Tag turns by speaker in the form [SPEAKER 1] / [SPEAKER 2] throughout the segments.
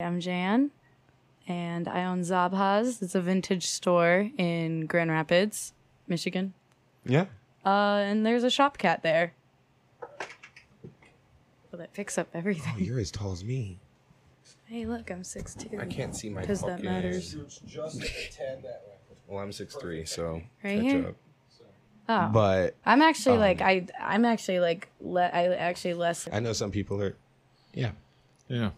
[SPEAKER 1] I'm Jan, and I own Zabha's. It's a vintage store in Grand Rapids, Michigan.
[SPEAKER 2] Yeah.
[SPEAKER 1] Uh, and there's a shop cat there. Well, that picks up everything.
[SPEAKER 2] Oh, you're as tall as me.
[SPEAKER 1] Hey, look, I'm six two.
[SPEAKER 3] I can't see my
[SPEAKER 1] Because that
[SPEAKER 3] fucking.
[SPEAKER 1] matters.
[SPEAKER 3] Well, I'm six three, so
[SPEAKER 1] Right
[SPEAKER 3] catch
[SPEAKER 1] here?
[SPEAKER 3] up.
[SPEAKER 1] Oh,
[SPEAKER 2] But
[SPEAKER 1] I'm actually
[SPEAKER 2] Um,
[SPEAKER 1] like I. I'm actually like le- I actually less.
[SPEAKER 2] I know some people are. Yeah.
[SPEAKER 4] Yeah.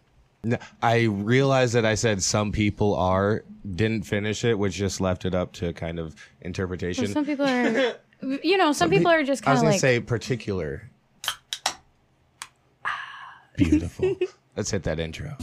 [SPEAKER 2] No, I realized that I said some people are didn't finish it, which just left it up to kind of interpretation.
[SPEAKER 1] Some people are. You know, some people are just
[SPEAKER 2] I
[SPEAKER 1] kind
[SPEAKER 2] was
[SPEAKER 1] of
[SPEAKER 2] gonna
[SPEAKER 1] like. Ah.
[SPEAKER 2] say particular. Beautiful. Let's hit that intro.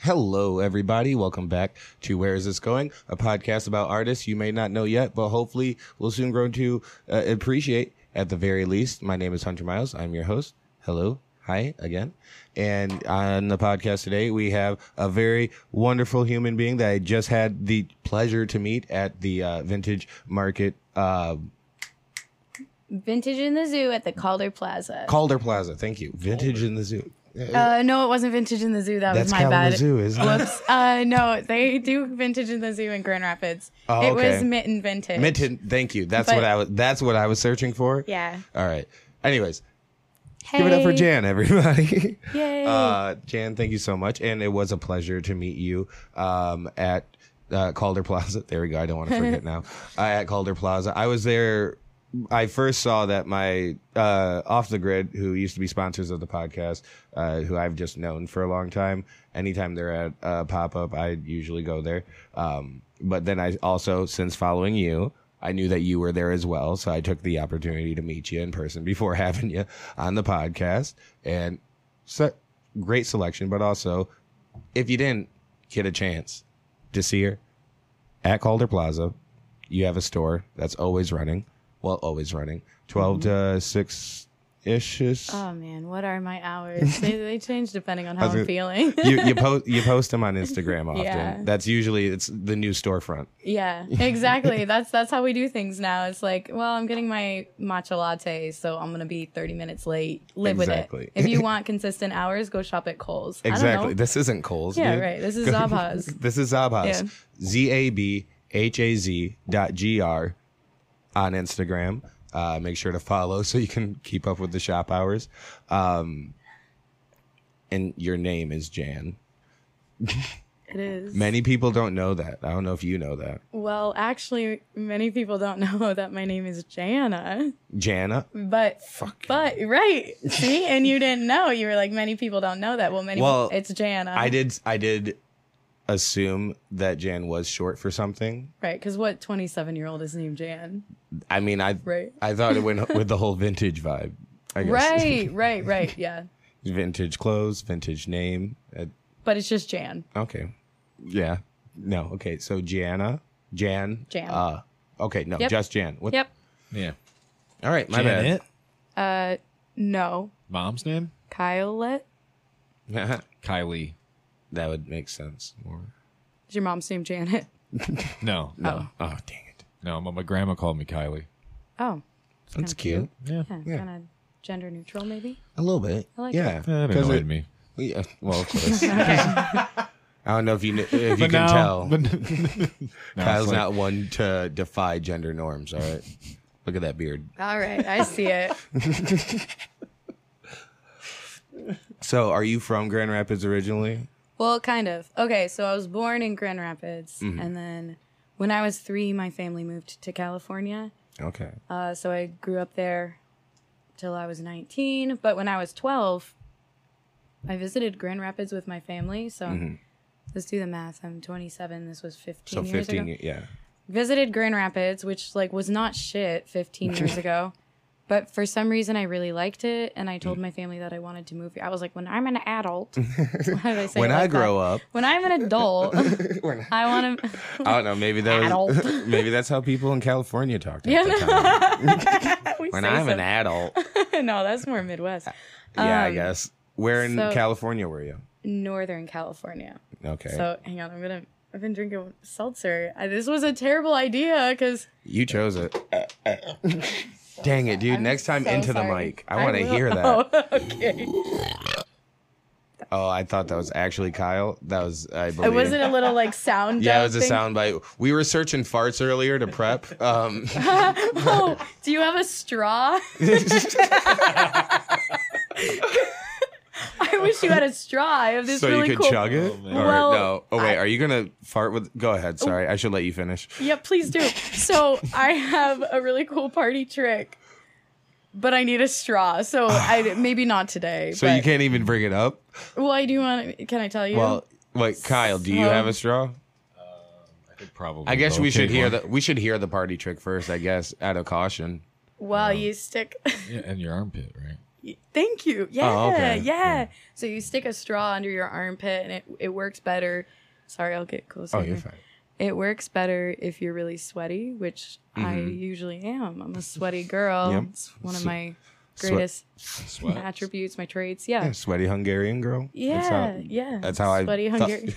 [SPEAKER 2] Hello, everybody. Welcome back to Where Is This Going? A podcast about artists you may not know yet, but hopefully will soon grow to uh, appreciate at the very least. My name is Hunter Miles. I'm your host. Hello. Hi again. And on the podcast today, we have a very wonderful human being that I just had the pleasure to meet at the uh, vintage market, uh,
[SPEAKER 1] Vintage in the Zoo at the Calder Plaza.
[SPEAKER 2] Calder Plaza. Thank you. Vintage in the Zoo.
[SPEAKER 1] uh, no, it wasn't Vintage in the Zoo. That was
[SPEAKER 2] That's
[SPEAKER 1] my bad.
[SPEAKER 2] Kalamazoo, isn't it?
[SPEAKER 1] Whoops. Uh, no, they do Vintage in the Zoo in Grand Rapids.
[SPEAKER 2] Oh,
[SPEAKER 1] It
[SPEAKER 2] okay.
[SPEAKER 1] was Mitten Vintage.
[SPEAKER 2] Minton, thank you. That's
[SPEAKER 1] But-
[SPEAKER 2] what I was. That's what I was searching for.
[SPEAKER 1] Yeah.
[SPEAKER 2] All right. Anyways,
[SPEAKER 1] Hey.
[SPEAKER 2] Give it up for Jan, everybody.
[SPEAKER 1] Yay.
[SPEAKER 2] Uh, Jan, thank you so much. And it was a pleasure to meet you um, at uh, Calder Plaza. There we go. I don't want to forget now. Uh, at Calder Plaza. I was there. I first saw that my uh, off the grid, who used to be sponsors of the podcast, uh, who I've just known for a long time, anytime they're at a pop up, I usually go there. Um, but then I also, since following you, I knew that you were there as well, so I took the opportunity to meet you in person before having you on the podcast. And se- great selection, but also if you didn't get a chance to see her at Calder Plaza, you have a store that's always running. Well, always running, 12 to six ish.
[SPEAKER 1] Mm-hmm. Oh man, what are my hours? they, they change depending on
[SPEAKER 2] I
[SPEAKER 1] how
[SPEAKER 2] was
[SPEAKER 1] I'm
[SPEAKER 2] gonna-
[SPEAKER 1] feeling.
[SPEAKER 2] you you post you post them on Instagram often.
[SPEAKER 1] Yeah.
[SPEAKER 2] That's usually it's the new storefront.
[SPEAKER 1] yeah, exactly. That's that's how we do things now. It's like, well, I'm getting my matcha latte, so I'm gonna be 30 minutes late. Live
[SPEAKER 2] Exactly.
[SPEAKER 1] with it. If you want consistent hours, go shop at Kohl's. I don't
[SPEAKER 2] Exactly.
[SPEAKER 1] know.
[SPEAKER 2] This isn't Coles.
[SPEAKER 1] Yeah,
[SPEAKER 2] dude.
[SPEAKER 1] right. This is
[SPEAKER 2] Go-
[SPEAKER 1] Zabha's.
[SPEAKER 2] this is Zabha's.
[SPEAKER 1] Yeah.
[SPEAKER 2] Z A B H A Z dot G R on Instagram. Uh, make sure to follow so you can keep up with the shop hours. Um, and your name is Jan.
[SPEAKER 1] It is.
[SPEAKER 2] Many people don't know that. I don't know if you know that.
[SPEAKER 1] well, actually, many people don't know that my name is Jana,
[SPEAKER 2] Jana.
[SPEAKER 1] but but right, see, and you didn't know. You were like, many people don't know that. Well, many.
[SPEAKER 2] Well,
[SPEAKER 1] people, it's Jana.
[SPEAKER 2] I did. I did assume that Jan was short for something.
[SPEAKER 1] right because what 27 year old is named Jan?
[SPEAKER 2] I mean, I
[SPEAKER 1] Right.
[SPEAKER 2] I thought it went with the whole vintage vibe. I guess.
[SPEAKER 1] Right, right, right. Yeah.
[SPEAKER 2] vintage clothes, vintage name. Uh,
[SPEAKER 1] But it's just Jan.
[SPEAKER 2] okay. Yeah. No. Okay. So Jana, Jan,
[SPEAKER 1] Jan.
[SPEAKER 2] Uh, okay. No,
[SPEAKER 1] Yep.
[SPEAKER 2] just Jan. What?
[SPEAKER 1] Yep.
[SPEAKER 4] Yeah.
[SPEAKER 2] All right. My
[SPEAKER 4] Janet?
[SPEAKER 1] Uh, no.
[SPEAKER 4] Mom's name?
[SPEAKER 1] Kylet.
[SPEAKER 2] bad.
[SPEAKER 4] Kylie.
[SPEAKER 2] that would make sense. More.
[SPEAKER 1] Is your mom's name Janet?
[SPEAKER 4] No. No.
[SPEAKER 2] Oh. Oh, dang it.
[SPEAKER 4] No, my, my grandma called me Kylie.
[SPEAKER 1] Oh,
[SPEAKER 2] That's
[SPEAKER 1] kinda
[SPEAKER 2] cute.
[SPEAKER 4] Yeah. Eh,
[SPEAKER 1] yeah, kind of gender neutral, maybe.
[SPEAKER 2] A little bit.
[SPEAKER 1] I like
[SPEAKER 2] yeah.
[SPEAKER 4] That
[SPEAKER 2] 'Cause
[SPEAKER 4] annoyed
[SPEAKER 2] it-
[SPEAKER 4] me.
[SPEAKER 2] Yeah, Well, of course. I don't know if you kn- if you
[SPEAKER 4] But
[SPEAKER 2] can
[SPEAKER 4] now-
[SPEAKER 2] tell.
[SPEAKER 4] But, no,
[SPEAKER 2] Kyle's
[SPEAKER 4] it's like-
[SPEAKER 2] not one to defy gender norms. All right. Look at that beard.
[SPEAKER 1] All right, I see it.
[SPEAKER 2] So, are you from Grand Rapids originally?
[SPEAKER 1] well, kind of. Okay, so I was born in Grand Rapids,
[SPEAKER 2] Mm-hmm.
[SPEAKER 1] and then when I was three, my family moved to California.
[SPEAKER 2] Okay.
[SPEAKER 1] Uh, so I grew up there till I was 19. But when I was 12, I visited Grand Rapids with my family. So let's do the math. I'm 27. This was 15
[SPEAKER 2] Mm-hmm. So
[SPEAKER 1] years ago.
[SPEAKER 2] fifteen. ye- Yeah.
[SPEAKER 1] Visited Grand Rapids, which like was not shit 15 years ago. But for some reason, I really liked it, and I told
[SPEAKER 2] Mm.
[SPEAKER 1] my family that I wanted to move here. I was like, when I'm an adult, why did I say it
[SPEAKER 2] When I
[SPEAKER 1] like that?
[SPEAKER 2] grow up.
[SPEAKER 1] when I'm an adult,
[SPEAKER 2] When
[SPEAKER 1] I want to.
[SPEAKER 2] I don't know. Maybe that was,
[SPEAKER 1] Adult.
[SPEAKER 2] maybe that's how people in California talked. At
[SPEAKER 1] Yeah,
[SPEAKER 2] the time.
[SPEAKER 1] We
[SPEAKER 2] When
[SPEAKER 1] say
[SPEAKER 2] I'm an
[SPEAKER 1] so.
[SPEAKER 2] adult,
[SPEAKER 1] no, that's more Midwest,
[SPEAKER 2] yeah, I
[SPEAKER 1] Um,
[SPEAKER 2] guess. Where in
[SPEAKER 1] so-
[SPEAKER 2] California were you?
[SPEAKER 1] Northern California.
[SPEAKER 2] Okay,
[SPEAKER 1] So hang on, I'm gonna. I've been drinking seltzer. I, this was a terrible idea because
[SPEAKER 2] you chose it. Dang it, dude! Next time into the mic. I want to hear that. Oh.
[SPEAKER 1] okay.
[SPEAKER 2] I thought that was actually Kyle. That was I believe.
[SPEAKER 1] It wasn't a little like sound.
[SPEAKER 2] yeah, it
[SPEAKER 1] dump
[SPEAKER 2] was a
[SPEAKER 1] thing?
[SPEAKER 2] sound bite. We were searching farts earlier to prep. Um,
[SPEAKER 1] Oh, do you have a straw? I wish you had a straw. I have this
[SPEAKER 2] so
[SPEAKER 1] really
[SPEAKER 2] you could
[SPEAKER 1] cool.
[SPEAKER 2] chug it?
[SPEAKER 4] Oh, man.
[SPEAKER 2] or
[SPEAKER 1] Well, Oh.
[SPEAKER 2] no. Oh wait, are you gonna fart with go ahead, sorry. I should let you finish.
[SPEAKER 1] Yeah, please do. So I have a really cool party trick, but I need a straw. So I maybe not today.
[SPEAKER 2] So
[SPEAKER 1] but,
[SPEAKER 2] you can't even bring it up?
[SPEAKER 1] Well, I do want. Can I tell you?
[SPEAKER 2] Well wait, Kyle, do you
[SPEAKER 1] So-
[SPEAKER 2] have a straw?
[SPEAKER 4] I think probably.
[SPEAKER 2] I guess
[SPEAKER 4] both
[SPEAKER 2] we should
[SPEAKER 4] take
[SPEAKER 2] hear
[SPEAKER 4] one.
[SPEAKER 2] the we should hear the party trick first, I guess, out of caution.
[SPEAKER 1] well, you stick.
[SPEAKER 4] Yeah, and your armpit, right?
[SPEAKER 1] Thank you. Yeah,
[SPEAKER 2] Oh, okay.
[SPEAKER 1] yeah. So you stick a straw under your armpit, and it it works better. Sorry, I'll get closer.
[SPEAKER 2] Oh, you're
[SPEAKER 1] here.
[SPEAKER 2] fine.
[SPEAKER 1] It works better if you're really sweaty, which I usually am. I'm a sweaty girl.
[SPEAKER 2] Yeah.
[SPEAKER 1] It's one of
[SPEAKER 2] Mm-hmm. Swe-
[SPEAKER 1] my
[SPEAKER 2] sweat-
[SPEAKER 1] greatest
[SPEAKER 4] Sweat.
[SPEAKER 1] attributes, my traits. Yeah.
[SPEAKER 2] Sweaty Hungarian girl. That's
[SPEAKER 1] Yeah.
[SPEAKER 2] how,
[SPEAKER 1] yeah.
[SPEAKER 2] that's how I
[SPEAKER 1] sweaty
[SPEAKER 2] thought-
[SPEAKER 1] Hungarian.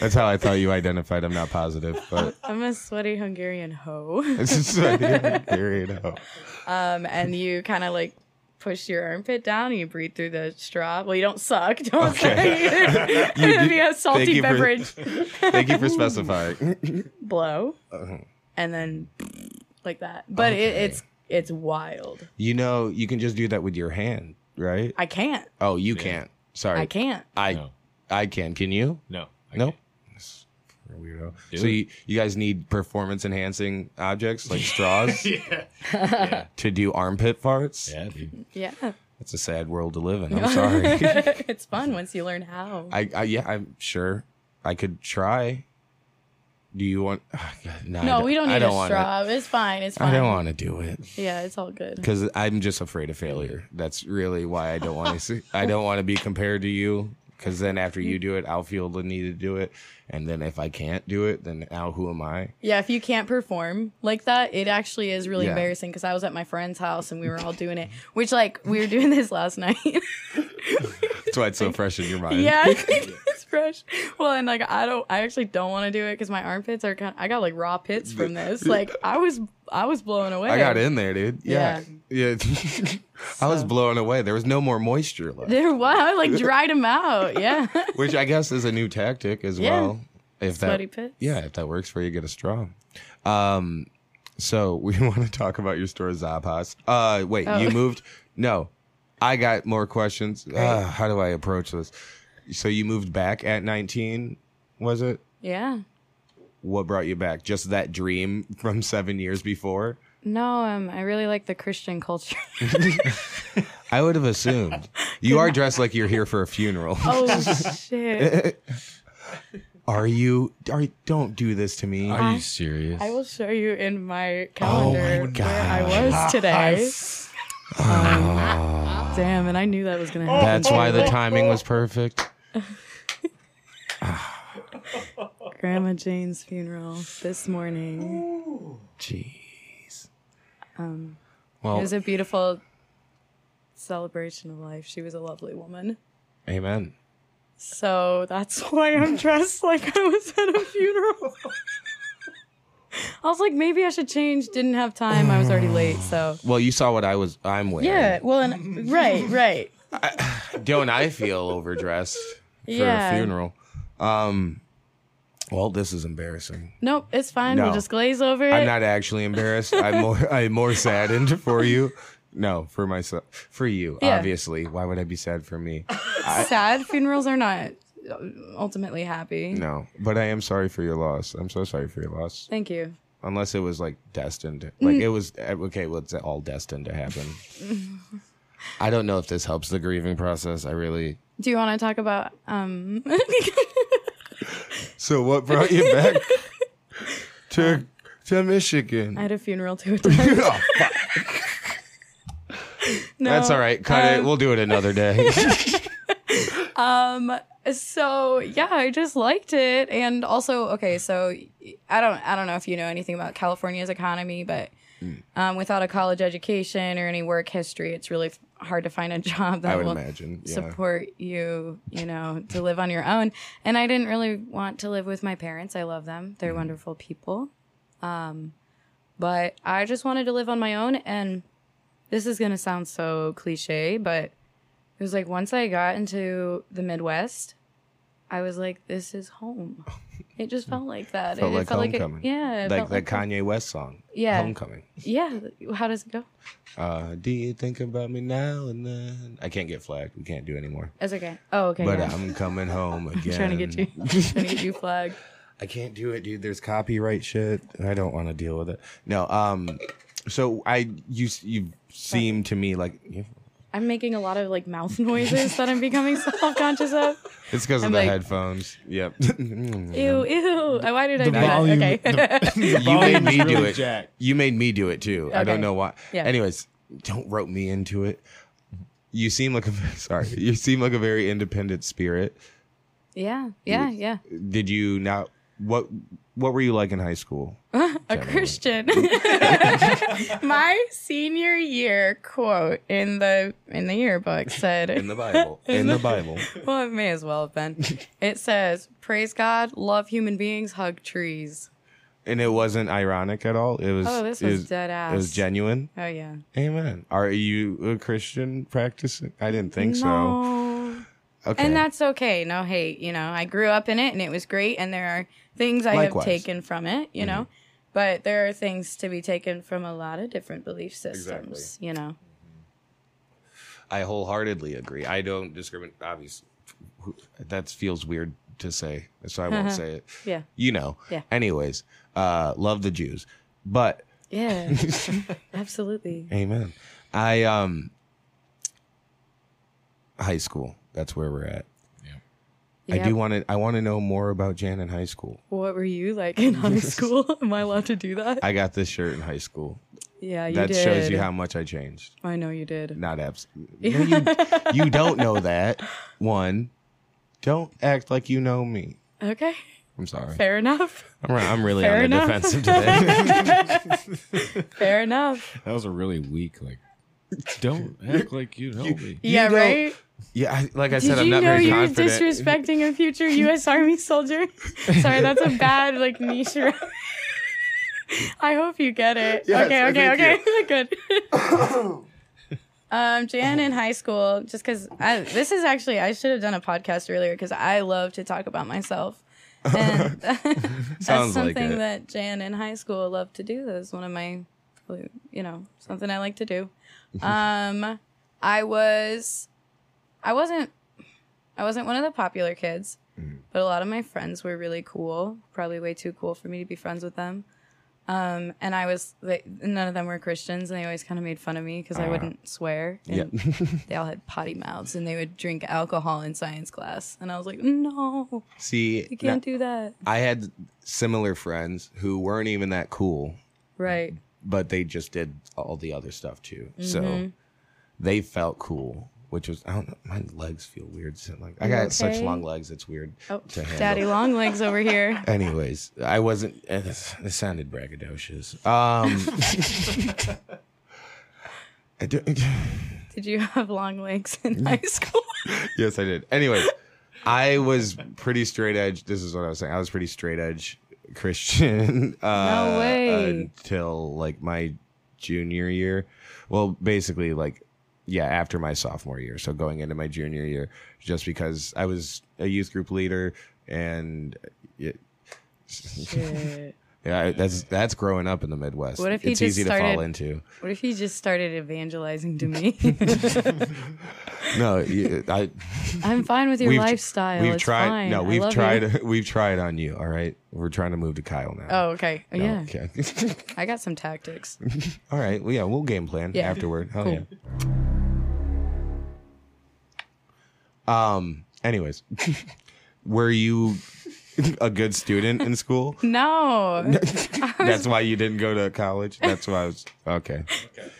[SPEAKER 2] that's how I thought you identified. I'm not positive, but
[SPEAKER 1] I'm a sweaty Hungarian hoe.
[SPEAKER 2] it's a sweaty Hungarian. hoe.
[SPEAKER 1] Um, and you kind of like push your armpit down and you breathe through the straw. Well, you don't suck. Don't
[SPEAKER 2] Okay.
[SPEAKER 1] suck.
[SPEAKER 2] You
[SPEAKER 1] It'd
[SPEAKER 2] did-
[SPEAKER 1] be a
[SPEAKER 2] thank
[SPEAKER 1] salty
[SPEAKER 2] you for-
[SPEAKER 1] beverage.
[SPEAKER 2] Thank you for specifying.
[SPEAKER 1] Blow, and then like that. But it,
[SPEAKER 2] Okay.
[SPEAKER 1] it's it's wild.
[SPEAKER 2] You know, you can just do that with your hand, right?
[SPEAKER 1] I can't.
[SPEAKER 2] Oh, you
[SPEAKER 4] Yeah.
[SPEAKER 2] can't. Sorry,
[SPEAKER 1] I can't.
[SPEAKER 2] I
[SPEAKER 4] No.
[SPEAKER 2] I can. Can you?
[SPEAKER 4] No. I
[SPEAKER 2] No.
[SPEAKER 4] can't.
[SPEAKER 2] You're a Weirdo.
[SPEAKER 4] Do
[SPEAKER 2] so
[SPEAKER 4] it.
[SPEAKER 2] you, you guys need performance enhancing objects like straws
[SPEAKER 4] Yeah. yeah.
[SPEAKER 2] to do armpit farts.
[SPEAKER 4] Yeah, dude.
[SPEAKER 1] Yeah.
[SPEAKER 2] That's a sad world to live in. I'm sorry.
[SPEAKER 1] it's fun once you learn how.
[SPEAKER 2] I, I yeah, I'm sure I could try. Do you want? No,
[SPEAKER 1] no, we don't need
[SPEAKER 2] I
[SPEAKER 1] a
[SPEAKER 2] wanna-
[SPEAKER 1] straw. It's fine. It's fine.
[SPEAKER 2] I don't want to do it
[SPEAKER 1] Yeah, it's all good.
[SPEAKER 2] because I'm just afraid of failure. That's really why I don't want to. see. I don't want to be compared to you because then after you do it, I'll feel the need to do it, and then if I can't do it, then now who am I?
[SPEAKER 1] Yeah, if you can't perform like that, it actually is really
[SPEAKER 2] Yeah.
[SPEAKER 1] embarrassing because I was at my friend's house and we were all doing it, which, like, we were doing this last night.
[SPEAKER 2] That's why it's so fresh in your mind.
[SPEAKER 1] yeah, I think it's fresh. Well, and, like, I don't, I actually don't want to do it because my armpits are kind I got, like, raw pits from this. Like, I was, I was blown away.
[SPEAKER 2] I got in there, dude. Yeah, yeah. I was
[SPEAKER 1] So-
[SPEAKER 2] blown away. There was no more moisture left.
[SPEAKER 1] There, wow, I, like, dried them out. Yeah.
[SPEAKER 2] which I guess is a new tactic as
[SPEAKER 1] Yeah.
[SPEAKER 2] well. If that,
[SPEAKER 1] Sweaty pits.
[SPEAKER 2] yeah, if that works for you, get a straw. Um, so we want to talk about your store Zappos. Uh, wait,
[SPEAKER 1] Oh.
[SPEAKER 2] you moved? No, I got more questions. Uh, how do I approach this? So you moved back at 19, was it?
[SPEAKER 1] yeah.
[SPEAKER 2] What brought you back? Just that dream from seven years before?
[SPEAKER 1] No, um, I really like the Christian culture.
[SPEAKER 2] I would have assumed. You are dressed like you're here for a funeral.
[SPEAKER 1] oh, shit.
[SPEAKER 2] Are you? Are don't do this to me.
[SPEAKER 4] Are you serious?
[SPEAKER 1] I will show you in my calendar
[SPEAKER 2] Oh God.
[SPEAKER 1] where I was today.
[SPEAKER 2] Ah.
[SPEAKER 1] Um, damn, and I knew that was gonna happen.
[SPEAKER 2] That's why the timing was perfect.
[SPEAKER 1] Grandma Jane's funeral this morning.
[SPEAKER 2] Jeez.
[SPEAKER 1] Um,
[SPEAKER 2] Well,
[SPEAKER 1] It was a beautiful celebration of life. She was a lovely woman.
[SPEAKER 2] amen.
[SPEAKER 1] So that's why I'm dressed like I was at a funeral. I was like, maybe I should change. Didn't have time. I was already late. So
[SPEAKER 2] Well, you saw what I was. I'm wearing.
[SPEAKER 1] yeah. Well, and right, right.
[SPEAKER 2] Don't I feel overdressed for
[SPEAKER 1] Yeah.
[SPEAKER 2] a funeral? Um. Well, this is embarrassing.
[SPEAKER 1] Nope, it's fine.
[SPEAKER 2] No.
[SPEAKER 1] We'll just glaze over it.
[SPEAKER 2] I'm not actually embarrassed. I'm more. I'm more saddened for you. No, for myself. For you,
[SPEAKER 1] Yeah.
[SPEAKER 2] obviously. Why would I be sad for me?
[SPEAKER 1] sad funerals are not ultimately happy.
[SPEAKER 2] No, but I am sorry for your loss. I'm so sorry for your loss.
[SPEAKER 1] Thank you.
[SPEAKER 2] Unless it was like destined, like it was eh, okay. Well, it's all destined to happen. I don't know if this helps the grieving process. I really.
[SPEAKER 1] Do you want to talk about um
[SPEAKER 2] So what brought you back to
[SPEAKER 3] to Michigan.
[SPEAKER 1] I had a funeral to attend.
[SPEAKER 2] Oh, fuck.
[SPEAKER 1] No.
[SPEAKER 2] That's all right. Cut it.
[SPEAKER 1] Um,
[SPEAKER 2] We'll do it another day.
[SPEAKER 1] so yeah i just liked it and also okay so i don't i don't know if you know anything about california's economy but
[SPEAKER 2] Mm.
[SPEAKER 1] um, without a college education or any work history it's really f- hard to find a job that
[SPEAKER 2] I would
[SPEAKER 1] will
[SPEAKER 2] imagine. Yeah.
[SPEAKER 1] support you you know to live on your own and i didn't really want to live with my parents i love them
[SPEAKER 2] Mm-hmm.
[SPEAKER 1] they're wonderful people um, but i just wanted to live on my own and this is going to sound so cliche but it was like once I got into the Midwest, I was like, this is home. It just felt like that.
[SPEAKER 2] Felt
[SPEAKER 1] it, it
[SPEAKER 2] like
[SPEAKER 1] felt
[SPEAKER 2] homecoming.
[SPEAKER 1] like it, yeah, it
[SPEAKER 2] like
[SPEAKER 1] felt
[SPEAKER 2] that Kanye West song.
[SPEAKER 1] Yeah.
[SPEAKER 2] Homecoming.
[SPEAKER 1] yeah. How does it go?
[SPEAKER 2] Uh, do you think about me now and then? I can't get flagged. We can't do anymore.
[SPEAKER 1] That's okay. Oh, okay.
[SPEAKER 2] But um,
[SPEAKER 1] yeah.
[SPEAKER 2] I'm coming home again.
[SPEAKER 1] trying to get you, trying to get you flagged.
[SPEAKER 2] I can't do it, dude. There's copyright shit. and I don't want to deal with it. No. Um. So I you s- you seem to me like you-
[SPEAKER 1] I'm making a lot of like mouth noises that I'm becoming self conscious of.
[SPEAKER 2] it's because of
[SPEAKER 1] I'm
[SPEAKER 2] the
[SPEAKER 1] like-
[SPEAKER 2] headphones. Yep.
[SPEAKER 1] Ew, ew. Uh, Why did I do
[SPEAKER 4] volume-
[SPEAKER 1] that? Okay.
[SPEAKER 2] you made me do
[SPEAKER 3] really
[SPEAKER 2] it.
[SPEAKER 3] jacked.
[SPEAKER 2] You made me do it too. I don't
[SPEAKER 1] Okay.
[SPEAKER 2] know why.
[SPEAKER 1] Yeah.
[SPEAKER 2] Anyways, don't rope me into it. You seem like a sorry. You seem like a very independent spirit.
[SPEAKER 1] yeah, yeah, yeah.
[SPEAKER 2] Did you not? What What were you like in high school?
[SPEAKER 1] a Christian. My senior year quote in the in the yearbook said
[SPEAKER 2] the Bible. In the Bible.
[SPEAKER 1] well, it may as well have been. It says, "Praise God, love human beings, hug trees."
[SPEAKER 2] And it wasn't ironic at all. It was.
[SPEAKER 1] Oh, this
[SPEAKER 2] it
[SPEAKER 1] was dead
[SPEAKER 2] It was
[SPEAKER 1] ass.
[SPEAKER 2] genuine.
[SPEAKER 1] Oh yeah.
[SPEAKER 2] Amen. Are you a Christian practicing? I didn't think
[SPEAKER 1] No.
[SPEAKER 2] so. Okay.
[SPEAKER 1] And that's okay. No hate. You know, I grew up in it, and it was great. And there are things I
[SPEAKER 2] Likewise. Mm-hmm.
[SPEAKER 1] have taken from it. You know, but there are things to be taken from a lot of different belief systems. You know.
[SPEAKER 2] I wholeheartedly agree. I don't discriminate. Obviously, that feels weird to say, so I
[SPEAKER 1] Uh-huh.
[SPEAKER 2] won't say it.
[SPEAKER 1] Yeah.
[SPEAKER 2] You know.
[SPEAKER 1] Yeah.
[SPEAKER 2] Anyways, uh, love the Jews, but
[SPEAKER 1] Yeah. Absolutely.
[SPEAKER 2] amen. I um, high school. That's where we're at. I
[SPEAKER 1] Yeah.
[SPEAKER 2] do want to. I want to know more about Jan in high school.
[SPEAKER 1] What were you like in high school? Am I allowed to do that?
[SPEAKER 2] I got this shirt in high school.
[SPEAKER 1] yeah, you
[SPEAKER 2] that
[SPEAKER 1] did.
[SPEAKER 2] shows you how much I changed.
[SPEAKER 1] I know you did.
[SPEAKER 2] Not abs. No, you, you don't know that. One, don't act like you know me.
[SPEAKER 1] Okay.
[SPEAKER 2] I'm sorry.
[SPEAKER 1] Fair enough.
[SPEAKER 2] I'm, re- I'm really
[SPEAKER 1] Fair
[SPEAKER 2] on the
[SPEAKER 1] enough.
[SPEAKER 2] defensive today.
[SPEAKER 1] Fair enough.
[SPEAKER 4] That was a really weak, like, don't act like you know me.
[SPEAKER 1] Yeah,
[SPEAKER 2] don't-
[SPEAKER 1] right?
[SPEAKER 2] yeah, I, like I
[SPEAKER 1] Did
[SPEAKER 2] said, I'm
[SPEAKER 1] you
[SPEAKER 2] not
[SPEAKER 1] know
[SPEAKER 2] very
[SPEAKER 1] you were
[SPEAKER 2] confident.
[SPEAKER 1] disrespecting a future U.S. Army soldier? Sorry, that's a bad like niche. re- I hope you get it.
[SPEAKER 2] Yes,
[SPEAKER 1] okay, okay,
[SPEAKER 2] thank
[SPEAKER 1] okay. Good. um, Jan in high school, just because this is actually I should have done a podcast earlier because I love to talk about myself. And that's
[SPEAKER 2] Sounds like
[SPEAKER 1] something
[SPEAKER 2] it.
[SPEAKER 1] that Jan in high school loved to do. That was one of my, probably, you know, something I like to do. Um, I was, I wasn't, I wasn't one of the popular kids,
[SPEAKER 2] Mm-hmm.
[SPEAKER 1] but a lot of my friends were really cool. Probably way too cool for me to be friends with them. Um, and I was, they, none of them were Christians, and they always kind of made fun of me because I wouldn't swear.
[SPEAKER 2] Ah. Yeah.
[SPEAKER 1] And they all had potty mouths, and they would drink alcohol in science class, and I was like, no,
[SPEAKER 2] See,
[SPEAKER 1] you
[SPEAKER 2] no,
[SPEAKER 1] can't do that.
[SPEAKER 2] I had similar friends who weren't even that cool,
[SPEAKER 1] Right.
[SPEAKER 2] but they just did all the other stuff too.
[SPEAKER 1] Mm-hmm.
[SPEAKER 2] So they felt cool, which was I don't know. My legs feel weird. So like I
[SPEAKER 1] You
[SPEAKER 2] got such
[SPEAKER 1] okay?
[SPEAKER 2] long legs, it's weird
[SPEAKER 1] Oh,
[SPEAKER 2] to handle.
[SPEAKER 1] Daddy long legs over here.
[SPEAKER 2] Anyways, I wasn't. eh, This, this sounded braggadocious. Um, I do-
[SPEAKER 1] Did you have long legs in high school?
[SPEAKER 2] yes, I did. Anyways, I was pretty straight edge. This is what I was saying. I was pretty straight edge Christian. Uh,
[SPEAKER 1] way.
[SPEAKER 2] Until like my junior year. Well, basically, like, yeah, after my sophomore year. So going into my junior year, just because I was a youth group leader and. It,
[SPEAKER 1] Shit.
[SPEAKER 2] yeah, I- that's that's growing up in the Midwest.
[SPEAKER 1] What if he
[SPEAKER 2] it's
[SPEAKER 1] just
[SPEAKER 2] easy to fall
[SPEAKER 1] started-
[SPEAKER 2] into.
[SPEAKER 1] What if you just started evangelizing to me?
[SPEAKER 2] No, you- I
[SPEAKER 1] I'm fine with your
[SPEAKER 2] We've-
[SPEAKER 1] lifestyle.
[SPEAKER 2] we've
[SPEAKER 1] it's
[SPEAKER 2] tried.
[SPEAKER 1] Fine.
[SPEAKER 2] No,
[SPEAKER 1] I
[SPEAKER 2] we've
[SPEAKER 1] love
[SPEAKER 2] tried.
[SPEAKER 1] you.
[SPEAKER 2] We've tried on you. All right, we're trying to move to Kyle now.
[SPEAKER 1] Oh, okay. Oh,
[SPEAKER 2] No,
[SPEAKER 1] yeah.
[SPEAKER 2] Okay.
[SPEAKER 1] I got some tactics.
[SPEAKER 2] All right. Well, yeah, we'll game plan
[SPEAKER 1] Yeah.
[SPEAKER 2] afterward. Hell
[SPEAKER 1] Cool.
[SPEAKER 2] yeah. Um. Anyways, were you a good student in school?
[SPEAKER 1] No.
[SPEAKER 2] That's why you didn't go to college. That's why I was okay.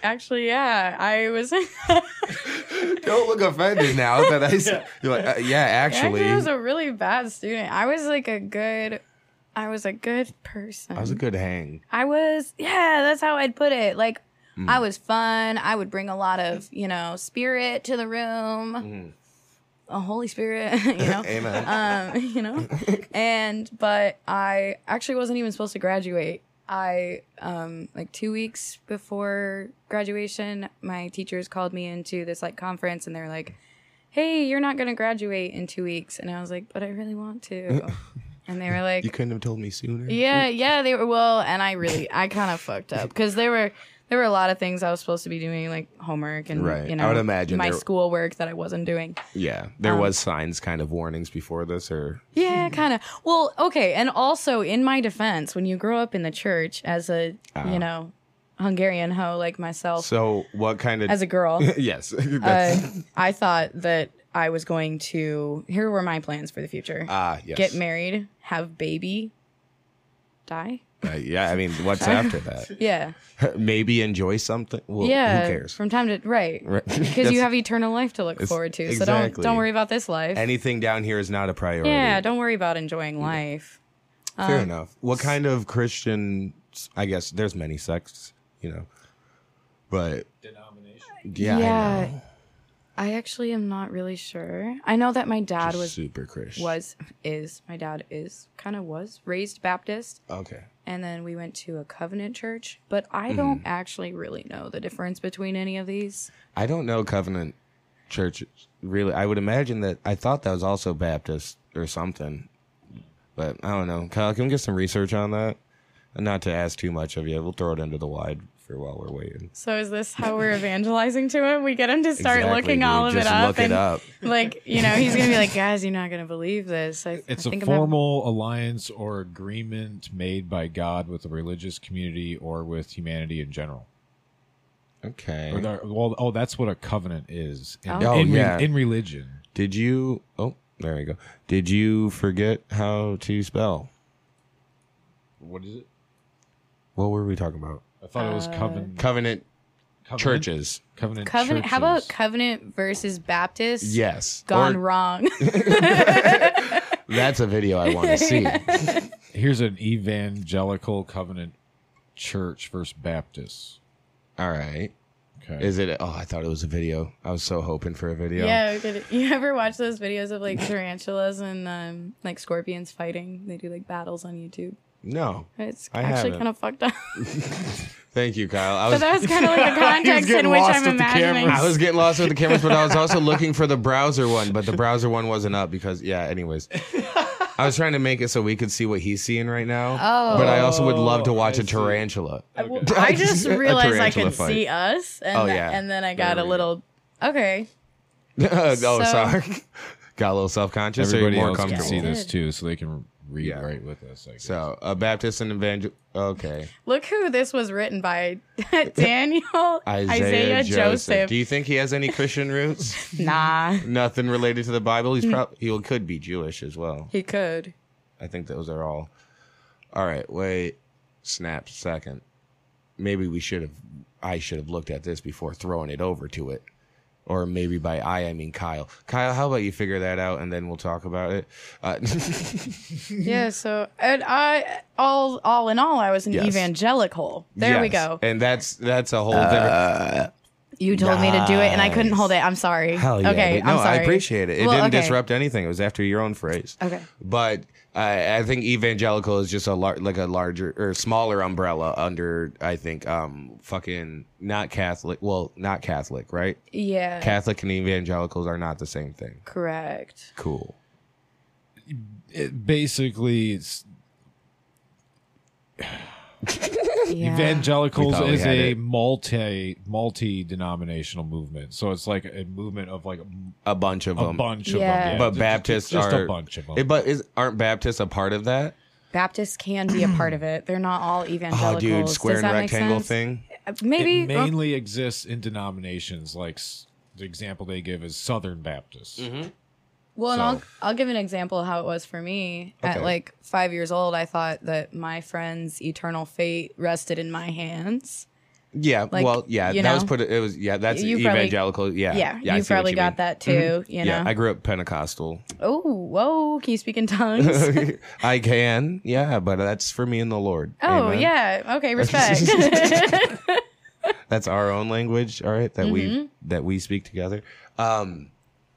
[SPEAKER 1] Actually, yeah. I was
[SPEAKER 2] Don't look offended now that I. s- You're like, uh, yeah, actually,
[SPEAKER 1] actually I was a really bad student. I was like a good I was a good person.
[SPEAKER 2] I was a good hang.
[SPEAKER 1] I was, yeah, that's how I'd put it. Like,
[SPEAKER 2] Mm.
[SPEAKER 1] I was fun. I would bring a lot of, you know, spirit to the
[SPEAKER 2] Mm.
[SPEAKER 1] room, a Holy Spirit, you know,
[SPEAKER 2] Amen.
[SPEAKER 1] um, you know, and but I actually wasn't even supposed to graduate. I um like two weeks before graduation, my teachers called me into this like conference, and they're like, "Hey, you're not gonna graduate in two weeks," and I was like, "But I really want to," and they were like,
[SPEAKER 2] you couldn't have told me sooner.
[SPEAKER 1] yeah, yeah, they were well, and I really, I kind of fucked up because there were there were a lot of things I was supposed to be doing, like homework and
[SPEAKER 2] Right.
[SPEAKER 1] you
[SPEAKER 2] I
[SPEAKER 1] know,
[SPEAKER 2] would imagine
[SPEAKER 1] my
[SPEAKER 2] there-
[SPEAKER 1] schoolwork that I wasn't doing.
[SPEAKER 2] Yeah,
[SPEAKER 1] Um,
[SPEAKER 2] there was signs, kind of warnings before this, or
[SPEAKER 1] Yeah, kind of. Well, okay, and also in my defense, when you grow up in the church as a you know Hungarian hoe like myself,
[SPEAKER 2] Ah. so. What kind of?
[SPEAKER 1] as a girl,
[SPEAKER 2] yes,
[SPEAKER 1] uh,
[SPEAKER 2] that's,
[SPEAKER 1] I thought that I was going to. Here were my plans for the future:
[SPEAKER 2] ah, yes.
[SPEAKER 1] get married, have baby, die.
[SPEAKER 2] Uh, yeah, I mean, what's after that?
[SPEAKER 1] Yeah,
[SPEAKER 2] Maybe enjoy something. Well,
[SPEAKER 1] yeah.
[SPEAKER 2] who cares?
[SPEAKER 1] From time to right.
[SPEAKER 2] Right.
[SPEAKER 1] because you
[SPEAKER 2] That's-
[SPEAKER 1] have eternal life to look forward to. So don't
[SPEAKER 2] exactly.
[SPEAKER 1] don't worry about this life.
[SPEAKER 2] anything down here is not a priority.
[SPEAKER 1] yeah, um, don't worry about enjoying life.
[SPEAKER 2] Fair enough. What kind of Christian? I guess there's many sects, you know, but denomination. Yeah, I know.
[SPEAKER 1] I, actually am not really sure. I know that my dad was
[SPEAKER 2] super Christian.
[SPEAKER 1] was is my dad is kind of was raised Baptist,
[SPEAKER 2] okay.
[SPEAKER 1] and then we went to a Covenant church. But
[SPEAKER 2] Mm-hmm.
[SPEAKER 1] I don't actually really know the difference between any of these.
[SPEAKER 2] I don't know Covenant Church really. I would imagine that I thought that was also Baptist or something, but I don't know. Kyle, can we get some research on that? And Not to ask too much of you. We'll throw it into the wide for while we're waiting.
[SPEAKER 1] So is this how we're evangelizing to him? We get him to start
[SPEAKER 2] Exactly,
[SPEAKER 1] looking
[SPEAKER 2] dude.
[SPEAKER 1] all of
[SPEAKER 2] Just
[SPEAKER 1] it up
[SPEAKER 2] Look it
[SPEAKER 1] and
[SPEAKER 2] up.
[SPEAKER 1] like you know he's gonna be like, guys, you're not gonna believe this. I,
[SPEAKER 4] It's
[SPEAKER 1] I
[SPEAKER 4] a
[SPEAKER 1] think I'm having-
[SPEAKER 4] formal alliance or agreement made by God with the religious community or with humanity in general. Or
[SPEAKER 2] Okay.
[SPEAKER 4] the- well, oh, that's what a covenant is. In,
[SPEAKER 1] Oh.
[SPEAKER 2] Oh,
[SPEAKER 4] in re-
[SPEAKER 2] yeah.
[SPEAKER 4] in religion.
[SPEAKER 2] Did you? Oh, there you go. Did you forget how to spell?
[SPEAKER 4] What is it?
[SPEAKER 2] What were we talking about?
[SPEAKER 4] I thought it was
[SPEAKER 1] Uh,
[SPEAKER 4] coven,
[SPEAKER 2] Covenant
[SPEAKER 4] covenant
[SPEAKER 2] churches.
[SPEAKER 4] Covenant.
[SPEAKER 1] Covenant. How about
[SPEAKER 4] churches.
[SPEAKER 1] Covenant versus Baptist?
[SPEAKER 2] Yes.
[SPEAKER 1] Gone
[SPEAKER 2] Or-
[SPEAKER 1] wrong.
[SPEAKER 2] That's a video I want to see.
[SPEAKER 4] Here's an evangelical covenant church versus Baptist.
[SPEAKER 2] All right.
[SPEAKER 4] Okay.
[SPEAKER 2] Is it? Oh, I thought it was a video. I was so hoping for a video.
[SPEAKER 1] yeah. we could- You ever watch those videos of like tarantulas and um, like scorpions fighting? They do like battles on YouTube.
[SPEAKER 2] No.
[SPEAKER 1] It's
[SPEAKER 2] I
[SPEAKER 1] actually
[SPEAKER 2] haven't.
[SPEAKER 1] kind of fucked up.
[SPEAKER 2] Thank you, Kyle. I
[SPEAKER 1] but
[SPEAKER 2] was
[SPEAKER 1] that was kind of like the context in
[SPEAKER 4] getting
[SPEAKER 1] which
[SPEAKER 4] lost
[SPEAKER 1] I'm
[SPEAKER 4] with the
[SPEAKER 1] imagining.
[SPEAKER 4] cameras.
[SPEAKER 2] I was getting lost with the cameras, but I was also looking for the browser one, but the browser one wasn't up because yeah, anyways. I was trying to make it so we could see what he's seeing right now.
[SPEAKER 1] Oh.
[SPEAKER 2] But I also would love to
[SPEAKER 4] Oh,
[SPEAKER 2] watch
[SPEAKER 4] I
[SPEAKER 2] a
[SPEAKER 4] see.
[SPEAKER 2] tarantula.
[SPEAKER 1] I- well, I just
[SPEAKER 2] A
[SPEAKER 1] realized I
[SPEAKER 2] tarantula
[SPEAKER 1] could
[SPEAKER 2] fight.
[SPEAKER 1] see us, and
[SPEAKER 2] Oh,
[SPEAKER 1] th-
[SPEAKER 2] yeah.
[SPEAKER 1] and then I
[SPEAKER 2] There
[SPEAKER 1] got a
[SPEAKER 2] we go.
[SPEAKER 1] little. Okay.
[SPEAKER 2] oh,
[SPEAKER 1] So-
[SPEAKER 2] sorry. Got a little self conscious.
[SPEAKER 4] Everybody
[SPEAKER 2] more
[SPEAKER 4] else can
[SPEAKER 2] comfortable.
[SPEAKER 4] see
[SPEAKER 1] Yeah.
[SPEAKER 4] this too, so they can read
[SPEAKER 2] Yeah.
[SPEAKER 4] right with us. I guess.
[SPEAKER 2] So a Baptist and evangel okay.
[SPEAKER 1] Look who this was written by: Daniel
[SPEAKER 2] Isaiah, Joseph. Do you think he has any Christian roots?
[SPEAKER 1] Nah,
[SPEAKER 2] Nothing related to the Bible. He's probably he could be Jewish as well.
[SPEAKER 1] he could.
[SPEAKER 2] I think those are all. All right, wait. Snap second. Maybe we should have I should have looked at this before throwing it over to it. Or maybe by I I mean Kyle. Kyle, how about you figure that out and then we'll talk about it? Uh,
[SPEAKER 1] Yeah, so and I all all in all I was an
[SPEAKER 2] Yes.
[SPEAKER 1] evangelical. There we
[SPEAKER 2] yes.
[SPEAKER 1] go.
[SPEAKER 2] And that's that's a whole different
[SPEAKER 1] You told me to do it and I couldn't
[SPEAKER 2] Nice.
[SPEAKER 1] hold it. I'm sorry.
[SPEAKER 2] Hell yeah.
[SPEAKER 1] Okay,
[SPEAKER 2] dude. no,
[SPEAKER 1] I'm sorry.
[SPEAKER 2] I appreciate it. It
[SPEAKER 1] Well,
[SPEAKER 2] didn't
[SPEAKER 1] okay.
[SPEAKER 2] disrupt anything. It was after your own phrase.
[SPEAKER 1] Okay.
[SPEAKER 2] But I I think evangelical is just a lar- like a larger or smaller umbrella under I think um fucking not Catholic. Well, not Catholic, right?
[SPEAKER 1] Yeah.
[SPEAKER 2] Catholic and evangelicals are not the same thing.
[SPEAKER 1] correct.
[SPEAKER 2] Cool.
[SPEAKER 4] it basically, it's,
[SPEAKER 1] Yeah.
[SPEAKER 4] evangelicals
[SPEAKER 2] We thought we
[SPEAKER 4] is
[SPEAKER 2] had
[SPEAKER 4] a
[SPEAKER 2] it.
[SPEAKER 4] multi multi denominational movement. So it's like a movement of like a,
[SPEAKER 2] A bunch of
[SPEAKER 4] a
[SPEAKER 2] them.
[SPEAKER 4] bunch of
[SPEAKER 1] Yeah.
[SPEAKER 4] them.
[SPEAKER 2] But
[SPEAKER 4] Just-
[SPEAKER 2] Baptists
[SPEAKER 4] just,
[SPEAKER 2] are
[SPEAKER 4] a bunch of them.
[SPEAKER 2] Eh, but is, aren't Baptists a part of that?
[SPEAKER 1] Baptists can be a part of it. They're not all evangelicals.
[SPEAKER 2] Oh, dude, square
[SPEAKER 1] Does
[SPEAKER 2] and
[SPEAKER 1] that make
[SPEAKER 2] rectangle
[SPEAKER 1] sense?
[SPEAKER 2] thing.
[SPEAKER 1] Uh, Maybe
[SPEAKER 4] it mainly
[SPEAKER 1] Mm-hmm.
[SPEAKER 4] exists in denominations like s- the example they give is Southern Baptists.
[SPEAKER 1] Well, and
[SPEAKER 2] So-
[SPEAKER 1] I'll I'll give an example of how it was for me. At
[SPEAKER 2] Okay.
[SPEAKER 1] like five years old, I thought that my friend's eternal fate rested in my hands.
[SPEAKER 2] Yeah.
[SPEAKER 1] Like,
[SPEAKER 2] well, yeah.
[SPEAKER 1] you
[SPEAKER 2] That was
[SPEAKER 1] know?
[SPEAKER 2] put. It was yeah. That's
[SPEAKER 1] You probably-
[SPEAKER 2] evangelical. yeah.
[SPEAKER 1] Yeah,
[SPEAKER 2] I
[SPEAKER 1] you
[SPEAKER 2] see what
[SPEAKER 1] probably got
[SPEAKER 2] mean. Mm-hmm.
[SPEAKER 1] that too. You know.
[SPEAKER 2] Yeah, I grew up Pentecostal.
[SPEAKER 1] oh, whoa! Can you speak in tongues?
[SPEAKER 2] I can, yeah, but that's for me and the Lord.
[SPEAKER 1] oh
[SPEAKER 2] Amen.
[SPEAKER 1] yeah. Okay. Respect.
[SPEAKER 2] that's our own language. All right, that
[SPEAKER 1] Mm-hmm.
[SPEAKER 2] we that we speak together. Um,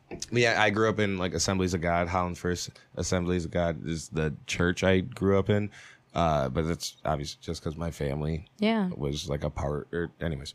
[SPEAKER 2] but yeah, I grew up in like Assemblies of God, Holland First Assemblies of God is the church I grew up in. Uh, but that's obviously just because my family
[SPEAKER 1] yeah.
[SPEAKER 2] was like a part or anyways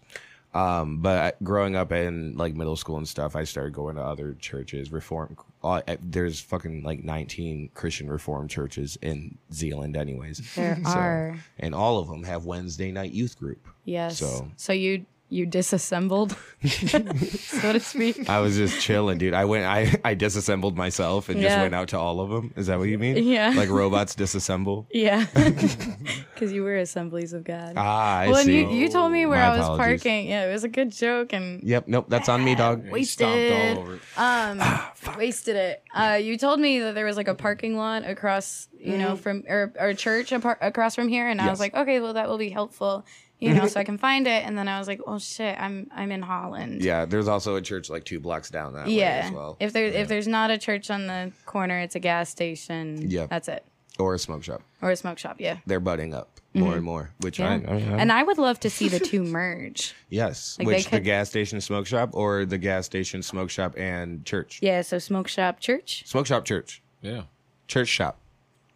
[SPEAKER 2] um but I- growing up in like middle school and stuff i started going to other churches reform uh, there's fucking like 19 christian reformed churches in zealand anyways
[SPEAKER 1] There
[SPEAKER 2] So-
[SPEAKER 1] are
[SPEAKER 2] and all of them have wednesday night youth group
[SPEAKER 1] yes.
[SPEAKER 2] so-
[SPEAKER 1] So, you you disassembled, so to speak.
[SPEAKER 2] i was just chilling dude i went i i disassembled myself and just
[SPEAKER 1] Yeah.
[SPEAKER 2] went out to all of them is that what you mean
[SPEAKER 1] Yeah.
[SPEAKER 2] like robots disassemble
[SPEAKER 1] Yeah. Because you were assemblies of God.
[SPEAKER 2] ah i
[SPEAKER 1] well, and
[SPEAKER 2] see
[SPEAKER 1] you you told me where
[SPEAKER 2] My
[SPEAKER 1] I was
[SPEAKER 2] apologies.
[SPEAKER 1] parking. Yeah, it was a good joke and
[SPEAKER 2] yep nope that's on me dog
[SPEAKER 4] He stomped
[SPEAKER 1] Wasted.
[SPEAKER 4] all over it.
[SPEAKER 1] um
[SPEAKER 2] Ah,
[SPEAKER 1] wasted it uh you told me that there was like a parking lot across you know from or, or a church apar- across from here and i was
[SPEAKER 2] Mm. Yes.
[SPEAKER 1] like okay well that will be helpful you know so i can find it and then i was like oh shit i'm i'm in holland
[SPEAKER 2] yeah there's also a church like two blocks down that way
[SPEAKER 1] yeah
[SPEAKER 2] as well
[SPEAKER 1] if there if there's not a church on the corner it's a gas station
[SPEAKER 2] Yeah.
[SPEAKER 1] that's it
[SPEAKER 2] or a smoke shop
[SPEAKER 1] or a smoke shop yeah
[SPEAKER 2] they're butting up more and more, which I, I,
[SPEAKER 1] Mm-hmm. yeah.
[SPEAKER 2] Oh.
[SPEAKER 1] and I would love to see the two merge.
[SPEAKER 2] yes,
[SPEAKER 1] Like, they
[SPEAKER 2] which the
[SPEAKER 1] could-
[SPEAKER 2] gas station smoke shop or the gas station smoke shop and church,
[SPEAKER 1] Yeah, so smoke shop church.
[SPEAKER 2] smoke shop church,
[SPEAKER 4] Yeah.
[SPEAKER 2] church shop.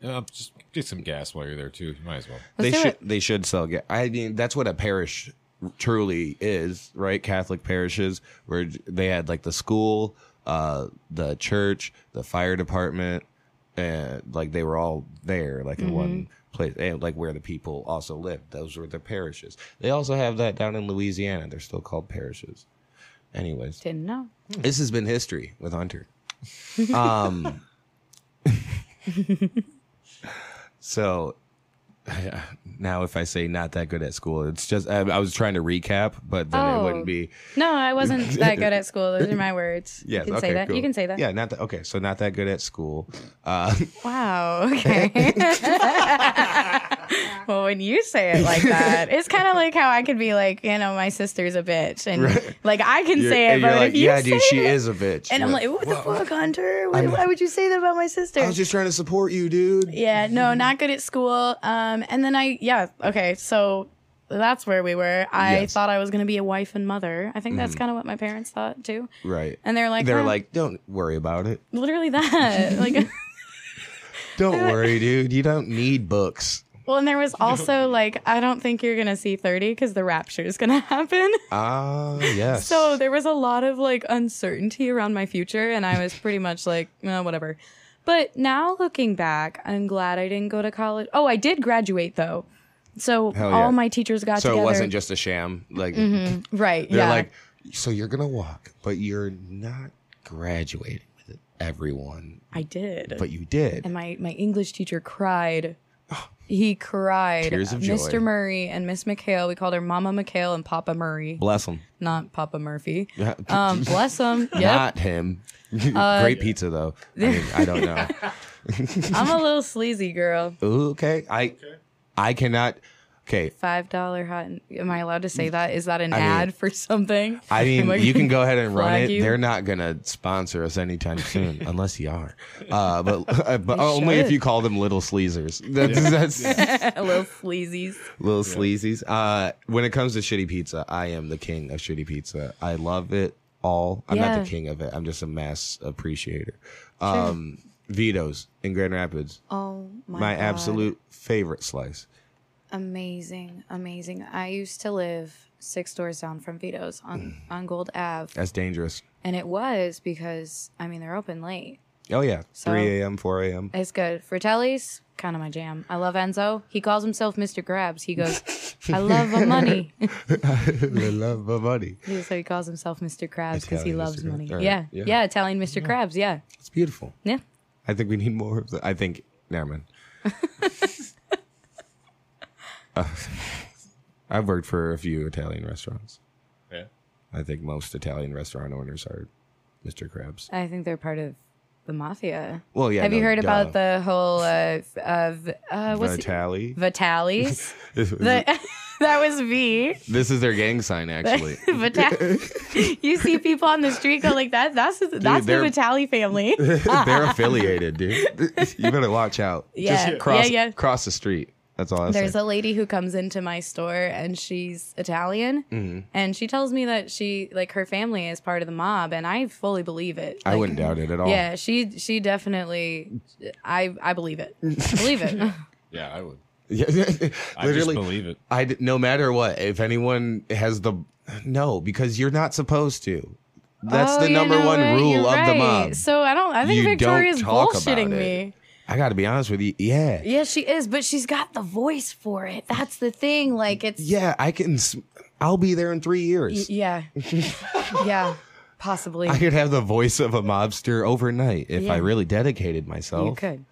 [SPEAKER 4] Uh, just get some gas while you're there too. You might as well.
[SPEAKER 1] Let's
[SPEAKER 2] they
[SPEAKER 1] do
[SPEAKER 2] should
[SPEAKER 1] it.
[SPEAKER 2] they should sell gas. I mean, that's what a parish truly is, right? Catholic parishes where they had like the school, uh, the church, the fire department, and like they were all there, like in one
[SPEAKER 1] Mm-hmm.
[SPEAKER 2] place, and, like where the people also lived. Those were the parishes. They also have that down in Louisiana. They're still called parishes. Anyways,
[SPEAKER 1] Didn't know.
[SPEAKER 2] this has been history with Hunter. Um, so yeah, now, if I say not that good at school, it's just I, I was trying to recap, but then it
[SPEAKER 1] Oh.
[SPEAKER 2] wouldn't be.
[SPEAKER 1] No, I wasn't that good at school. Those are my words.
[SPEAKER 2] Yes,
[SPEAKER 1] you can
[SPEAKER 2] okay,
[SPEAKER 1] say that.
[SPEAKER 2] cool.
[SPEAKER 1] You can say that.
[SPEAKER 2] Yeah, not that. Okay, so not that good at school. Uh,
[SPEAKER 1] Wow. Okay. well, when you say it like that, it's kind of like how I could be like, you know, my sister's a bitch, and like I can
[SPEAKER 2] you're-
[SPEAKER 1] say it,
[SPEAKER 2] and
[SPEAKER 1] but
[SPEAKER 2] you're like,
[SPEAKER 1] if you
[SPEAKER 2] yeah,
[SPEAKER 1] say
[SPEAKER 2] dude, she
[SPEAKER 1] it,
[SPEAKER 2] is a bitch.
[SPEAKER 1] and I'm
[SPEAKER 2] Yeah.
[SPEAKER 1] like, what the fuck, Hunter? Why,
[SPEAKER 2] I'm-
[SPEAKER 1] why would you say that about my sister?
[SPEAKER 2] I was just trying to support you, dude.
[SPEAKER 1] yeah. No,
[SPEAKER 2] Mm-hmm.
[SPEAKER 1] not good at school. Um, and then I, yeah, okay, so. That's where we were. I
[SPEAKER 2] Yes.
[SPEAKER 1] thought I was going to be a wife and mother. I think that's kind of what my parents thought too.
[SPEAKER 2] Right.
[SPEAKER 1] And they're like,
[SPEAKER 2] They're
[SPEAKER 1] "Huh,
[SPEAKER 2] like, don't worry about it.
[SPEAKER 1] literally that. like,
[SPEAKER 2] Don't worry, dude. You don't need books.
[SPEAKER 1] Well, and there was also like, I don't think you're gonna see 30 because the rapture is gonna happen.
[SPEAKER 2] Ah, yes.
[SPEAKER 1] So there was a lot of like uncertainty around my future, and I was pretty much like, "Eh, whatever. But now looking back, I'm glad I didn't go to college. Oh, I did graduate though. So
[SPEAKER 2] Hell yeah.
[SPEAKER 1] all my teachers got
[SPEAKER 2] so
[SPEAKER 1] together.
[SPEAKER 2] it wasn't just a sham. Like
[SPEAKER 1] Mm, right.
[SPEAKER 2] they're
[SPEAKER 1] yeah.
[SPEAKER 2] like, so you're gonna walk, but you're not graduating with everyone,
[SPEAKER 1] I did.
[SPEAKER 2] but you did.
[SPEAKER 1] and my my English teacher cried. He cried.
[SPEAKER 2] Oh. Tears of
[SPEAKER 1] Mr.
[SPEAKER 2] joy.
[SPEAKER 1] Murray and Miss McHale. We called her Mama McHale and Papa Murray,
[SPEAKER 2] Bless him.
[SPEAKER 1] not Papa Murphy. Um, bless him. Yep. Uh,
[SPEAKER 2] Not him. Great pizza though. I mean, I don't know.
[SPEAKER 1] I'm a little sleazy girl.
[SPEAKER 2] Ooh, okay, I, I cannot. Okay,
[SPEAKER 1] Five dollar hot. Am I allowed to say that? Is that an
[SPEAKER 2] Mm. mean-
[SPEAKER 1] ad for something?
[SPEAKER 2] I mean,
[SPEAKER 1] Am I-
[SPEAKER 2] you can go ahead and run
[SPEAKER 1] flag
[SPEAKER 2] it.
[SPEAKER 1] you?
[SPEAKER 2] They're not gonna sponsor us anytime soon, unless you are. Uh, but uh, but only if
[SPEAKER 1] should.
[SPEAKER 2] you call them little sleezers. That's, that's
[SPEAKER 1] a little sleazies.
[SPEAKER 2] little sleazies. Uh, when it comes to shitty pizza, I am the king of shitty pizza. I love it all. I'm not
[SPEAKER 1] Yeah.
[SPEAKER 2] the king of it. I'm just a mass appreciator. Um, Vito's in Grand Rapids,
[SPEAKER 1] Oh my!
[SPEAKER 2] my
[SPEAKER 1] God.
[SPEAKER 2] absolute favorite slice.
[SPEAKER 1] amazing, amazing. I used to live six doors down from Vito's
[SPEAKER 2] Mm.
[SPEAKER 1] on on Gold Ave,
[SPEAKER 2] That's dangerous.
[SPEAKER 1] and it was because I mean they're open late.
[SPEAKER 2] Oh yeah,
[SPEAKER 1] So-
[SPEAKER 2] 3 a.m., 4 a.m.
[SPEAKER 1] It's good. Fratelli's kind of my jam. I love Enzo. He calls himself Mr. Grabs. He goes, I love the money.
[SPEAKER 2] the love of money.
[SPEAKER 1] so he calls himself Mr. Krabs because he
[SPEAKER 2] Italian Mr.
[SPEAKER 1] loves
[SPEAKER 2] Krabs.
[SPEAKER 1] money.
[SPEAKER 2] All right.
[SPEAKER 1] Yeah.
[SPEAKER 2] Yeah.
[SPEAKER 1] yeah, Italian Mr. Krabs. Yeah,
[SPEAKER 2] It's beautiful.
[SPEAKER 1] yeah.
[SPEAKER 2] I think we need more of the I think. Never mind. Uh, I've worked for a few Italian restaurants.
[SPEAKER 4] Yeah.
[SPEAKER 2] I think most Italian restaurant owners are Mr. Krabs.
[SPEAKER 1] I think they're part of the mafia.
[SPEAKER 2] Well, yeah.
[SPEAKER 1] Have you
[SPEAKER 2] no,
[SPEAKER 1] heard
[SPEAKER 2] duh.
[SPEAKER 1] about the whole uh, of uh, what's it?
[SPEAKER 2] Vitali?
[SPEAKER 1] Vitalis? the, that was V.
[SPEAKER 2] this is their gang sign, actually.
[SPEAKER 1] Vitali. you see people on the street go like that. That's that's
[SPEAKER 2] they're-
[SPEAKER 1] the Vitali family.
[SPEAKER 2] They're affiliated, dude. you better watch out.
[SPEAKER 1] Yeah.
[SPEAKER 2] Just cross,
[SPEAKER 1] Yeah, yeah.
[SPEAKER 2] cross the street. That's all I say.
[SPEAKER 1] There's a lady who comes into my store and she's Italian,
[SPEAKER 2] Mm-hmm.
[SPEAKER 1] and she tells me that she like her family is part of the mob, and I fully believe it.
[SPEAKER 2] I
[SPEAKER 1] Like,
[SPEAKER 2] wouldn't doubt it at all.
[SPEAKER 1] Yeah, she she definitely, I I believe it. I believe it.
[SPEAKER 4] Yeah, I would.
[SPEAKER 2] Yeah,
[SPEAKER 4] I
[SPEAKER 2] literally.
[SPEAKER 4] just believe it.
[SPEAKER 2] I d- no matter what, if anyone has the no, because you're not supposed to. That's
[SPEAKER 1] Oh,
[SPEAKER 2] the
[SPEAKER 1] you
[SPEAKER 2] number
[SPEAKER 1] know
[SPEAKER 2] one
[SPEAKER 1] what?
[SPEAKER 2] rule
[SPEAKER 1] You're
[SPEAKER 2] of the
[SPEAKER 1] right.
[SPEAKER 2] mob.
[SPEAKER 1] So I don't. I think
[SPEAKER 2] You don't
[SPEAKER 1] Victoria's
[SPEAKER 2] talk
[SPEAKER 1] bullshitting
[SPEAKER 2] about it.
[SPEAKER 1] me.
[SPEAKER 2] I got to be honest with you. Yeah. yeah,
[SPEAKER 1] Yeah, she is, but she's got the voice for it. That's the thing. Like it's
[SPEAKER 2] I can. s- I'll be there in three years.
[SPEAKER 1] yeah, yeah, possibly.
[SPEAKER 2] I could have the voice of a mobster overnight if I
[SPEAKER 1] Yeah.
[SPEAKER 2] really dedicated myself.
[SPEAKER 1] you could.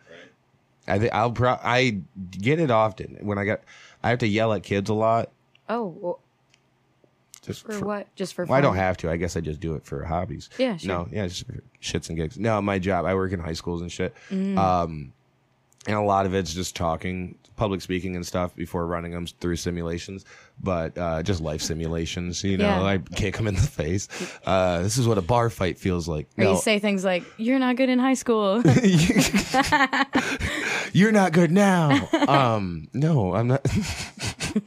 [SPEAKER 2] I think I'll pro. I get it often when I got. I have to yell at kids a lot.
[SPEAKER 1] Oh, well,
[SPEAKER 2] Just
[SPEAKER 1] for what? Just for fun.
[SPEAKER 2] Well, I don't have to. I guess I just do it for hobbies.
[SPEAKER 1] Yeah, sure.
[SPEAKER 2] No, yeah, just for shits and gigs. No, my job. I work in high schools and shit.
[SPEAKER 1] Mm.
[SPEAKER 2] Um, and a lot of it's just talking, public speaking and stuff before running them through simulations, but uh, just life simulations. You know,
[SPEAKER 1] Yeah.
[SPEAKER 2] I kick them in the face. Uh, this is what a bar fight feels like.
[SPEAKER 1] Or
[SPEAKER 2] No.
[SPEAKER 1] you say things like, "You're not good in high school."
[SPEAKER 2] You're not good now. um, no, I'm not.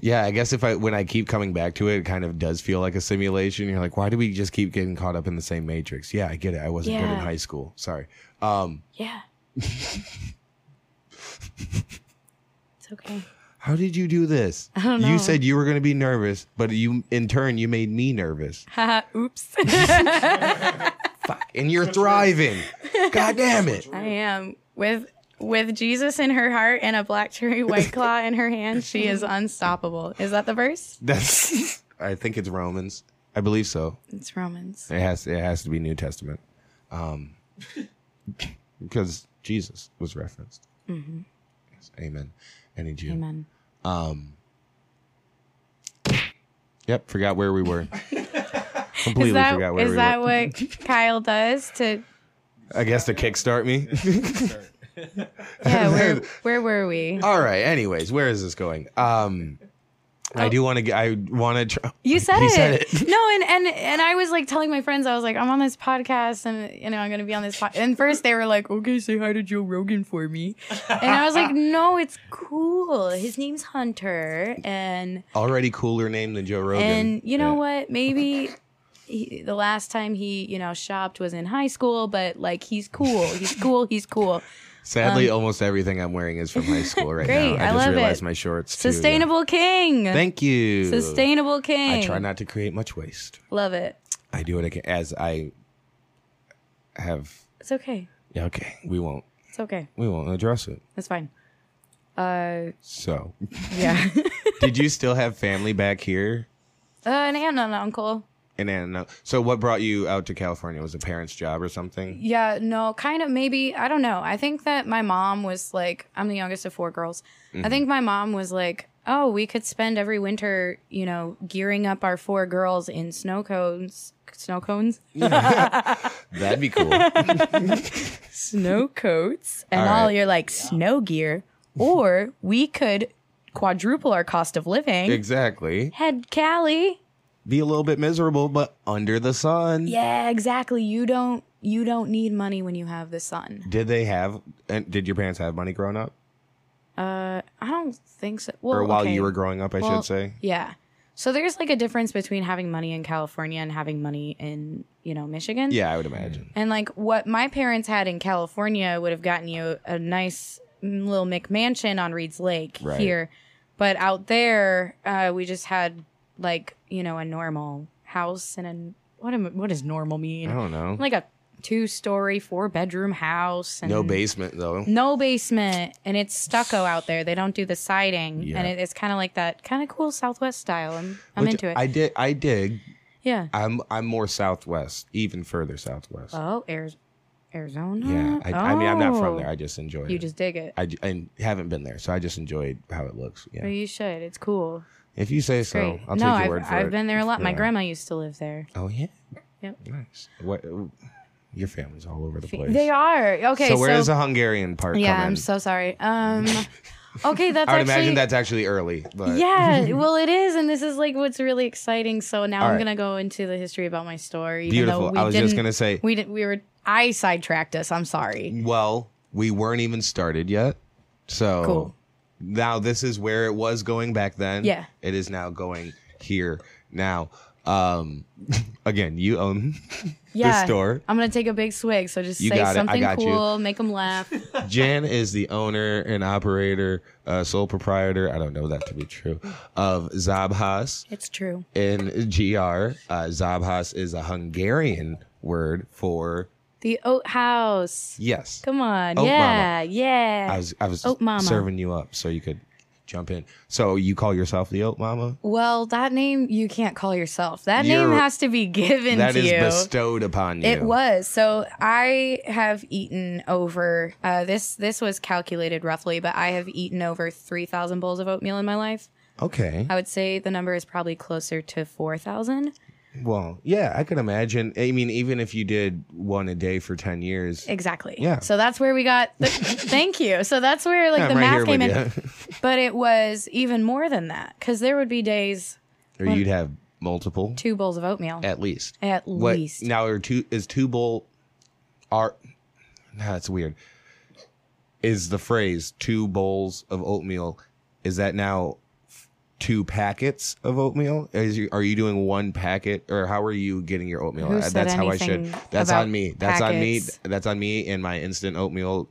[SPEAKER 2] yeah, I guess if I when I keep coming back to it, it kind of does feel like a simulation. You're like, why do we just keep getting caught up in the same matrix? Yeah, I get it. I wasn't good in
[SPEAKER 1] Yeah.
[SPEAKER 2] high school. Sorry. Um,
[SPEAKER 1] yeah. it's okay.
[SPEAKER 2] how did you do this? I
[SPEAKER 1] don't know.
[SPEAKER 2] You said you were going to be nervous, but you in turn you made me nervous.
[SPEAKER 1] Haha, Oops.
[SPEAKER 2] Fuck. And you're thriving. God damn it.
[SPEAKER 1] I am with with Jesus in her heart and a black cherry white claw in her hand. She is unstoppable. Is that the verse?
[SPEAKER 2] That's. I think it's Romans. I believe so.
[SPEAKER 1] It's Romans.
[SPEAKER 2] It has it has to be New Testament, um, because Jesus was referenced. Yes, amen. Any Jew.
[SPEAKER 1] Mm-hmm.
[SPEAKER 2] Um,
[SPEAKER 1] Amen.
[SPEAKER 2] Yep. Forgot where we were. Completely
[SPEAKER 1] Is that,
[SPEAKER 2] forgot where
[SPEAKER 1] is
[SPEAKER 2] we
[SPEAKER 1] that
[SPEAKER 2] were.
[SPEAKER 1] what Kyle does to
[SPEAKER 2] I guess to kickstart me.
[SPEAKER 1] Yeah, where where were we?
[SPEAKER 2] All right. Anyways, where is this going? Um,
[SPEAKER 1] Oh.
[SPEAKER 2] I do want to. I want to. Tr-
[SPEAKER 1] You said
[SPEAKER 2] He
[SPEAKER 1] it.
[SPEAKER 2] said it.
[SPEAKER 1] No, and and and I was like telling my friends, I was like, I'm on this podcast, and you know, I'm gonna be on this. Po-. And first they were like, okay, say hi to Joe Rogan for me, and I was like, no, it's cool. His name's Hunter, and
[SPEAKER 2] already cooler name than Joe Rogan.
[SPEAKER 1] and you know what? Maybe he, the last time he you know shopped was in high school, but like he's cool. He's cool. He's cool.
[SPEAKER 2] Sadly, almost everything I'm wearing is from high school right
[SPEAKER 1] um, Great,
[SPEAKER 2] now. I,
[SPEAKER 1] I
[SPEAKER 2] just
[SPEAKER 1] love
[SPEAKER 2] realized
[SPEAKER 1] it.
[SPEAKER 2] my shorts. too, yeah.
[SPEAKER 1] Sustainable king.
[SPEAKER 2] Thank you.
[SPEAKER 1] Sustainable king.
[SPEAKER 2] I try not to create much waste.
[SPEAKER 1] Love it.
[SPEAKER 2] I do what I can as I have.
[SPEAKER 1] It's okay.
[SPEAKER 2] Yeah, okay. We won't.
[SPEAKER 1] It's okay.
[SPEAKER 2] We won't address it.
[SPEAKER 1] That's fine. Uh,
[SPEAKER 2] So,
[SPEAKER 1] yeah.
[SPEAKER 2] did you still have family back here?
[SPEAKER 1] uh, an aunt and an uncle.
[SPEAKER 2] And then, uh, so what brought you out to California? Was a parent's job or something?
[SPEAKER 1] Yeah, no, kind of maybe. I don't know. I think that my mom was like, I'm the youngest of four girls.
[SPEAKER 2] Mm-hmm.
[SPEAKER 1] I think my mom was like, oh, we could spend every winter, you know, gearing up our four girls in snow cones. Snow cones?
[SPEAKER 2] That'd be cool.
[SPEAKER 1] Snow coats. And
[SPEAKER 2] All
[SPEAKER 1] all,
[SPEAKER 2] right.
[SPEAKER 1] your like snow gear. Or we could quadruple our cost of living.
[SPEAKER 2] exactly.
[SPEAKER 1] Head Cali.
[SPEAKER 2] Be a little bit miserable, but under the sun.
[SPEAKER 1] Yeah, exactly. You don't you don't need money when you have the sun.
[SPEAKER 2] Did they have? And did your parents have money growing up,
[SPEAKER 1] I don't think so. Well,
[SPEAKER 2] or while
[SPEAKER 1] okay.
[SPEAKER 2] you were growing up? I
[SPEAKER 1] Well,
[SPEAKER 2] should say.
[SPEAKER 1] Yeah. So there's like a difference between having money in California and having money in, you know, Michigan.
[SPEAKER 2] Yeah, I would imagine.
[SPEAKER 1] And like what my parents had in California would have gotten you a nice little McMansion on Reed's Lake
[SPEAKER 2] Right.
[SPEAKER 1] here. But out there, uh, we just had like, you know, a normal house and a what am what does normal mean?
[SPEAKER 2] I don't know.
[SPEAKER 1] Like a two story, four bedroom house and
[SPEAKER 2] no basement though.
[SPEAKER 1] no basement and it's stucco out there they don't do the siding
[SPEAKER 2] Yeah.
[SPEAKER 1] and it, it's kind of like that kind of cool southwest style i'm, I'm
[SPEAKER 2] Which
[SPEAKER 1] into it
[SPEAKER 2] I did. I dig.
[SPEAKER 1] yeah
[SPEAKER 2] I'm. I'm more southwest, even further southwest.
[SPEAKER 1] oh Ari- arizona
[SPEAKER 2] Yeah, I, I mean, I'm not from
[SPEAKER 1] Oh.
[SPEAKER 2] there. I just enjoy
[SPEAKER 1] you
[SPEAKER 2] it.
[SPEAKER 1] just dig it
[SPEAKER 2] I, j- and haven't been there, so I just enjoyed how it looks.
[SPEAKER 1] Well,
[SPEAKER 2] Yeah.
[SPEAKER 1] you should it's cool
[SPEAKER 2] If you say so,
[SPEAKER 1] great
[SPEAKER 2] I'll
[SPEAKER 1] no
[SPEAKER 2] take your
[SPEAKER 1] I've,
[SPEAKER 2] word for
[SPEAKER 1] I've
[SPEAKER 2] it.
[SPEAKER 1] been there a lot my
[SPEAKER 2] Yeah.
[SPEAKER 1] grandma used to live there
[SPEAKER 2] Oh yeah.
[SPEAKER 1] Yep.
[SPEAKER 2] Nice. What? Your family's all over the place.
[SPEAKER 1] They are. Okay.
[SPEAKER 2] so where does the Hungarian part
[SPEAKER 1] Yeah,
[SPEAKER 2] come in?
[SPEAKER 1] I'm so sorry. Um, okay, that's
[SPEAKER 2] I would
[SPEAKER 1] actually.
[SPEAKER 2] imagine that's actually early, but
[SPEAKER 1] yeah, well, it is, and this is like what's really exciting. So now
[SPEAKER 2] All
[SPEAKER 1] I'm
[SPEAKER 2] right.
[SPEAKER 1] gonna go into the history about my store. Even Though
[SPEAKER 2] beautiful.
[SPEAKER 1] we
[SPEAKER 2] I was
[SPEAKER 1] didn't,
[SPEAKER 2] just gonna say,
[SPEAKER 1] we didn't. We were. I sidetracked us. I'm sorry.
[SPEAKER 2] well, we weren't even started yet, so
[SPEAKER 1] Cool.
[SPEAKER 2] now this is where it was going back then.
[SPEAKER 1] Yeah.
[SPEAKER 2] it is now going here now. Um, again, you own
[SPEAKER 1] Yeah.
[SPEAKER 2] store.
[SPEAKER 1] I'm gonna take a big swig. So just
[SPEAKER 2] You
[SPEAKER 1] say
[SPEAKER 2] got it. I
[SPEAKER 1] something
[SPEAKER 2] got you.
[SPEAKER 1] cool. Make them laugh.
[SPEAKER 2] Jen is the owner and operator, uh, sole proprietor. I don't know that to be true. Of Zabhas
[SPEAKER 1] it's true.
[SPEAKER 2] in GR. Uh, Zabhas is a Hungarian word for
[SPEAKER 1] The oat house.
[SPEAKER 2] yes.
[SPEAKER 1] Come on.
[SPEAKER 2] Oat
[SPEAKER 1] yeah.
[SPEAKER 2] mama.
[SPEAKER 1] Yeah.
[SPEAKER 2] I was I was
[SPEAKER 1] Oat Mama.
[SPEAKER 2] serving you up so you could jump in. So you call yourself the Oat Mama?
[SPEAKER 1] well, that name you can't call yourself. That
[SPEAKER 2] You're-
[SPEAKER 1] name has to be given
[SPEAKER 2] That
[SPEAKER 1] to
[SPEAKER 2] is
[SPEAKER 1] you.
[SPEAKER 2] bestowed upon you.
[SPEAKER 1] It was. So I have eaten over uh, this. This was calculated roughly, but I have eaten over three thousand bowls of oatmeal in my life.
[SPEAKER 2] okay.
[SPEAKER 1] I would say the number is probably closer to four thousand.
[SPEAKER 2] Well, yeah, I can imagine. I mean, even if you did one a day for ten years,
[SPEAKER 1] Exactly.
[SPEAKER 2] Yeah.
[SPEAKER 1] So that's where we got. The, thank you. So that's where like
[SPEAKER 2] I'm
[SPEAKER 1] the
[SPEAKER 2] right
[SPEAKER 1] math
[SPEAKER 2] here
[SPEAKER 1] came in.
[SPEAKER 2] with
[SPEAKER 1] But it was even more than that because there would be days
[SPEAKER 2] you, or you'd have multiple
[SPEAKER 1] two bowls of oatmeal at,
[SPEAKER 2] at least. What
[SPEAKER 1] least.
[SPEAKER 2] now? Are two is two bowl? Are nah, that's weird. Is the phrase two bowls of oatmeal? Is that now f- two packets of oatmeal? Is you, are you doing one packet, or how are you getting your oatmeal?
[SPEAKER 1] Who
[SPEAKER 2] Uh,
[SPEAKER 1] said
[SPEAKER 2] that's how I should.
[SPEAKER 1] anything
[SPEAKER 2] That's
[SPEAKER 1] about
[SPEAKER 2] on me. That's on me.
[SPEAKER 1] packets?
[SPEAKER 2] That's on me and my instant oatmeal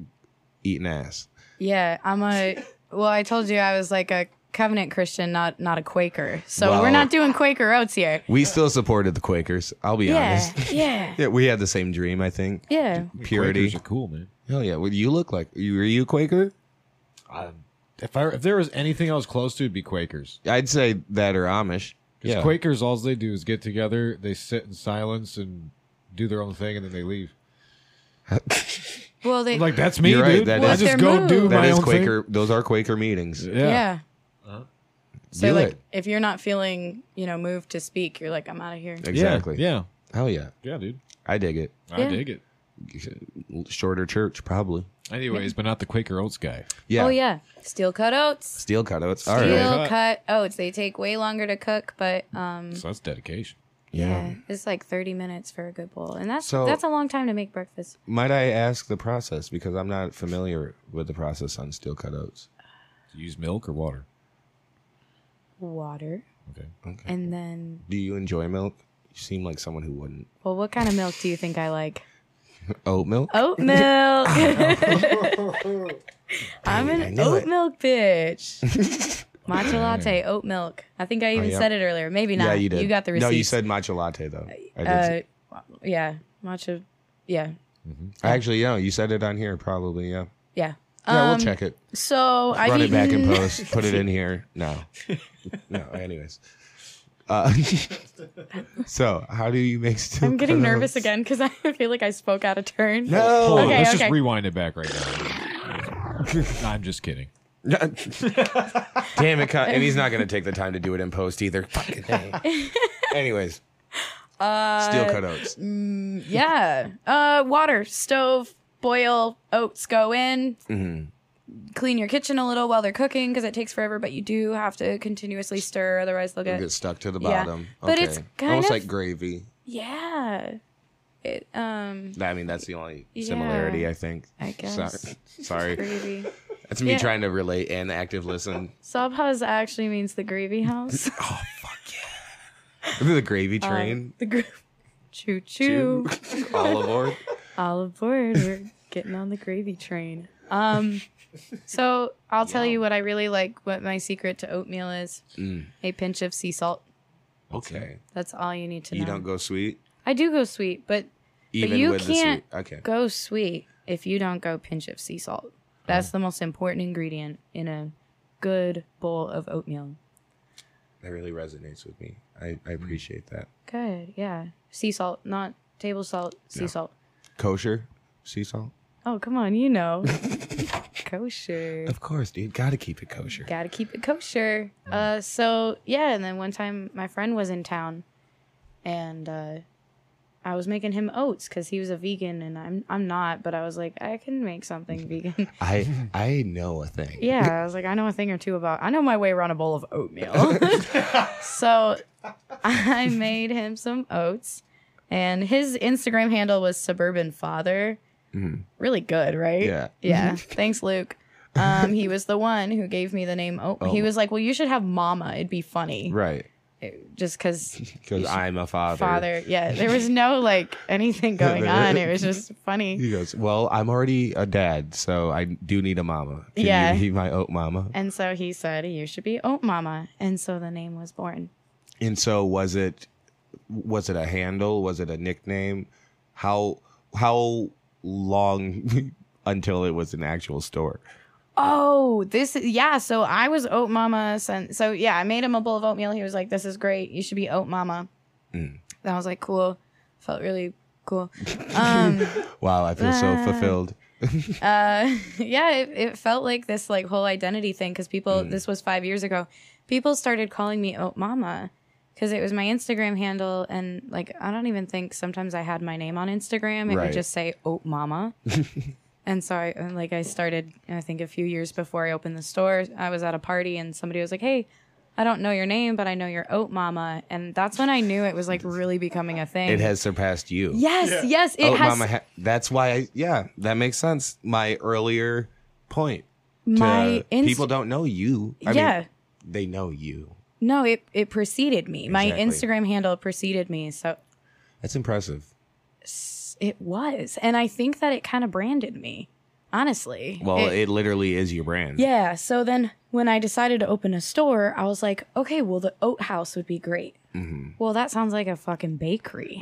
[SPEAKER 2] eating ass.
[SPEAKER 1] Yeah, I'm a. Well, I told you I was like a covenant Christian, not not a Quaker. So
[SPEAKER 2] Well-
[SPEAKER 1] we're not doing Quaker oats here.
[SPEAKER 2] We still supported the Quakers. I'll be
[SPEAKER 1] Yeah,
[SPEAKER 2] honest.
[SPEAKER 1] yeah,
[SPEAKER 2] Yeah, we had the same dream. I think
[SPEAKER 1] yeah.
[SPEAKER 2] purity.
[SPEAKER 4] Quakers are cool, man.
[SPEAKER 2] Hell yeah! Well, you look like you were you a Quaker?
[SPEAKER 4] Um, if I if there was anything I was close to, it'd be Quakers.
[SPEAKER 2] I'd say that or Amish.
[SPEAKER 4] 'Cause Quakers, all they do is get together, they sit in silence and do their own thing, and then they leave.
[SPEAKER 1] Well, they.
[SPEAKER 4] Like that's me,
[SPEAKER 2] You're right,
[SPEAKER 4] dude.
[SPEAKER 2] that
[SPEAKER 4] I
[SPEAKER 2] is-
[SPEAKER 4] just
[SPEAKER 1] That's
[SPEAKER 4] go
[SPEAKER 1] their
[SPEAKER 4] do
[SPEAKER 1] move.
[SPEAKER 2] That
[SPEAKER 4] my
[SPEAKER 2] is
[SPEAKER 4] own
[SPEAKER 2] Quaker. Those are Quaker meetings.
[SPEAKER 4] thing.
[SPEAKER 1] yeah.
[SPEAKER 4] Yeah.
[SPEAKER 1] So
[SPEAKER 2] Do
[SPEAKER 1] like,
[SPEAKER 2] it.
[SPEAKER 1] if you're not feeling, you know, moved to speak, you're like, I'm out of here.
[SPEAKER 2] Exactly.
[SPEAKER 4] Yeah.
[SPEAKER 2] Hell yeah.
[SPEAKER 4] Yeah, dude.
[SPEAKER 2] I dig it.
[SPEAKER 1] Yeah.
[SPEAKER 4] I dig it.
[SPEAKER 2] Shorter church, probably.
[SPEAKER 4] Anyways, but not the Quaker Oats guy.
[SPEAKER 2] Yeah.
[SPEAKER 1] Oh yeah, steel cut oats.
[SPEAKER 2] Steel cutouts. All
[SPEAKER 1] Steel
[SPEAKER 2] right.
[SPEAKER 4] Cut.
[SPEAKER 1] cut oats. They take way longer to cook, but um,
[SPEAKER 4] So that's dedication.
[SPEAKER 1] yeah. it's like 30 minutes for a good bowl, and that's
[SPEAKER 2] So-
[SPEAKER 1] that's a long time to make breakfast.
[SPEAKER 2] Might I ask the process because I'm not familiar with the process on steel cutouts.
[SPEAKER 4] Use milk or water.
[SPEAKER 1] Water,
[SPEAKER 4] Okay.
[SPEAKER 1] and then
[SPEAKER 2] Do you enjoy milk? You seem like someone who wouldn't.
[SPEAKER 1] well, what kind of milk do you think I like?
[SPEAKER 2] Oat milk.
[SPEAKER 1] Oat milk. I'm an
[SPEAKER 2] knew
[SPEAKER 1] oat
[SPEAKER 2] it.
[SPEAKER 1] milk bitch. Matcha latte, oat milk. I think I even
[SPEAKER 2] Oh, yeah.
[SPEAKER 1] said it earlier. Maybe not.
[SPEAKER 2] yeah, you did.
[SPEAKER 1] You got the receipt.
[SPEAKER 2] No, you said matcha latte though. I did.
[SPEAKER 1] Uh,
[SPEAKER 2] say-
[SPEAKER 1] yeah, matcha. Yeah,
[SPEAKER 2] Actually, no, you said it on here. Probably, yeah.
[SPEAKER 1] yeah.
[SPEAKER 2] Yeah, we'll
[SPEAKER 1] Um,
[SPEAKER 2] check it.
[SPEAKER 1] So I've
[SPEAKER 2] Run it
[SPEAKER 1] eaten.
[SPEAKER 2] back in post. Put it in here. No. No. Anyways. Uh, so, how do you make steel?
[SPEAKER 1] I'm getting
[SPEAKER 2] cutouts?
[SPEAKER 1] nervous again because I feel like I spoke out of turn.
[SPEAKER 2] No.
[SPEAKER 4] Hold on,
[SPEAKER 1] Okay,
[SPEAKER 4] let's
[SPEAKER 1] okay.
[SPEAKER 4] just rewind it back right now. No, I'm just kidding.
[SPEAKER 2] Damn it, Con- and he's not going to take the time to do it in post either. Fucking thing. Anyways, uh, steel cutouts.
[SPEAKER 1] Yeah. Uh, water, stove, boil, oats go in.
[SPEAKER 2] Mm-hmm.
[SPEAKER 1] Clean your kitchen a little while they're cooking because it takes forever, but you do have to continuously stir, otherwise they'll
[SPEAKER 2] Get
[SPEAKER 1] get.
[SPEAKER 2] stuck to the
[SPEAKER 1] Yeah.
[SPEAKER 2] bottom.
[SPEAKER 1] But it's kind
[SPEAKER 2] almost
[SPEAKER 1] of-
[SPEAKER 2] like gravy.
[SPEAKER 1] Yeah. It um
[SPEAKER 2] I mean, that's the only similarity I think.
[SPEAKER 1] I guess.
[SPEAKER 2] Sorry, sorry.
[SPEAKER 1] gravy.
[SPEAKER 2] that's me
[SPEAKER 1] Yeah.
[SPEAKER 2] trying to relate and active listen.
[SPEAKER 1] Sob house actually means the gravy house.
[SPEAKER 2] the gravy
[SPEAKER 1] Uh,
[SPEAKER 2] train,
[SPEAKER 1] the gra- choo choo.
[SPEAKER 2] all aboard.
[SPEAKER 1] All aboard. We're getting on the gravy train. Um so I'll tell you what I really like what my secret to oatmeal is. A pinch of sea salt.
[SPEAKER 2] Mm. Okay,
[SPEAKER 1] That's all you need to
[SPEAKER 2] you
[SPEAKER 1] know.
[SPEAKER 2] don't go sweet,
[SPEAKER 1] I do go sweet, but
[SPEAKER 2] even
[SPEAKER 1] you
[SPEAKER 2] with
[SPEAKER 1] can't
[SPEAKER 2] the sweet. Okay,
[SPEAKER 1] go sweet if you don't go pinch of sea salt. That's the most important ingredient in a good bowl of oatmeal.
[SPEAKER 2] that really resonates with me. I,
[SPEAKER 1] Mm.
[SPEAKER 2] I appreciate that.
[SPEAKER 1] Good, yeah. Sea salt, not table salt, sea salt.
[SPEAKER 2] Kosher sea salt.
[SPEAKER 1] Oh, come on, you know. kosher.
[SPEAKER 2] Of course, dude. Got to keep it kosher.
[SPEAKER 1] Gotta keep it kosher. Uh, so, yeah, and then one time my friend was in town and uh, I was making him oats because he was a vegan and I'm I'm not, but I was like, I can make something vegan.
[SPEAKER 2] I I know a thing.
[SPEAKER 1] yeah, I was like, I know a thing or two about. I know my way around a bowl of oatmeal. so I made him some oats, and his Instagram handle was suburban father. Really good, right?
[SPEAKER 2] Mm-hmm. Yeah.
[SPEAKER 1] Yeah. Thanks, Luke. Um, he was the one who gave me the name. Oat-
[SPEAKER 2] Oh.
[SPEAKER 1] He was like, "Well, you should have Mama. It'd be funny,
[SPEAKER 2] Right.
[SPEAKER 1] just because
[SPEAKER 2] Because I'm a father.
[SPEAKER 1] father." Yeah, there was no like anything going on. It was just funny.
[SPEAKER 2] He goes, Well, I'm already a dad, so I do need a mama. Can
[SPEAKER 1] Yeah.
[SPEAKER 2] you be my oat mama?
[SPEAKER 1] And so he said, You should be Oat Mama. And so the name was born.
[SPEAKER 2] And so was it was it a handle? Was it a nickname? How how long until it was an actual store?
[SPEAKER 1] Oh, this, yeah. So I was Oat Mama. Since, so yeah, I made him a bowl of oatmeal. He was like, This is great. You should be Oat Mama. And I was like, Cool. Felt really cool. Um,
[SPEAKER 2] Wow, I feel so fulfilled.
[SPEAKER 1] uh, yeah, it, it felt like this like whole identity thing because people,
[SPEAKER 2] Mm.
[SPEAKER 1] this was five years ago, people started calling me Oat Mama. Because it was my Instagram handle, and like, I don't even think sometimes I had my name on Instagram. It
[SPEAKER 2] Right.
[SPEAKER 1] would just say Oat Mama. And so I and, like I started I think a few years before I opened the store, I was at a party and somebody was like, "Hey, I don't know your name, but I know your oat mama." And that's when I knew it was like really becoming a thing.
[SPEAKER 2] It has surpassed you.
[SPEAKER 1] Yes, yes, it
[SPEAKER 2] oat
[SPEAKER 1] has
[SPEAKER 2] mama ha- that's why I yeah, that makes sense. My earlier point. to
[SPEAKER 1] my inst-
[SPEAKER 2] people don't know you. I
[SPEAKER 1] Yeah.
[SPEAKER 2] mean, they know you.
[SPEAKER 1] No, it it preceded me. My
[SPEAKER 2] Exactly.
[SPEAKER 1] Instagram handle preceded me, so
[SPEAKER 2] That's impressive.
[SPEAKER 1] it was. And I think that it kind of branded me. Honestly.
[SPEAKER 2] Well, it, literally is your brand.
[SPEAKER 1] Yeah. So then when I decided to open a store, I was like, okay, well, the oat house would be great.
[SPEAKER 2] Mm-hmm.
[SPEAKER 1] Well, that sounds like a fucking bakery,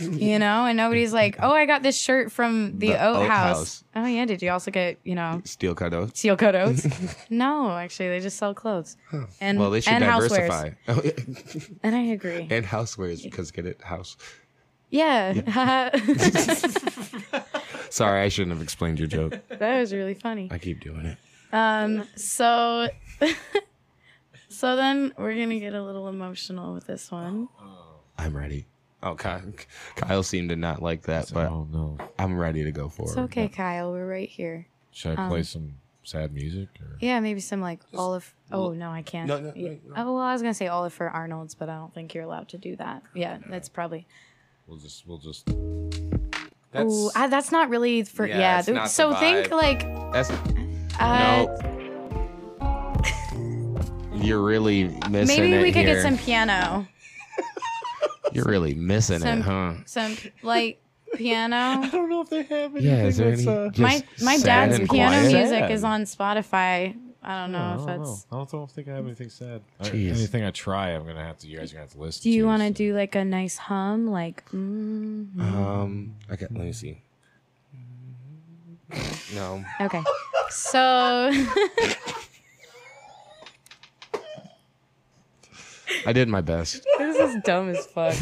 [SPEAKER 1] you know? And nobody's like, oh, I got this shirt from the,
[SPEAKER 2] The
[SPEAKER 1] oat,
[SPEAKER 2] Oat
[SPEAKER 1] house.
[SPEAKER 2] House.
[SPEAKER 1] Oh, yeah. Did you also get, you know,
[SPEAKER 2] Steel cut oats.
[SPEAKER 1] seal coat oats? no, actually, they just sell clothes and,
[SPEAKER 2] Well, they should
[SPEAKER 1] Mm-hmm. and
[SPEAKER 2] diversify.
[SPEAKER 1] housewares. And I agree.
[SPEAKER 2] and housewares because get it house.
[SPEAKER 1] yeah. that
[SPEAKER 2] Sorry, I shouldn't have explained your joke.
[SPEAKER 1] was really funny.
[SPEAKER 2] I keep doing it.
[SPEAKER 1] Um, so, so then we're going to get a little emotional with this one.
[SPEAKER 2] Oh, I'm ready. Oh, Kyle, Kyle seemed to not like that, but
[SPEAKER 4] oh no.
[SPEAKER 2] I'm ready to go forward.
[SPEAKER 1] It's okay, Kyle. We're right here.
[SPEAKER 4] Should I play some sad music? Or?
[SPEAKER 1] Yeah, maybe some like Olive. Oh no, I can't.
[SPEAKER 2] No, no,
[SPEAKER 1] Yeah.
[SPEAKER 2] no,
[SPEAKER 1] Oh well, I was gonna say Olive for Arnold's, but I don't think you're allowed to do that. Yeah, that's probably.
[SPEAKER 4] We'll just we'll just
[SPEAKER 2] That's,
[SPEAKER 1] Ooh, I, that's not really for.
[SPEAKER 2] Yeah,
[SPEAKER 1] Yeah.
[SPEAKER 2] it's
[SPEAKER 1] th-
[SPEAKER 2] not the
[SPEAKER 1] so think
[SPEAKER 2] vibe.
[SPEAKER 1] like.
[SPEAKER 2] that's
[SPEAKER 1] Uh,
[SPEAKER 2] no. You're really missing
[SPEAKER 1] Maybe
[SPEAKER 2] it
[SPEAKER 1] we could get
[SPEAKER 2] here.
[SPEAKER 1] some piano.
[SPEAKER 2] You're really missing
[SPEAKER 1] some-
[SPEAKER 2] it, huh?
[SPEAKER 1] Some like piano.
[SPEAKER 3] don't know if they have anything
[SPEAKER 2] Yeah, is there any?
[SPEAKER 3] that's uh,
[SPEAKER 2] just
[SPEAKER 1] My my
[SPEAKER 2] sad
[SPEAKER 1] dad's
[SPEAKER 2] and
[SPEAKER 1] piano
[SPEAKER 2] quiet? Oh.
[SPEAKER 1] music is on Spotify. I don't know
[SPEAKER 4] Oh, I
[SPEAKER 1] if
[SPEAKER 4] don't
[SPEAKER 1] that's. Mm.
[SPEAKER 4] know. I don't know if think I have anything sad. I-
[SPEAKER 2] Jeez.
[SPEAKER 4] anything I try, I'm gonna have to. You guys are gonna have to listen.
[SPEAKER 1] Do you want
[SPEAKER 4] to
[SPEAKER 1] to
[SPEAKER 4] so-
[SPEAKER 1] do like a nice hum, like? Mm,
[SPEAKER 2] Um, okay, let me see. No.
[SPEAKER 1] okay, so
[SPEAKER 2] I did my best.
[SPEAKER 1] this is dumb as fuck.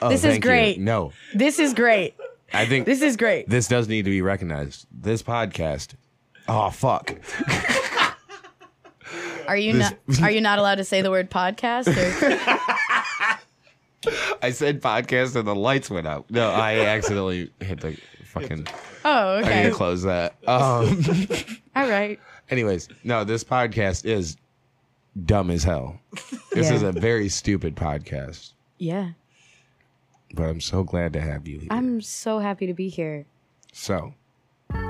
[SPEAKER 2] Oh,
[SPEAKER 1] This is
[SPEAKER 2] thank you.
[SPEAKER 1] great.
[SPEAKER 2] No,
[SPEAKER 1] This is great.
[SPEAKER 2] I think
[SPEAKER 1] This is great.
[SPEAKER 2] this does need to be recognized. This podcast. Oh fuck!
[SPEAKER 1] Are you
[SPEAKER 2] This-
[SPEAKER 1] not? Are you not allowed to say the word podcast? Or,
[SPEAKER 2] I said podcast and the lights went out. No, I accidentally hit the fucking.
[SPEAKER 1] oh,
[SPEAKER 2] I need
[SPEAKER 1] okay. Oh.
[SPEAKER 2] to close that. Um.
[SPEAKER 1] All right.
[SPEAKER 2] Anyways, no, this podcast is dumb as hell. This
[SPEAKER 1] Yeah.
[SPEAKER 2] is a very stupid podcast,
[SPEAKER 1] Yeah,
[SPEAKER 2] but I'm so glad to have you here.
[SPEAKER 1] I'm so happy to be here.
[SPEAKER 2] so
[SPEAKER 1] All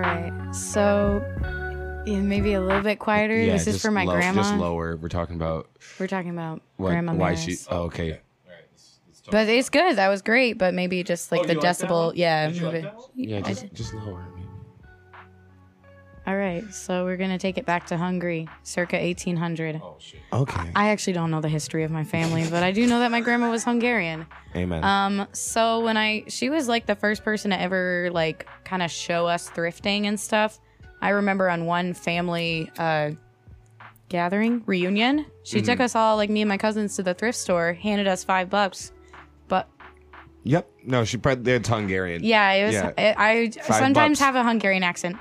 [SPEAKER 1] right. So, yeah, maybe a little bit quieter.
[SPEAKER 2] yeah,
[SPEAKER 1] this is
[SPEAKER 2] just
[SPEAKER 1] for my
[SPEAKER 2] low- Just
[SPEAKER 1] grandma.
[SPEAKER 2] lower. We're talking about
[SPEAKER 1] We're talking about
[SPEAKER 2] what,
[SPEAKER 1] grandma.
[SPEAKER 2] why
[SPEAKER 1] Maris.
[SPEAKER 2] she. Oh, okay.
[SPEAKER 4] All right, let's- let's talk.
[SPEAKER 1] But it's good. That was great. But maybe just like
[SPEAKER 4] Oh,
[SPEAKER 1] the
[SPEAKER 4] you like that
[SPEAKER 1] decibel.
[SPEAKER 4] one?
[SPEAKER 1] yeah.
[SPEAKER 4] Did you
[SPEAKER 1] move
[SPEAKER 4] like
[SPEAKER 1] it.
[SPEAKER 4] that one?
[SPEAKER 2] Yeah,
[SPEAKER 1] I
[SPEAKER 2] just
[SPEAKER 1] did.
[SPEAKER 2] just lower. maybe.
[SPEAKER 1] All right. So we're gonna take it back to Hungary, circa 1800.
[SPEAKER 4] Oh shit.
[SPEAKER 2] Okay.
[SPEAKER 1] I actually don't know the history of my family, but I do know that my grandma was Hungarian.
[SPEAKER 2] Amen.
[SPEAKER 1] Um, so when I she was like the first person to ever like kind of show us thrifting and stuff. I remember on one family uh gathering reunion, she took us all like me and my cousins to the thrift store, handed us five bucks. But
[SPEAKER 2] yep. No, she probably it's Hungarian.
[SPEAKER 1] yeah, it was.
[SPEAKER 2] Yeah.
[SPEAKER 1] I, I sometimes
[SPEAKER 2] bucks.
[SPEAKER 1] have a Hungarian accent.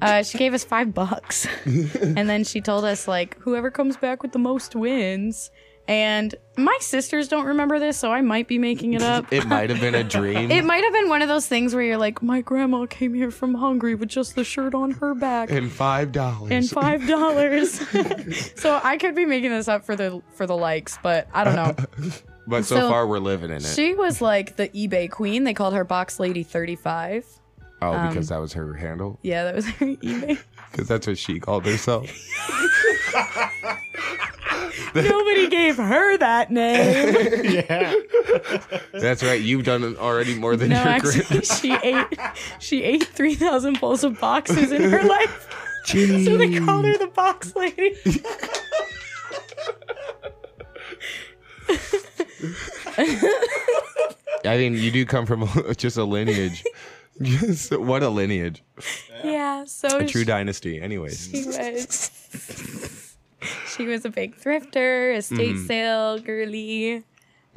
[SPEAKER 1] Uh, she gave us five bucks, and then she told us like whoever comes back with the most wins. And my sisters don't remember this, so I might be making it up.
[SPEAKER 2] It might have been a dream.
[SPEAKER 1] It might have been one of those things where you're like, my grandma came here from Hungary with just the shirt on her back
[SPEAKER 2] and five
[SPEAKER 1] and
[SPEAKER 2] dollars.
[SPEAKER 1] five dollars. so I could be making this up for the for the likes, but I don't know.
[SPEAKER 2] But so,
[SPEAKER 1] So-
[SPEAKER 2] far, we're living in it.
[SPEAKER 1] She was like the eBay queen. They called her Box Lady 35.
[SPEAKER 2] oh, because
[SPEAKER 1] um,
[SPEAKER 2] that was her handle.
[SPEAKER 1] Yeah, that was her eBay.
[SPEAKER 2] Because that's what she called herself.
[SPEAKER 1] Nobody gave her that name.
[SPEAKER 4] yeah.
[SPEAKER 2] that's right. You've done already more than
[SPEAKER 1] No,
[SPEAKER 2] your
[SPEAKER 1] actually,
[SPEAKER 2] grand-
[SPEAKER 1] she ate she ate three thousand bowls of boxes in her life. So they called her the Box Lady.
[SPEAKER 2] I mean, you do come from just a lineage. Just what a lineage.
[SPEAKER 1] Yeah, so
[SPEAKER 2] A true
[SPEAKER 1] she-
[SPEAKER 2] dynasty. Anyways,
[SPEAKER 1] She was. she was a big thrifter, estate sale girly,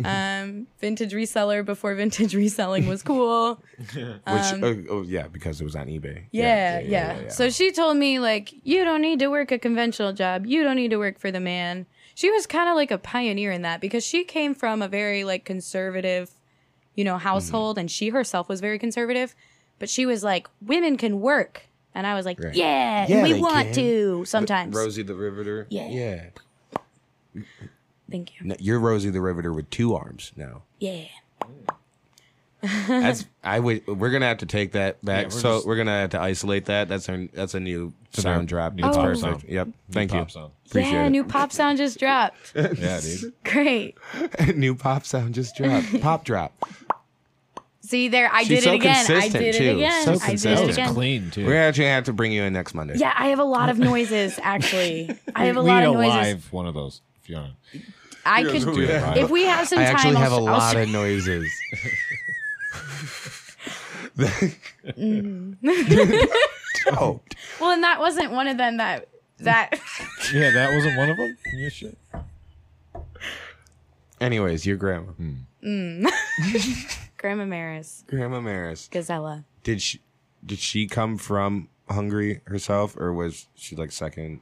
[SPEAKER 1] um, vintage reseller before vintage reselling was cool.
[SPEAKER 2] which oh, oh yeah, because it was on eBay.
[SPEAKER 1] um, Yeah yeah, So she told me like, you don't need to work a conventional job. You don't need to work for the man. She was kind of like a pioneer in that because she came from a very like conservative, you know,
[SPEAKER 2] Mm-hmm.
[SPEAKER 1] household, and she herself was very conservative. But she was like, women can work, and I was like,
[SPEAKER 2] Right.
[SPEAKER 1] yeah,
[SPEAKER 2] Yeah,
[SPEAKER 1] we
[SPEAKER 2] they
[SPEAKER 1] want
[SPEAKER 2] can.
[SPEAKER 1] to sometimes.
[SPEAKER 2] Rosie the Riveter.
[SPEAKER 1] Yeah.
[SPEAKER 2] Yeah.
[SPEAKER 1] Thank you.
[SPEAKER 2] No, you're Rosie the Riveter with two arms now.
[SPEAKER 1] Yeah.
[SPEAKER 2] That's I would. We're gonna have to take that back.
[SPEAKER 4] we're
[SPEAKER 2] so
[SPEAKER 4] just-
[SPEAKER 2] we're gonna have to isolate that. That's our. That's a new
[SPEAKER 4] our
[SPEAKER 2] sound drop.
[SPEAKER 4] new
[SPEAKER 2] It's
[SPEAKER 4] pop
[SPEAKER 2] perfect.
[SPEAKER 4] song.
[SPEAKER 2] Yep. Thank you.
[SPEAKER 4] Pop song.
[SPEAKER 2] Appreciate
[SPEAKER 1] yeah,
[SPEAKER 2] it.
[SPEAKER 1] new pop sound just dropped.
[SPEAKER 4] Yeah, dude.
[SPEAKER 1] Great.
[SPEAKER 2] new pop sound just dropped. pop drop.
[SPEAKER 1] See there, I did
[SPEAKER 2] She's so
[SPEAKER 1] it again. I
[SPEAKER 2] consistent,
[SPEAKER 1] did
[SPEAKER 2] too.
[SPEAKER 1] it again.
[SPEAKER 2] So
[SPEAKER 1] I did it
[SPEAKER 2] consistent.
[SPEAKER 1] again.
[SPEAKER 4] clean too.
[SPEAKER 2] We're actually gonna have to bring you in next Monday.
[SPEAKER 1] Yeah, I have a lot of noises actually. I have a
[SPEAKER 4] we
[SPEAKER 1] lot
[SPEAKER 4] need
[SPEAKER 1] of
[SPEAKER 4] a
[SPEAKER 1] noises.
[SPEAKER 4] live one of those. If you want to
[SPEAKER 1] I could
[SPEAKER 4] do it live.
[SPEAKER 1] if we have some
[SPEAKER 2] I
[SPEAKER 1] time.
[SPEAKER 2] actually
[SPEAKER 1] I'll
[SPEAKER 2] have a
[SPEAKER 1] s- I'll
[SPEAKER 2] lot
[SPEAKER 1] s-
[SPEAKER 2] of noises.
[SPEAKER 1] Mm.
[SPEAKER 2] oh,
[SPEAKER 1] Well, and that wasn't one of them that that
[SPEAKER 4] yeah, that wasn't one of them. Yeah, shit.
[SPEAKER 2] anyways, your grandma,
[SPEAKER 1] Grandma Maris
[SPEAKER 2] Grandma Maris,
[SPEAKER 1] Gazella.
[SPEAKER 2] did she did she come from Hungary herself, or was she like second?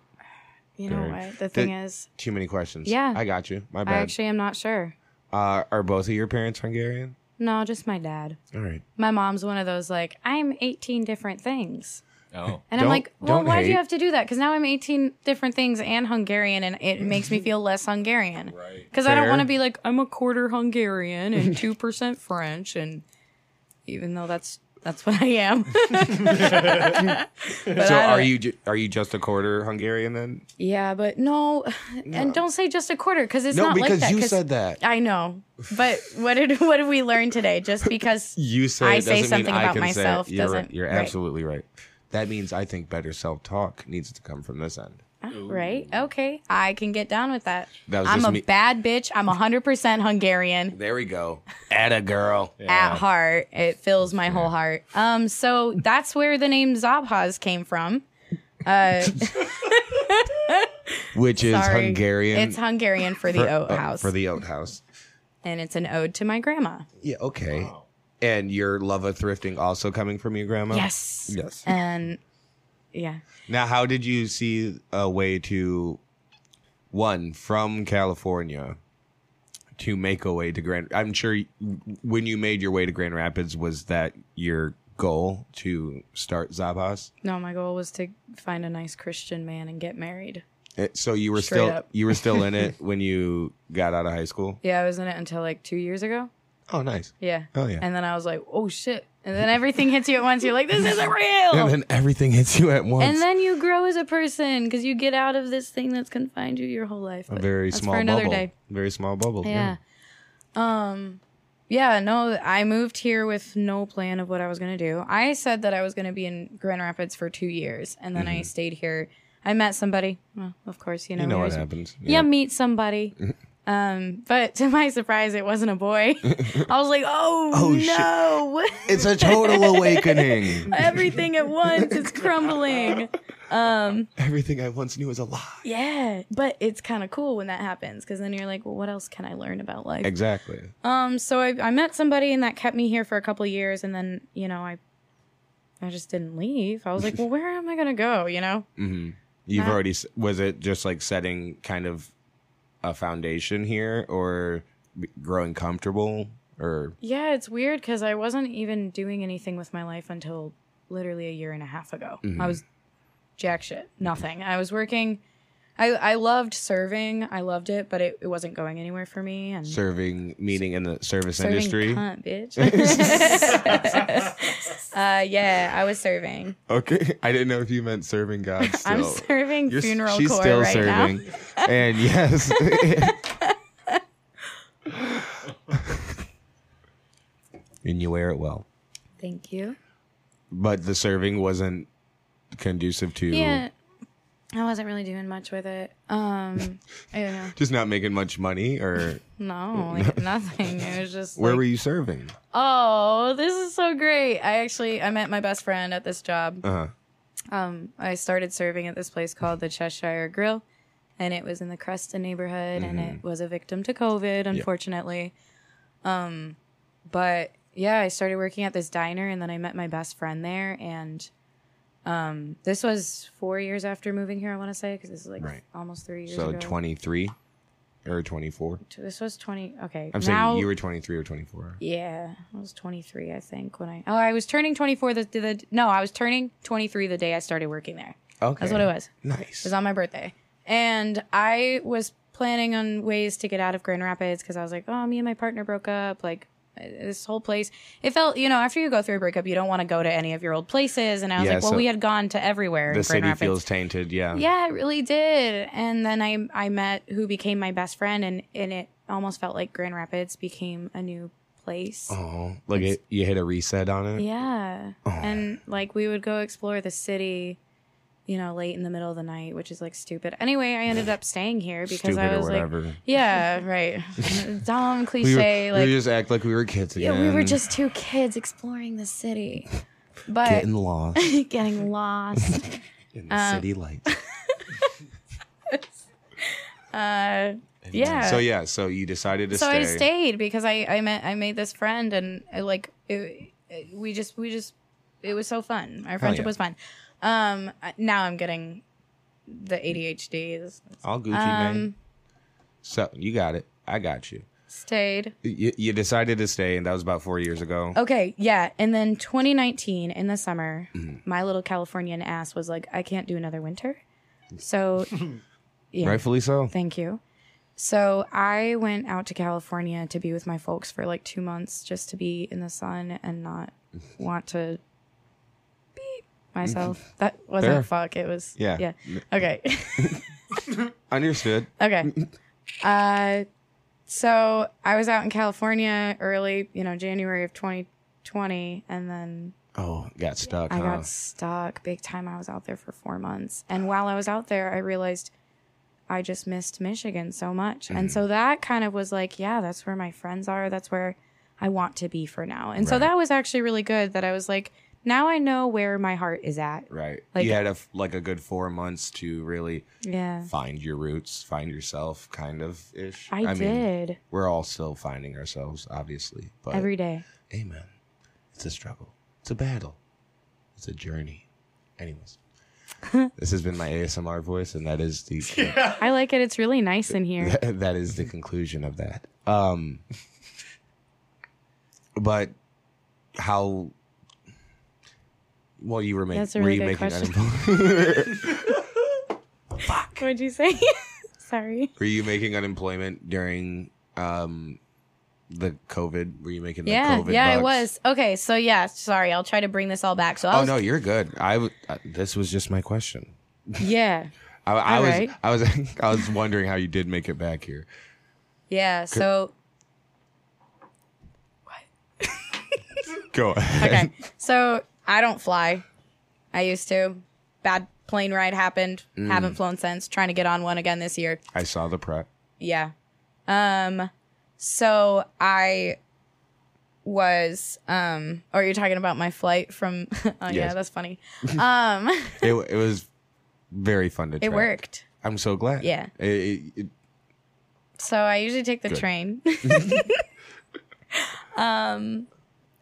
[SPEAKER 1] You know
[SPEAKER 2] Very-
[SPEAKER 1] what? The thing
[SPEAKER 2] Did-
[SPEAKER 1] is,
[SPEAKER 2] Too many questions.
[SPEAKER 1] Yeah.
[SPEAKER 2] I got you. My
[SPEAKER 1] I
[SPEAKER 2] bad.
[SPEAKER 1] actually am not sure.
[SPEAKER 2] uh, are both of your parents Hungarian?
[SPEAKER 1] No, just my dad.
[SPEAKER 2] All right.
[SPEAKER 1] My mom's one of those like I'm 18 different things.
[SPEAKER 4] Oh,
[SPEAKER 1] And
[SPEAKER 2] Don't-
[SPEAKER 1] I'm like, well,
[SPEAKER 2] don't
[SPEAKER 1] why do
[SPEAKER 2] hate.
[SPEAKER 1] you have to do that? Because now I'm 18 different things and Hungarian, and it makes me feel less Hungarian. Right. Because I don't
[SPEAKER 2] Fair.
[SPEAKER 1] want to be like, I'm a quarter Hungarian and 2% French, and even though that's that's what I am. But
[SPEAKER 2] So
[SPEAKER 1] I
[SPEAKER 2] are
[SPEAKER 1] don't-
[SPEAKER 2] you ju- are you just a quarter Hungarian then?
[SPEAKER 1] Yeah, but no, and don't say just a quarter because it's not like that. 'cause-
[SPEAKER 2] that.
[SPEAKER 1] I know, but what did what did we learn today? Just because
[SPEAKER 2] you say
[SPEAKER 1] I
[SPEAKER 2] it
[SPEAKER 1] say
[SPEAKER 2] doesn't
[SPEAKER 1] something
[SPEAKER 2] mean I
[SPEAKER 1] about
[SPEAKER 2] can
[SPEAKER 1] myself
[SPEAKER 2] say it. You're, right.
[SPEAKER 1] doesn't-
[SPEAKER 2] you're
[SPEAKER 1] right.
[SPEAKER 2] absolutely right. That means I think better self talk needs to come from this end.
[SPEAKER 1] Ah, right? Okay, I can get down with that.
[SPEAKER 2] That was
[SPEAKER 1] I'm
[SPEAKER 2] just
[SPEAKER 1] a
[SPEAKER 2] me-
[SPEAKER 1] bad bitch. I'm 100% Hungarian.
[SPEAKER 2] There we go. At a girl.
[SPEAKER 1] at heart. It fills my whole heart. Um, so that's where the name Zabhaz came from. Uh,
[SPEAKER 2] Which is
[SPEAKER 1] sorry.
[SPEAKER 2] Hungarian.
[SPEAKER 1] It's Hungarian for the
[SPEAKER 2] for-
[SPEAKER 1] oat
[SPEAKER 2] oh,
[SPEAKER 1] house,
[SPEAKER 2] For the oat house.
[SPEAKER 1] and it's an ode to my grandma.
[SPEAKER 2] Yeah, okay.
[SPEAKER 4] Oh.
[SPEAKER 2] And your love of thrifting also coming from your grandma?
[SPEAKER 1] Yes.
[SPEAKER 2] Yes.
[SPEAKER 1] And yeah,
[SPEAKER 2] Now, how did you see a way to, one, from California to make a way to Grand? I'm sure y- when you made your way to Grand Rapids, was that your goal to start Zabas?
[SPEAKER 1] no, my goal was to find a nice Christian man and get married.
[SPEAKER 2] Uh, So you were
[SPEAKER 1] Straight
[SPEAKER 2] still
[SPEAKER 1] up.
[SPEAKER 2] you were still in it when you got out of high school.
[SPEAKER 1] Yeah, I was in it until like two years ago.
[SPEAKER 2] Oh, nice.
[SPEAKER 1] Yeah.
[SPEAKER 2] Oh, yeah.
[SPEAKER 1] And then I was like, oh shit. And then everything hits you at once. You're like, this isn't real.
[SPEAKER 2] And then everything hits you at once.
[SPEAKER 1] And then you grow as a person because you get out of this thing that's confined you your whole life.
[SPEAKER 2] a
[SPEAKER 1] But
[SPEAKER 2] very
[SPEAKER 1] that's
[SPEAKER 2] small
[SPEAKER 1] for another
[SPEAKER 2] bubble.
[SPEAKER 1] day.
[SPEAKER 2] Very small bubble.
[SPEAKER 1] Yeah. Um yeah, no, I moved here with no plan of what I was going to do. I said that I was going to be in Grand Rapids for 2 years and then I stayed here. I met somebody. Well, of course, you know.
[SPEAKER 2] Mm-hmm. You know
[SPEAKER 1] we
[SPEAKER 2] what
[SPEAKER 1] always-
[SPEAKER 2] happens.
[SPEAKER 1] Yeah, meet somebody. um, but to my surprise it wasn't a boy. I was like, "Oh,
[SPEAKER 2] Oh, shit.
[SPEAKER 1] no.
[SPEAKER 2] It's a total awakening.
[SPEAKER 1] Everything at once is crumbling." Um,
[SPEAKER 2] Everything I once knew is a lie.
[SPEAKER 1] Yeah, but it's kind of cool when that happens because then you're like, well, what else can I learn about life?
[SPEAKER 2] Exactly.
[SPEAKER 1] Um, so I, I met somebody and that kept me here for a couple of years, and then you know I, I just didn't leave. I was like, well, where am
[SPEAKER 2] Mm-hmm.
[SPEAKER 1] I gonna go? You know?
[SPEAKER 2] You've
[SPEAKER 1] Not-
[SPEAKER 2] already s- was it just like setting kind of a foundation here or b- growing comfortable or
[SPEAKER 1] Yeah, it's weird because I wasn't even doing anything with my life until literally a year and a half ago. I was
[SPEAKER 2] Mm-hmm.
[SPEAKER 1] jack shit, nothing. I was working. I I loved serving. I loved it, but it, it wasn't going anywhere for me. And
[SPEAKER 2] serving meaning in the service
[SPEAKER 1] serving
[SPEAKER 2] industry
[SPEAKER 1] cunt, bitch. uh, yeah, I was serving.
[SPEAKER 2] okay i didn't know if you meant serving god still.
[SPEAKER 1] I'm serving
[SPEAKER 2] You're s-
[SPEAKER 1] funeral
[SPEAKER 2] she's
[SPEAKER 1] core
[SPEAKER 2] still
[SPEAKER 1] right now.
[SPEAKER 2] serving and yes and you wear it well
[SPEAKER 1] Thank you.
[SPEAKER 2] but the serving wasn't conducive to
[SPEAKER 1] Yeah, I wasn't really doing much with it. Um, I don't know.
[SPEAKER 2] just not making much money or
[SPEAKER 1] No, like nothing. It was just
[SPEAKER 2] where
[SPEAKER 1] like,
[SPEAKER 2] were you serving
[SPEAKER 1] Oh, this is so great. I actually I met my best friend at this job.
[SPEAKER 2] uh-huh
[SPEAKER 1] Um, I started serving at this place called the Cheshire Grill, and it was in the Creston neighborhood, and
[SPEAKER 2] Mm-hmm.
[SPEAKER 1] it was a victim to COVID, unfortunately. Um, but yeah, I started working at this diner, and then I met my best friend there, and um, this was four years after moving here. I want to say because this is like
[SPEAKER 2] Right.
[SPEAKER 1] almost three years.
[SPEAKER 2] so
[SPEAKER 1] ago.
[SPEAKER 2] 23 or 24
[SPEAKER 1] This was twenty. Okay,
[SPEAKER 2] i'm
[SPEAKER 1] now-
[SPEAKER 2] saying you were 23 or 24
[SPEAKER 1] Yeah, I was 23, I think, when I. Oh, I was turning 24 the, the no, I was turning 23 the day I started working there.
[SPEAKER 2] okay
[SPEAKER 1] That's what it was. It
[SPEAKER 2] nice
[SPEAKER 1] was on my birthday. And I was planning on ways to get out of Grand Rapids because I was like, oh, me and my partner broke up. Like, uh, this whole place. It felt, you know, after you go through a breakup, you don't want to go to any of your old places. And I was
[SPEAKER 2] Yeah,
[SPEAKER 1] like, well,
[SPEAKER 2] so
[SPEAKER 1] we had gone to everywhere.
[SPEAKER 2] the
[SPEAKER 1] in Grand
[SPEAKER 2] city
[SPEAKER 1] Rapids.
[SPEAKER 2] feels tainted yeah
[SPEAKER 1] Yeah, it really did. And then I I met who became my best friend, and and it almost felt like Grand Rapids became a new place.
[SPEAKER 2] oh like it, you hit a reset on it
[SPEAKER 1] Yeah.
[SPEAKER 2] Oh.
[SPEAKER 1] And like we would go explore the city, you know, late in the middle of the night, which is like stupid. Anyway, I ended up staying here because
[SPEAKER 2] stupid
[SPEAKER 1] I
[SPEAKER 2] or
[SPEAKER 1] was like,
[SPEAKER 2] whatever
[SPEAKER 1] yeah, right. Dumb
[SPEAKER 2] we,
[SPEAKER 1] cliche.
[SPEAKER 2] were,
[SPEAKER 1] like,
[SPEAKER 2] we just act like we were kids
[SPEAKER 1] yeah,
[SPEAKER 2] again
[SPEAKER 1] we were just uh, two kids exploring the city, but
[SPEAKER 2] getting lost
[SPEAKER 1] getting lost.
[SPEAKER 2] in the
[SPEAKER 1] Um,
[SPEAKER 2] city lights
[SPEAKER 1] Uh, yeah.
[SPEAKER 2] so yeah so you decided to
[SPEAKER 1] so
[SPEAKER 2] stay
[SPEAKER 1] I stayed because I I met I made this friend and I, like it, it- we just we just it was so fun. Our friendship
[SPEAKER 2] yeah.
[SPEAKER 1] was fun. Um, I- now I'm getting the ADHD.
[SPEAKER 2] all gucci man
[SPEAKER 1] Um,
[SPEAKER 2] so you got it i got you
[SPEAKER 1] stayed.
[SPEAKER 2] you, you decided to stay and that was about four years ago
[SPEAKER 1] Okay, yeah. And then 2019 in the summer,
[SPEAKER 2] Mm.
[SPEAKER 1] my little Californian ass was like, I can't do another winter. So, yeah.
[SPEAKER 2] rightfully so
[SPEAKER 1] Thank you. So I went out to California to be with my folks for like two months just to be in the sun and not want to beat myself. That wasn't
[SPEAKER 2] Fair.
[SPEAKER 1] a fuck. It was
[SPEAKER 2] Yeah.
[SPEAKER 1] Yeah. Okay.
[SPEAKER 2] understood
[SPEAKER 1] okay. Uh so I was out in California early, you know, January of twenty twenty and then
[SPEAKER 2] oh got stuck
[SPEAKER 1] I
[SPEAKER 2] huh?
[SPEAKER 1] got stuck big time. I was out there for four months. And while I was out there, I realized I just missed Michigan so much. And
[SPEAKER 2] Mm.
[SPEAKER 1] so that kind of was like, yeah, that's where my friends are. That's where I want to be for now. And so
[SPEAKER 2] Right.
[SPEAKER 1] that was actually really good that I was like, now I know where my heart is at.
[SPEAKER 2] Right.
[SPEAKER 1] Like-
[SPEAKER 2] you had a f- like a good four months to really
[SPEAKER 1] Yeah.
[SPEAKER 2] find your roots, find yourself, kind of ish.
[SPEAKER 1] I, did
[SPEAKER 2] we're all still finding ourselves, obviously. But
[SPEAKER 1] every day.
[SPEAKER 2] hey, man, it's a struggle. It's a battle. It's a journey. Anyways, this has been my ASMR voice, and that is the
[SPEAKER 1] I like it. It's really nice in here.
[SPEAKER 2] that is the conclusion of that. Um, but how? Well, you were making.
[SPEAKER 1] That's a
[SPEAKER 2] were
[SPEAKER 1] really
[SPEAKER 2] you
[SPEAKER 1] good
[SPEAKER 2] making
[SPEAKER 1] question.
[SPEAKER 2] unemployed?
[SPEAKER 1] What'd you say? Sorry.
[SPEAKER 2] Were you making unemployment during um the COVID? Were you making the
[SPEAKER 1] yeah.
[SPEAKER 2] COVID?
[SPEAKER 1] yeah, I
[SPEAKER 2] bucks?
[SPEAKER 1] was. Okay. So, yeah. Sorry. I'll try to bring this all back. So, I
[SPEAKER 2] Oh
[SPEAKER 1] was,
[SPEAKER 2] no, you're good. I w- uh, this was just my question.
[SPEAKER 1] yeah.
[SPEAKER 2] I, I was
[SPEAKER 1] Alright.
[SPEAKER 2] I was I was wondering how you did make it back here.
[SPEAKER 1] Yeah. So,
[SPEAKER 2] Go ahead.
[SPEAKER 1] okay. So I don't fly. I used to. Bad plane ride happened. Haven't flown since. Trying to get on one again this year.
[SPEAKER 2] I saw the prep.
[SPEAKER 1] Yeah. Um so I was um or you're talking about my flight from oh yeah,
[SPEAKER 2] Yes.
[SPEAKER 1] that's funny. Um
[SPEAKER 2] It w- it was very fun to.
[SPEAKER 1] it
[SPEAKER 2] track.
[SPEAKER 1] worked.
[SPEAKER 2] I'm so glad.
[SPEAKER 1] Yeah.
[SPEAKER 2] It- it- it-
[SPEAKER 1] So I usually take the
[SPEAKER 2] Good.
[SPEAKER 1] train. um,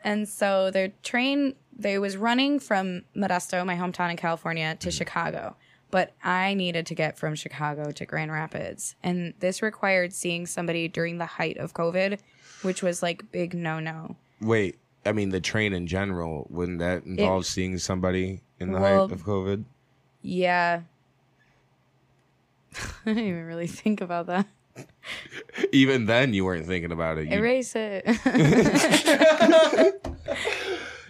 [SPEAKER 1] and so
[SPEAKER 2] Mm-hmm.
[SPEAKER 1] their train they was running from Modesto, my hometown in California, to Chicago. but I needed to get from Chicago to Grand Rapids. And this required seeing somebody during the height of COVID, which was like big no no.
[SPEAKER 2] Wait, I mean the train in general. Wouldn't that involve seeing somebody in the
[SPEAKER 1] Well-
[SPEAKER 2] height of COVID?
[SPEAKER 1] Yeah. I didn't even really think about that.
[SPEAKER 2] Even then, you weren't thinking about it. You-
[SPEAKER 1] Erase it.
[SPEAKER 2] Ah,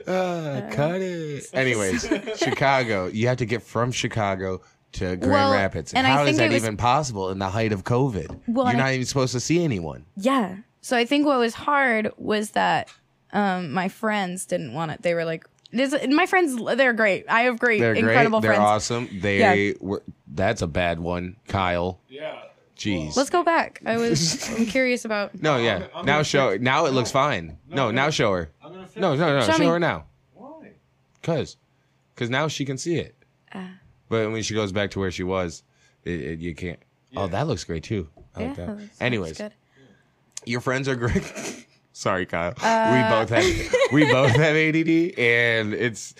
[SPEAKER 1] Uh,
[SPEAKER 2] cut it. Anyways, Chicago. You have to get from Chicago to Grand
[SPEAKER 1] Well,
[SPEAKER 2] Rapids.
[SPEAKER 1] and I
[SPEAKER 2] how is
[SPEAKER 1] think
[SPEAKER 2] that
[SPEAKER 1] it was-
[SPEAKER 2] even possible in the height of COVID?
[SPEAKER 1] Well,
[SPEAKER 2] You're
[SPEAKER 1] and I-
[SPEAKER 2] not even supposed to see anyone.
[SPEAKER 1] yeah. So I think what was hard was that um, my friends didn't want it. They were like, this, my friends, they're great. I have great,
[SPEAKER 2] They're
[SPEAKER 1] incredible
[SPEAKER 2] great. They're
[SPEAKER 1] friends.
[SPEAKER 2] awesome. They were. That's a bad one, Kyle.
[SPEAKER 4] Yeah.
[SPEAKER 2] Jeez.
[SPEAKER 1] Let's go back. I was, I'm curious about.
[SPEAKER 2] no, yeah.
[SPEAKER 4] I'm- I'm
[SPEAKER 2] now
[SPEAKER 4] gonna
[SPEAKER 2] show.
[SPEAKER 4] fix-
[SPEAKER 2] Now it looks fine. No,
[SPEAKER 4] no.
[SPEAKER 2] now show her.
[SPEAKER 4] I'm gonna fix
[SPEAKER 2] No, no, no.
[SPEAKER 1] Show
[SPEAKER 2] Show,
[SPEAKER 1] me.
[SPEAKER 2] her now.
[SPEAKER 4] Why?
[SPEAKER 2] Cause, cause now she can see it.
[SPEAKER 1] Uh.
[SPEAKER 2] but when she goes back to where she was, it, it, you can't. Oh, that looks great too. I like
[SPEAKER 1] Yeah,
[SPEAKER 2] that.
[SPEAKER 1] that's- that's
[SPEAKER 2] Anyways,
[SPEAKER 1] good.
[SPEAKER 2] your friends are great. Sorry, Kyle.
[SPEAKER 1] Uh.
[SPEAKER 2] we both have we both have ADD, and it's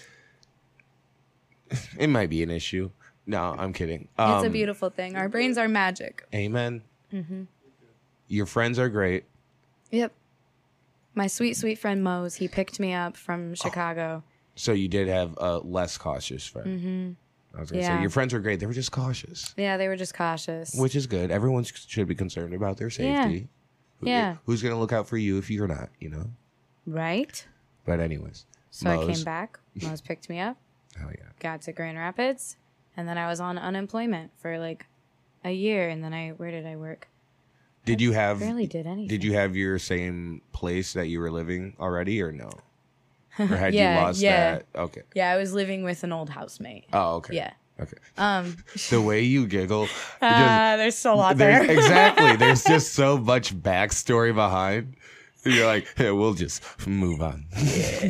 [SPEAKER 2] it might be an issue. No, I'm kidding. Um,
[SPEAKER 1] it's a beautiful Mm-hmm. thing. Our brains are magic.
[SPEAKER 2] Amen. Your friends are great.
[SPEAKER 1] Yep. My sweet, sweet friend Mose, he picked me up
[SPEAKER 2] Oh.
[SPEAKER 1] from Chicago.
[SPEAKER 2] So you did have a less cautious friend. I was gonna
[SPEAKER 1] Mm-hmm. Yeah.
[SPEAKER 2] say your friends were great. They were just cautious,
[SPEAKER 1] Yeah, they were just cautious.
[SPEAKER 2] which is good. Everyone sh- should be concerned about their
[SPEAKER 1] Yeah.
[SPEAKER 2] safety. Who-
[SPEAKER 1] Yeah.
[SPEAKER 2] Who's gonna look out for you if you're not? You know.
[SPEAKER 1] right?
[SPEAKER 2] But anyways.
[SPEAKER 1] So I
[SPEAKER 2] Mose.
[SPEAKER 1] came back. Mose picked me up,
[SPEAKER 2] Oh yeah.
[SPEAKER 1] got to Grand Rapids, and then I was on unemployment for like a year. And then I, where did I work?
[SPEAKER 2] Did you have
[SPEAKER 1] Barely did anything.
[SPEAKER 2] Um, Did you have your same place that you were living already, or no? Or had
[SPEAKER 1] Yeah,
[SPEAKER 2] you lost
[SPEAKER 1] yeah.
[SPEAKER 2] that? Okay.
[SPEAKER 1] Yeah, I was living with an old housemate.
[SPEAKER 2] Oh, okay.
[SPEAKER 1] Yeah.
[SPEAKER 2] Okay.
[SPEAKER 1] Um,
[SPEAKER 2] The way you giggle,
[SPEAKER 1] ah, there's still a lot
[SPEAKER 2] just, there's,
[SPEAKER 1] there.
[SPEAKER 2] exactly. There's just so much backstory behind. You're like, hey, we'll just move on.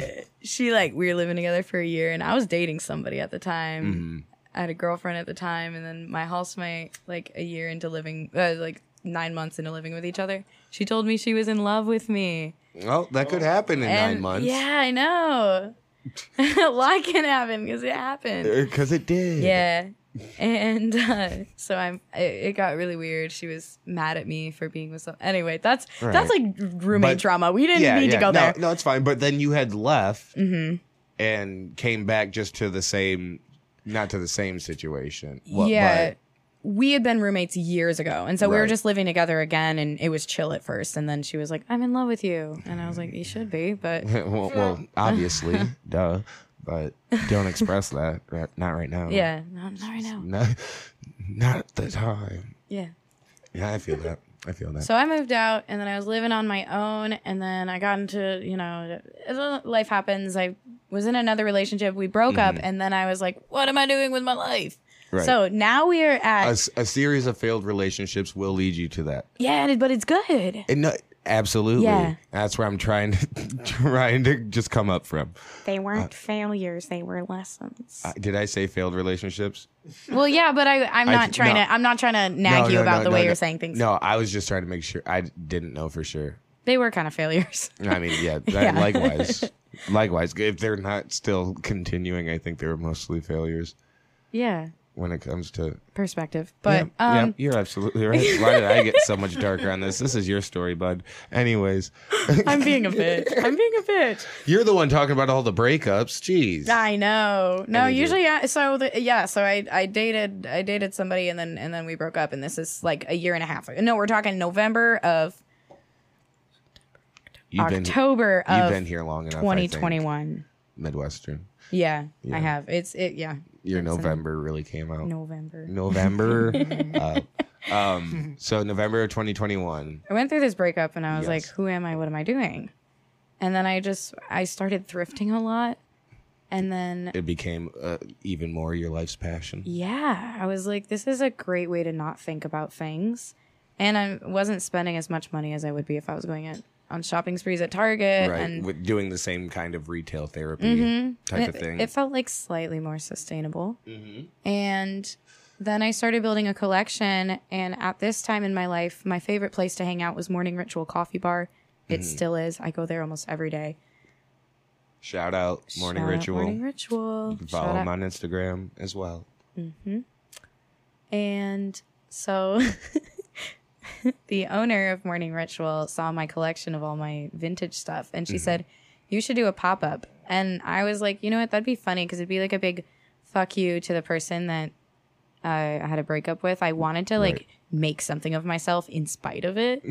[SPEAKER 1] she like we were living together for a year and I was dating somebody at the time.
[SPEAKER 2] Mm-hmm.
[SPEAKER 1] I had a girlfriend at the time and then my housemate like a year into living uh, like 9 months into living with each other. She told me she was in love with me.
[SPEAKER 2] well, that could happen in
[SPEAKER 1] And-
[SPEAKER 2] nine months.
[SPEAKER 1] Yeah, I know. A lot can happen cuz it happened.
[SPEAKER 2] Because Uh, it did.
[SPEAKER 1] Yeah. And uh, so I'm it, it got really weird. She was mad at me for being with some Anyway, that's that's like roommate
[SPEAKER 2] But-
[SPEAKER 1] drama. We didn't
[SPEAKER 2] yeah,
[SPEAKER 1] need
[SPEAKER 2] yeah.
[SPEAKER 1] to go
[SPEAKER 2] no,
[SPEAKER 1] there. Mm-hmm.
[SPEAKER 2] No, it's fine. But then you had left and came back just to the same, not to the same situation. What-
[SPEAKER 1] yeah.
[SPEAKER 2] but-
[SPEAKER 1] we had been roommates years ago. And so we were
[SPEAKER 2] Right.
[SPEAKER 1] just living together again. And it was chill at first. And then she was like, I'm in love with you. And I was like, You should be. But
[SPEAKER 2] well, well, obviously, duh. But don't express that. Right, not right now.
[SPEAKER 1] yeah, no, not right now.
[SPEAKER 2] No, not the time.
[SPEAKER 1] Yeah.
[SPEAKER 2] Yeah, I feel that. I feel that.
[SPEAKER 1] So I moved out and then I was living on my own. And then I got into, you know, life happens. I was in another relationship. We broke up. And then I was like, What am I doing with my life?
[SPEAKER 2] Mm-hmm. Right.
[SPEAKER 1] So now we are at,
[SPEAKER 2] a, s- a series of failed relationships will lead you to that.
[SPEAKER 1] yeah, but it's good.
[SPEAKER 2] And no, absolutely.
[SPEAKER 1] Yeah.
[SPEAKER 2] That's where I'm trying to trying to just come up from.
[SPEAKER 1] They weren't failures, they were lessons.
[SPEAKER 2] Uh, Did I say failed relationships?
[SPEAKER 1] Well, yeah, but I, I'm
[SPEAKER 2] I
[SPEAKER 1] not
[SPEAKER 2] th-
[SPEAKER 1] trying
[SPEAKER 2] no.
[SPEAKER 1] to. I'm not trying to nag
[SPEAKER 2] No,
[SPEAKER 1] you
[SPEAKER 2] no,
[SPEAKER 1] about
[SPEAKER 2] no,
[SPEAKER 1] the
[SPEAKER 2] no,
[SPEAKER 1] way
[SPEAKER 2] no.
[SPEAKER 1] you're saying things.
[SPEAKER 2] No, I was just trying to make sure. I didn't know for sure.
[SPEAKER 1] They were kind of failures.
[SPEAKER 2] I mean, yeah, that,
[SPEAKER 1] Yeah.
[SPEAKER 2] likewise. Likewise, if they're not still continuing, I think they were mostly failures
[SPEAKER 1] Yeah,
[SPEAKER 2] when it comes to.
[SPEAKER 1] perspective. But
[SPEAKER 2] yeah, yeah,
[SPEAKER 1] um,
[SPEAKER 2] you're absolutely right. Why did I get so much darker on this? This is your story, bud. Anyways,
[SPEAKER 1] I'm being a bitch. I'm being a bitch.
[SPEAKER 2] you're the one talking about all the breakups. Jeez.
[SPEAKER 1] I know. No,
[SPEAKER 2] did you-
[SPEAKER 1] usually, yeah. So the, yeah, so I, I dated I dated somebody and then and then we broke up and this is like a year and a half. ago. No, we're talking November of
[SPEAKER 2] You've been
[SPEAKER 1] October
[SPEAKER 2] you've
[SPEAKER 1] of
[SPEAKER 2] been here long enough. I think.
[SPEAKER 1] 2021.
[SPEAKER 2] Midwestern.
[SPEAKER 1] Yeah, I have. It's it. Yeah,
[SPEAKER 2] Your
[SPEAKER 1] It's in
[SPEAKER 2] November really came out.
[SPEAKER 1] November.
[SPEAKER 2] November. uh, um, so November of 2021.
[SPEAKER 1] I went through this breakup and I was like,
[SPEAKER 2] Yes.
[SPEAKER 1] who am I? What am I doing? And then I just I started thrifting a lot. And then
[SPEAKER 2] It became uh, even more your life's passion.
[SPEAKER 1] yeah, I was like this is a great way to not think about things. And I wasn't spending as much money as I would be if I was going at, on shopping sprees at Target
[SPEAKER 2] right
[SPEAKER 1] and Mm-hmm.
[SPEAKER 2] with doing the same kind of retail therapy type
[SPEAKER 1] it,
[SPEAKER 2] of thing
[SPEAKER 1] it felt like slightly more sustainable. And then I started building a collection. And at this time in my life, my favorite place to hang out was Morning Ritual Coffee Bar. It
[SPEAKER 2] Mm-hmm.
[SPEAKER 1] still is. I go there almost every day.
[SPEAKER 2] shout out morning
[SPEAKER 1] Shout out
[SPEAKER 2] ritual
[SPEAKER 1] Morning Ritual.
[SPEAKER 2] follow
[SPEAKER 1] Shout
[SPEAKER 2] him
[SPEAKER 1] out-
[SPEAKER 2] on instagram as well
[SPEAKER 1] Mm-hmm. And so the owner of Morning Ritual saw my collection of all my vintage stuff and she said, You should do a pop up. And I was like, You know what? That'd be funny because it'd be like a big fuck you to the person that uh, I had a breakup with. I wanted to like
[SPEAKER 2] Right.
[SPEAKER 1] make something of myself in spite of it.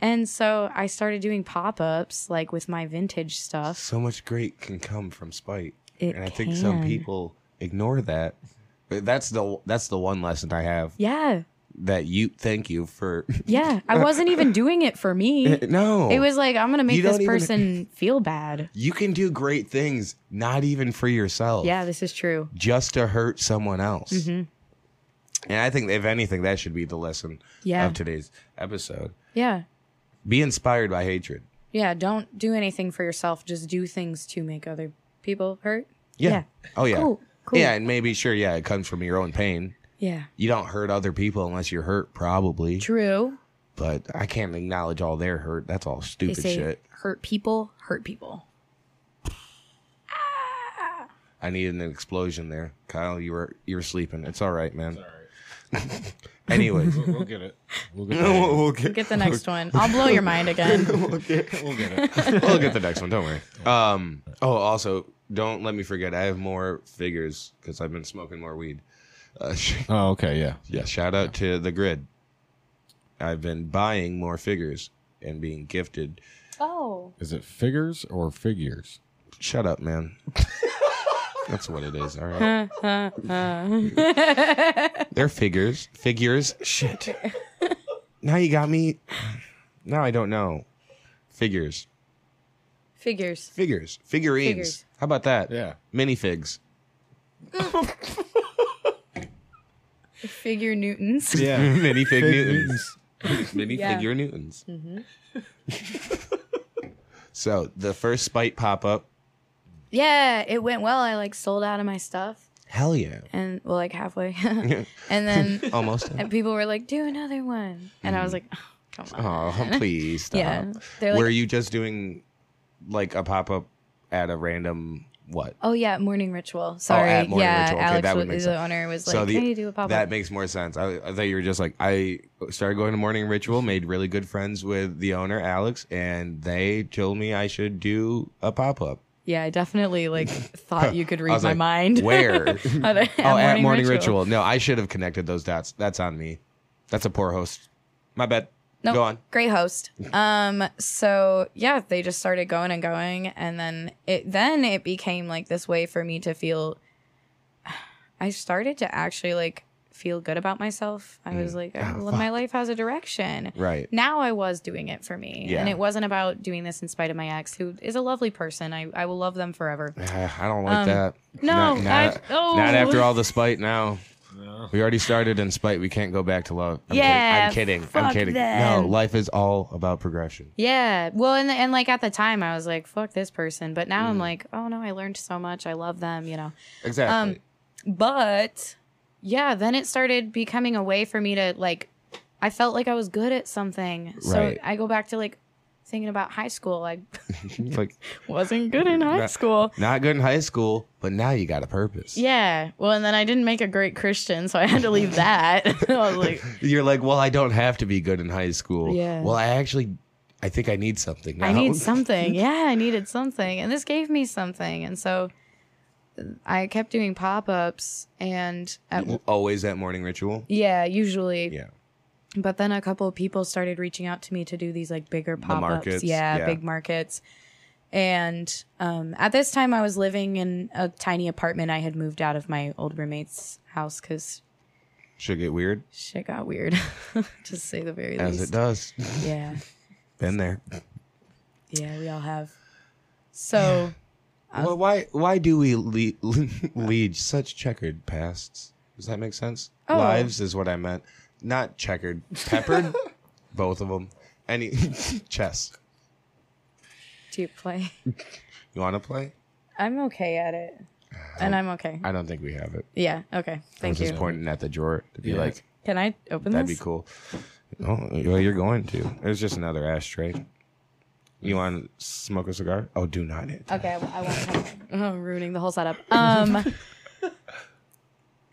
[SPEAKER 1] and so I started doing pop ups like with my vintage stuff.
[SPEAKER 2] So much great can come from spite,
[SPEAKER 1] It
[SPEAKER 2] and I think some
[SPEAKER 1] can.
[SPEAKER 2] people ignore that. But That's the that's the one lesson I have
[SPEAKER 1] Yeah.
[SPEAKER 2] that you thank you for.
[SPEAKER 1] Yeah. I wasn't even doing it for me.
[SPEAKER 2] no,
[SPEAKER 1] It was like, I'm going to make
[SPEAKER 2] Oh. You don't
[SPEAKER 1] this
[SPEAKER 2] even-
[SPEAKER 1] person feel bad.
[SPEAKER 2] you can do great things, not even for yourself.
[SPEAKER 1] Yeah, this is true.
[SPEAKER 2] just to hurt someone else.
[SPEAKER 1] Mm-hmm.
[SPEAKER 2] And I think, if anything, that should be the lesson
[SPEAKER 1] Yeah.
[SPEAKER 2] of today's episode.
[SPEAKER 1] Yeah.
[SPEAKER 2] Be inspired by hatred.
[SPEAKER 1] Yeah. Don't do anything for yourself. Just do things to make other people hurt.
[SPEAKER 2] Oh yeah.
[SPEAKER 1] Cool, cool.
[SPEAKER 2] Yeah, and maybe sure. Yeah, it comes from your own pain.
[SPEAKER 1] Yeah.
[SPEAKER 2] You don't hurt other people unless you're hurt, probably.
[SPEAKER 1] True.
[SPEAKER 2] But I can't acknowledge all their hurt. That's all
[SPEAKER 1] They
[SPEAKER 2] stupid
[SPEAKER 1] say
[SPEAKER 2] shit.
[SPEAKER 1] hurt people, hurt people.
[SPEAKER 2] I needed an explosion there, Kyle. You were you were sleeping. It's all right, man. Anyways,
[SPEAKER 4] We'll, we'll get it. We'll get,
[SPEAKER 2] we'll,
[SPEAKER 4] that.
[SPEAKER 2] we'll get,
[SPEAKER 1] Get the next one. I'll blow your mind again.
[SPEAKER 2] we'll get
[SPEAKER 4] we'll get it.
[SPEAKER 2] we'll get the next one. Don't worry. Um. Oh, also, don't let me forget. I have more figures because I've been smoking more weed. Uh,
[SPEAKER 4] Oh, okay. Yeah.
[SPEAKER 2] yeah. Shout out to the grid. I've been buying more figures and being gifted.
[SPEAKER 1] Oh.
[SPEAKER 4] Is it figures or figures?
[SPEAKER 2] Shut up, man. That's what it is. All right. They're figures. Figures. Shit. Now you got me. Now I don't know. Figures.
[SPEAKER 1] Figures.
[SPEAKER 2] Figures. Figurines.
[SPEAKER 1] Figures.
[SPEAKER 2] How about that?
[SPEAKER 4] Yeah.
[SPEAKER 2] Minifigs.
[SPEAKER 1] Figure Newtons.
[SPEAKER 4] Yeah.
[SPEAKER 2] Minifig Newtons.
[SPEAKER 4] Newtons.
[SPEAKER 2] Mini
[SPEAKER 1] Yeah.
[SPEAKER 2] figure Newtons. so the first spite pop up.
[SPEAKER 1] Yeah, it went well. I like sold out of my stuff
[SPEAKER 2] Hell yeah.
[SPEAKER 1] and well, like halfway. and then
[SPEAKER 2] Almost.
[SPEAKER 1] and people were like, do another one. And I was like, oh, come on.
[SPEAKER 2] Oh, please stop.
[SPEAKER 1] Yeah. They're like,
[SPEAKER 2] Were you just doing like a pop up at a random what?
[SPEAKER 1] Oh yeah, morning ritual. Sorry,
[SPEAKER 2] at Morning
[SPEAKER 1] yeah,
[SPEAKER 2] Ritual. Okay,
[SPEAKER 1] Alex,
[SPEAKER 2] that would
[SPEAKER 1] was-
[SPEAKER 2] make
[SPEAKER 1] the
[SPEAKER 2] sense.
[SPEAKER 1] owner was like,
[SPEAKER 2] so the,
[SPEAKER 1] "Can you do a pop
[SPEAKER 2] that
[SPEAKER 1] up?"
[SPEAKER 2] makes more sense. I, I thought you were just like I started going to morning ritual, made really good friends with the owner Alex, and they told me I should do a pop up.
[SPEAKER 1] Yeah, I definitely like thought you could
[SPEAKER 2] I
[SPEAKER 1] read
[SPEAKER 2] was
[SPEAKER 1] my
[SPEAKER 2] like,
[SPEAKER 1] mind.
[SPEAKER 2] Where?
[SPEAKER 1] at, at
[SPEAKER 2] oh, at morning ritual. No, I should have connected those dots. That's on me. That's a poor host. My bad.
[SPEAKER 1] No,
[SPEAKER 2] Go on.
[SPEAKER 1] great host. Um, so yeah, they just started going and going, and then it then it became like this way for me to feel. I started to actually like feel good about myself. I was like,
[SPEAKER 2] Ah,
[SPEAKER 1] well, my life has a direction.
[SPEAKER 2] Right.
[SPEAKER 1] now I was doing it for me.
[SPEAKER 2] Yeah.
[SPEAKER 1] And it wasn't about doing this in spite of my ex, who is a lovely person. I, I will love them forever.
[SPEAKER 2] Ah, I don't like that.
[SPEAKER 1] Um, no,
[SPEAKER 2] Not, not-
[SPEAKER 1] I- oh.
[SPEAKER 2] not after all the spite now. We already started in spite. We can't go back to love. I'm kid-
[SPEAKER 1] Yeah,
[SPEAKER 2] I'm kidding. I'm
[SPEAKER 1] fuck
[SPEAKER 2] kidding.
[SPEAKER 1] them.
[SPEAKER 2] No, life is all about progression.
[SPEAKER 1] Yeah. Well, and, and like at the time, I was like, fuck this person. But now I'm
[SPEAKER 2] Mm.
[SPEAKER 1] like, oh no, I learned so much. I love them, you know. Um,
[SPEAKER 2] Exactly.
[SPEAKER 1] But yeah, then it started becoming a way for me to like, I felt like I was good at something. So
[SPEAKER 2] Right.
[SPEAKER 1] I go back to like thinking about high school. I
[SPEAKER 2] like
[SPEAKER 1] wasn't good in high
[SPEAKER 2] Right.
[SPEAKER 1] school.
[SPEAKER 2] not good in high school, but now you got a purpose.
[SPEAKER 1] Yeah. Well, and then I didn't make a great Christian, so I had to leave that. I was like,
[SPEAKER 2] You're like, well, I don't have to be good in high school.
[SPEAKER 1] Yeah.
[SPEAKER 2] Well, I actually, I think I need something. Now.
[SPEAKER 1] I need something. Yeah, I needed something. And this gave me something. And so I kept doing pop ups and at,
[SPEAKER 2] Always that morning ritual.
[SPEAKER 1] yeah, usually.
[SPEAKER 2] Mm-hmm. Yeah.
[SPEAKER 1] But then a couple of people started reaching out to me to do these like bigger pop ups.
[SPEAKER 2] markets,
[SPEAKER 1] Yeah,
[SPEAKER 2] yeah.
[SPEAKER 1] big markets. And um, at this time, I was living in a tiny apartment. I had moved out of my old roommate's house because
[SPEAKER 2] Should get weird
[SPEAKER 1] shit got weird, to say the very
[SPEAKER 2] as it
[SPEAKER 1] least.
[SPEAKER 2] does.
[SPEAKER 1] Yeah.
[SPEAKER 2] Been there.
[SPEAKER 1] Yeah, we all have. So.
[SPEAKER 2] Well, why why do we lead, lead such checkered pasts? Does that make sense?
[SPEAKER 1] Oh.
[SPEAKER 2] Lives is what I meant, not checkered. Peppered, both of them. Any chess?
[SPEAKER 1] Do you play?
[SPEAKER 2] You want to play?
[SPEAKER 1] I'm okay at it. And I'm okay.
[SPEAKER 2] I don't think we have it.
[SPEAKER 1] Yeah, okay.
[SPEAKER 2] Uh, I was
[SPEAKER 1] Thank
[SPEAKER 2] just
[SPEAKER 1] you.
[SPEAKER 2] pointing at the drawer to be
[SPEAKER 4] Yeah.
[SPEAKER 2] like,
[SPEAKER 1] Can I open
[SPEAKER 2] that'd
[SPEAKER 1] this?
[SPEAKER 2] be cool. Oh, well, you're going to. There's just another ashtray. You want to smoke a cigar? Oh, do not hit.
[SPEAKER 1] Oh, Okay, I, I won't. I'm ruining the whole setup. Um,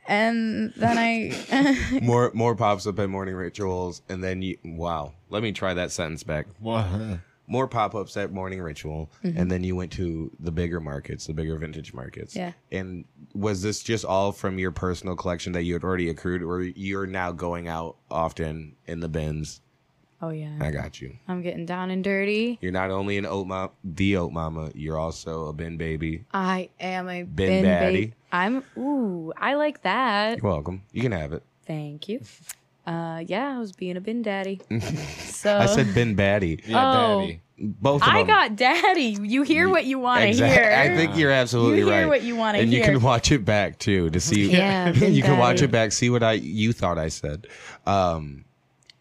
[SPEAKER 1] and then I
[SPEAKER 2] More more pops up at morning rituals, and then you wow. Let me try that sentence back.
[SPEAKER 4] Wha-
[SPEAKER 2] More pop ups at morning ritual,
[SPEAKER 1] Mm-hmm.
[SPEAKER 2] and then you went to the bigger markets, the bigger vintage markets.
[SPEAKER 1] Yeah.
[SPEAKER 2] And was this just all from your personal collection that you had already accrued, or you're now going out often in the bins?
[SPEAKER 1] oh yeah,
[SPEAKER 2] I got you.
[SPEAKER 1] I'm getting down and dirty.
[SPEAKER 2] You're not only an oat mom, the oat mama. You're also a bin baby.
[SPEAKER 1] I am a bin,
[SPEAKER 2] Bin
[SPEAKER 1] ba-
[SPEAKER 2] baddie.
[SPEAKER 1] I'm ooh, I like that.
[SPEAKER 2] You're welcome. You can have it.
[SPEAKER 1] Thank you. Uh, yeah, I was being a bin daddy. so
[SPEAKER 2] I said bin batty.
[SPEAKER 4] yeah,
[SPEAKER 1] Oh.
[SPEAKER 4] daddy.
[SPEAKER 2] Both of
[SPEAKER 1] I
[SPEAKER 2] them.
[SPEAKER 1] got daddy. You hear what you want to
[SPEAKER 2] Exact-
[SPEAKER 1] hear.
[SPEAKER 2] I think you're absolutely
[SPEAKER 1] You hear
[SPEAKER 2] right.
[SPEAKER 1] what you wanna
[SPEAKER 2] and you
[SPEAKER 1] hear.
[SPEAKER 2] can watch it back too to see.
[SPEAKER 1] Yeah, Ben
[SPEAKER 2] you can watch
[SPEAKER 1] Daddy.
[SPEAKER 2] it back, see what I you thought I said. Um,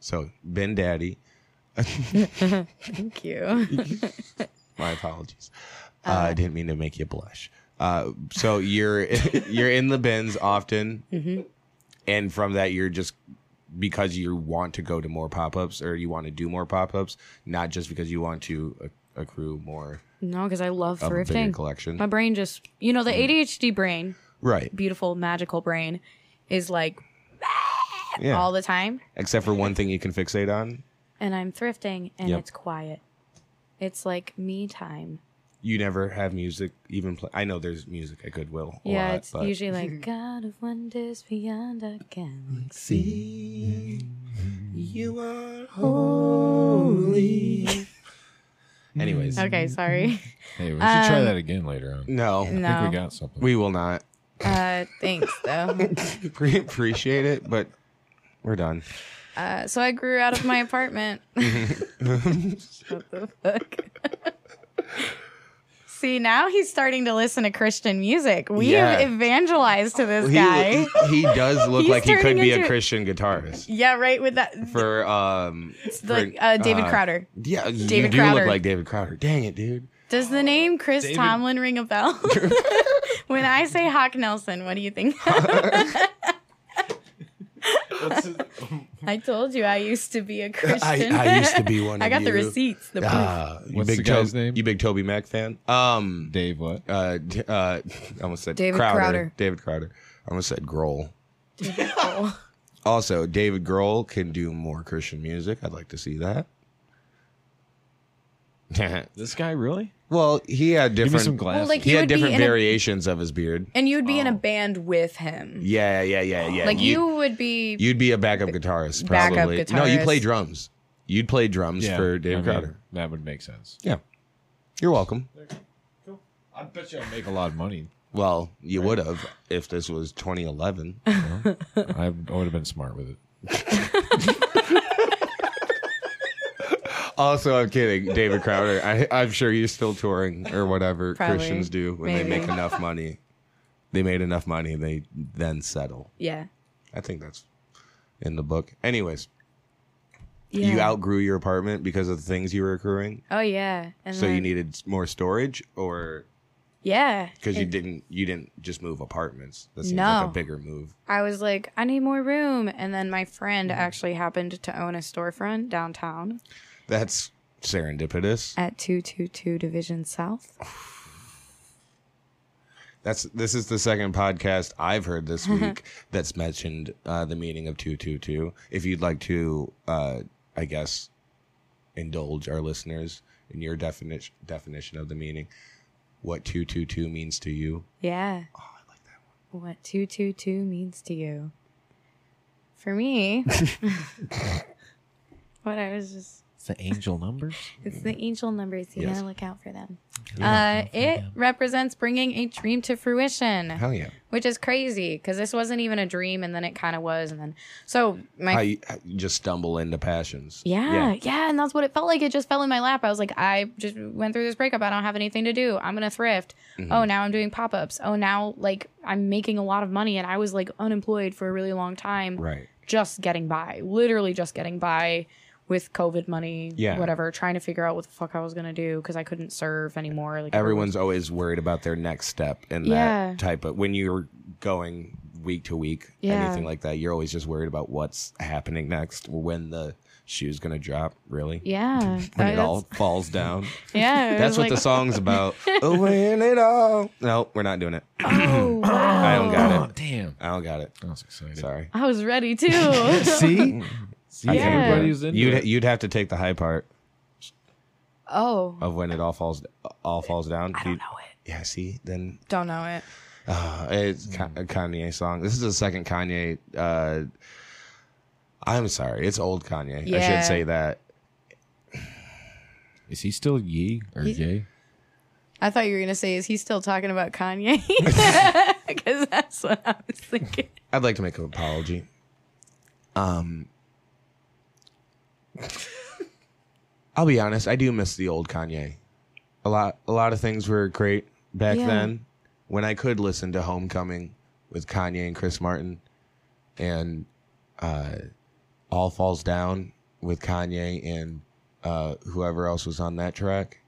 [SPEAKER 2] so Ben Daddy,
[SPEAKER 1] Thank you.
[SPEAKER 2] my apologies. Uh, I didn't mean to make you blush. Uh, so you're you're in the bins often, and from that you're just because you want to go to more pop ups or you want to do more pop ups, not just because you want to a- accrue more
[SPEAKER 1] no, because I love
[SPEAKER 2] of a Mm-hmm. bigger
[SPEAKER 1] thrifting.
[SPEAKER 2] collection,
[SPEAKER 1] My brain just, you know, the ADHD brain,
[SPEAKER 2] right?
[SPEAKER 1] beautiful, magical brain, is like
[SPEAKER 2] Yeah.
[SPEAKER 1] all the time.
[SPEAKER 2] Except for one thing you can fixate on,
[SPEAKER 1] And I'm thrifting and
[SPEAKER 2] Yep.
[SPEAKER 1] it's quiet. It's like me time.
[SPEAKER 2] you never have music even play. I know there's music at Goodwill. A
[SPEAKER 1] yeah,
[SPEAKER 2] lot,
[SPEAKER 1] it's
[SPEAKER 2] but
[SPEAKER 1] usually like God of Wonders beyond our galaxy.
[SPEAKER 2] see you are holy. Anyways,
[SPEAKER 1] Okay, sorry.
[SPEAKER 4] Hey, we should try that again later on.
[SPEAKER 2] no,
[SPEAKER 4] I think
[SPEAKER 1] No.
[SPEAKER 4] we got something.
[SPEAKER 2] we will not
[SPEAKER 1] Uh, thanks though.
[SPEAKER 2] Pre- appreciate it, but we're done.
[SPEAKER 1] Uh, so I grew out of my apartment. What the fuck? See, now he's starting to listen to Christian music. We
[SPEAKER 2] Yeah.
[SPEAKER 1] have evangelized to this
[SPEAKER 2] He,
[SPEAKER 1] guy.
[SPEAKER 2] he does look
[SPEAKER 1] He's
[SPEAKER 2] like he could
[SPEAKER 1] turning
[SPEAKER 2] be a
[SPEAKER 1] into-
[SPEAKER 2] Christian guitarist
[SPEAKER 1] yeah, right. With that,
[SPEAKER 2] for um for,
[SPEAKER 1] like uh, David Crowder.
[SPEAKER 2] Yeah, you
[SPEAKER 1] David
[SPEAKER 2] do look
[SPEAKER 1] Crowder.
[SPEAKER 2] like David Crowder. Dang it, dude.
[SPEAKER 1] Does the name Chris Tomlin ring a bell? when I say Hawk Nelson, what do you think? I told you I used to be a Christian.
[SPEAKER 2] I used to be one
[SPEAKER 1] I
[SPEAKER 2] of
[SPEAKER 1] got the
[SPEAKER 2] you.
[SPEAKER 1] receipts. The proof.
[SPEAKER 2] Ah, you
[SPEAKER 4] What's
[SPEAKER 2] big
[SPEAKER 4] the guy's
[SPEAKER 2] Tob-
[SPEAKER 4] name?
[SPEAKER 2] You big Toby Mac fan? Um,
[SPEAKER 4] Dave, what?
[SPEAKER 2] uh, d- uh, I almost said
[SPEAKER 1] David
[SPEAKER 2] Crowder.
[SPEAKER 1] Crowder.
[SPEAKER 2] David Crowder. I almost said Grohl.
[SPEAKER 1] Oh.
[SPEAKER 2] Also, David Grohl can do more Christian music. I'd like to see that.
[SPEAKER 4] This guy really?
[SPEAKER 2] well, he had
[SPEAKER 4] Give me
[SPEAKER 2] different.
[SPEAKER 4] some glasses.
[SPEAKER 1] Well, like-
[SPEAKER 2] he
[SPEAKER 1] You
[SPEAKER 2] had
[SPEAKER 1] would be
[SPEAKER 2] different
[SPEAKER 1] in a-
[SPEAKER 2] variations of his beard.
[SPEAKER 1] And you'd be in a band with him.
[SPEAKER 2] Oh. Yeah, yeah, yeah, yeah.
[SPEAKER 1] like you, would be
[SPEAKER 2] you'd be a backup guitarist,
[SPEAKER 1] Backup
[SPEAKER 2] probably. No, you
[SPEAKER 1] guitarist.
[SPEAKER 2] play drums. You'd play drums for
[SPEAKER 4] I
[SPEAKER 2] David
[SPEAKER 4] mean,
[SPEAKER 2] Crowder.
[SPEAKER 4] that would make sense.
[SPEAKER 2] yeah, you're welcome.
[SPEAKER 4] I bet you I make a lot of money.
[SPEAKER 2] Well, you would have if this was 2011.
[SPEAKER 4] I would have been smart with it.
[SPEAKER 2] Also, I'm kidding, David Crowder. I, I'm sure he's still touring or whatever
[SPEAKER 1] Probably.
[SPEAKER 2] Christians do when they
[SPEAKER 1] Maybe.
[SPEAKER 2] make enough money. They made enough money, they then settle.
[SPEAKER 1] yeah.
[SPEAKER 2] I think that's in the book. Anyways,
[SPEAKER 1] yeah.
[SPEAKER 2] you outgrew your apartment because of the things you were accruing,
[SPEAKER 1] Oh yeah. And
[SPEAKER 2] so you
[SPEAKER 1] then-
[SPEAKER 2] needed s- more storage, or
[SPEAKER 1] Yeah.
[SPEAKER 2] because you
[SPEAKER 1] And
[SPEAKER 2] didn't you didn't just move apartments. That seems like
[SPEAKER 1] No.
[SPEAKER 2] a bigger move.
[SPEAKER 1] I was like, I need more room, and then my friend
[SPEAKER 2] Mm-hmm.
[SPEAKER 1] actually happened to own a storefront downtown
[SPEAKER 2] That's serendipitous.
[SPEAKER 1] at two two two Division South.
[SPEAKER 2] That's this is the second podcast I've heard this week that's mentioned uh, the meaning of two two two. If you'd like to, uh, I guess, indulge our listeners in your definition definition of the meaning, what two two two means to you.
[SPEAKER 1] Yeah. Oh, I like that one. What two two two means to you? For me, what I was just
[SPEAKER 4] It's the angel numbers.
[SPEAKER 1] It's the angel numbers. You
[SPEAKER 2] Yes.
[SPEAKER 1] gotta look out for them. uh, it represents bringing a dream to fruition,
[SPEAKER 2] Hell yeah!
[SPEAKER 1] which is crazy because this wasn't even a dream, and then it kind of was, and then so my
[SPEAKER 2] How you, how you just stumble into passions.
[SPEAKER 1] yeah, yeah and that's what it felt like. It just fell in my lap. I was like, I just went through this breakup. I don't have anything to do. I'm gonna thrift.
[SPEAKER 2] Mm-hmm.
[SPEAKER 1] Oh, now I'm doing pop ups. Oh, now like I'm making a lot of money, and I was like unemployed for a really long time
[SPEAKER 2] right.
[SPEAKER 1] just getting by, literally just getting by with COVID money,
[SPEAKER 2] Yeah.
[SPEAKER 1] whatever, trying to figure out what the fuck I was gonna do because I couldn't serve anymore. Like
[SPEAKER 2] Everyone's always worried about their next step in
[SPEAKER 1] Yeah.
[SPEAKER 2] that type of when you're going week to week,
[SPEAKER 1] Yeah.
[SPEAKER 2] anything like that. You're always just worried about what's happening next, when the shoe's gonna drop. Really,
[SPEAKER 1] yeah,
[SPEAKER 2] when it
[SPEAKER 1] that's-
[SPEAKER 2] all falls down.
[SPEAKER 1] yeah, it
[SPEAKER 2] That's
[SPEAKER 1] was
[SPEAKER 2] what the
[SPEAKER 1] like,
[SPEAKER 2] song's Oh, about. when it all. No, we're not doing it.
[SPEAKER 1] Oh, wow.
[SPEAKER 2] I don't got it.
[SPEAKER 4] Oh, damn.
[SPEAKER 2] I don't got it.
[SPEAKER 4] I was excited.
[SPEAKER 2] Sorry.
[SPEAKER 1] I was ready too.
[SPEAKER 4] See, see,
[SPEAKER 2] I
[SPEAKER 1] Yeah.
[SPEAKER 2] can't do it.
[SPEAKER 4] everybody's into
[SPEAKER 2] You'd
[SPEAKER 4] it.
[SPEAKER 2] you'd have to take the high part
[SPEAKER 1] oh,
[SPEAKER 2] of when it all falls all falls down.
[SPEAKER 1] I
[SPEAKER 2] You-
[SPEAKER 1] don't know it.
[SPEAKER 2] Yeah. See, then
[SPEAKER 1] Don't know it.
[SPEAKER 2] Uh, it's Ka-
[SPEAKER 4] Mm.
[SPEAKER 2] a Kanye song. This is the second Kanye. Uh, I'm sorry, it's old Kanye. I
[SPEAKER 1] Yeah.
[SPEAKER 2] should say that.
[SPEAKER 4] Is he still Yee or
[SPEAKER 1] He-
[SPEAKER 4] Yay?
[SPEAKER 1] I thought you were gonna say, is he still talking about Kanye? Because that's what I was thinking.
[SPEAKER 2] I'd like to make an apology. Um, I'll be honest. I do miss the old Kanye. A lot, a lot of things were great back
[SPEAKER 1] Yeah.
[SPEAKER 2] then. When I could listen to Homecoming with Kanye and Chris Martin, and uh, All Falls Down with Kanye and uh, whoever else was on that track,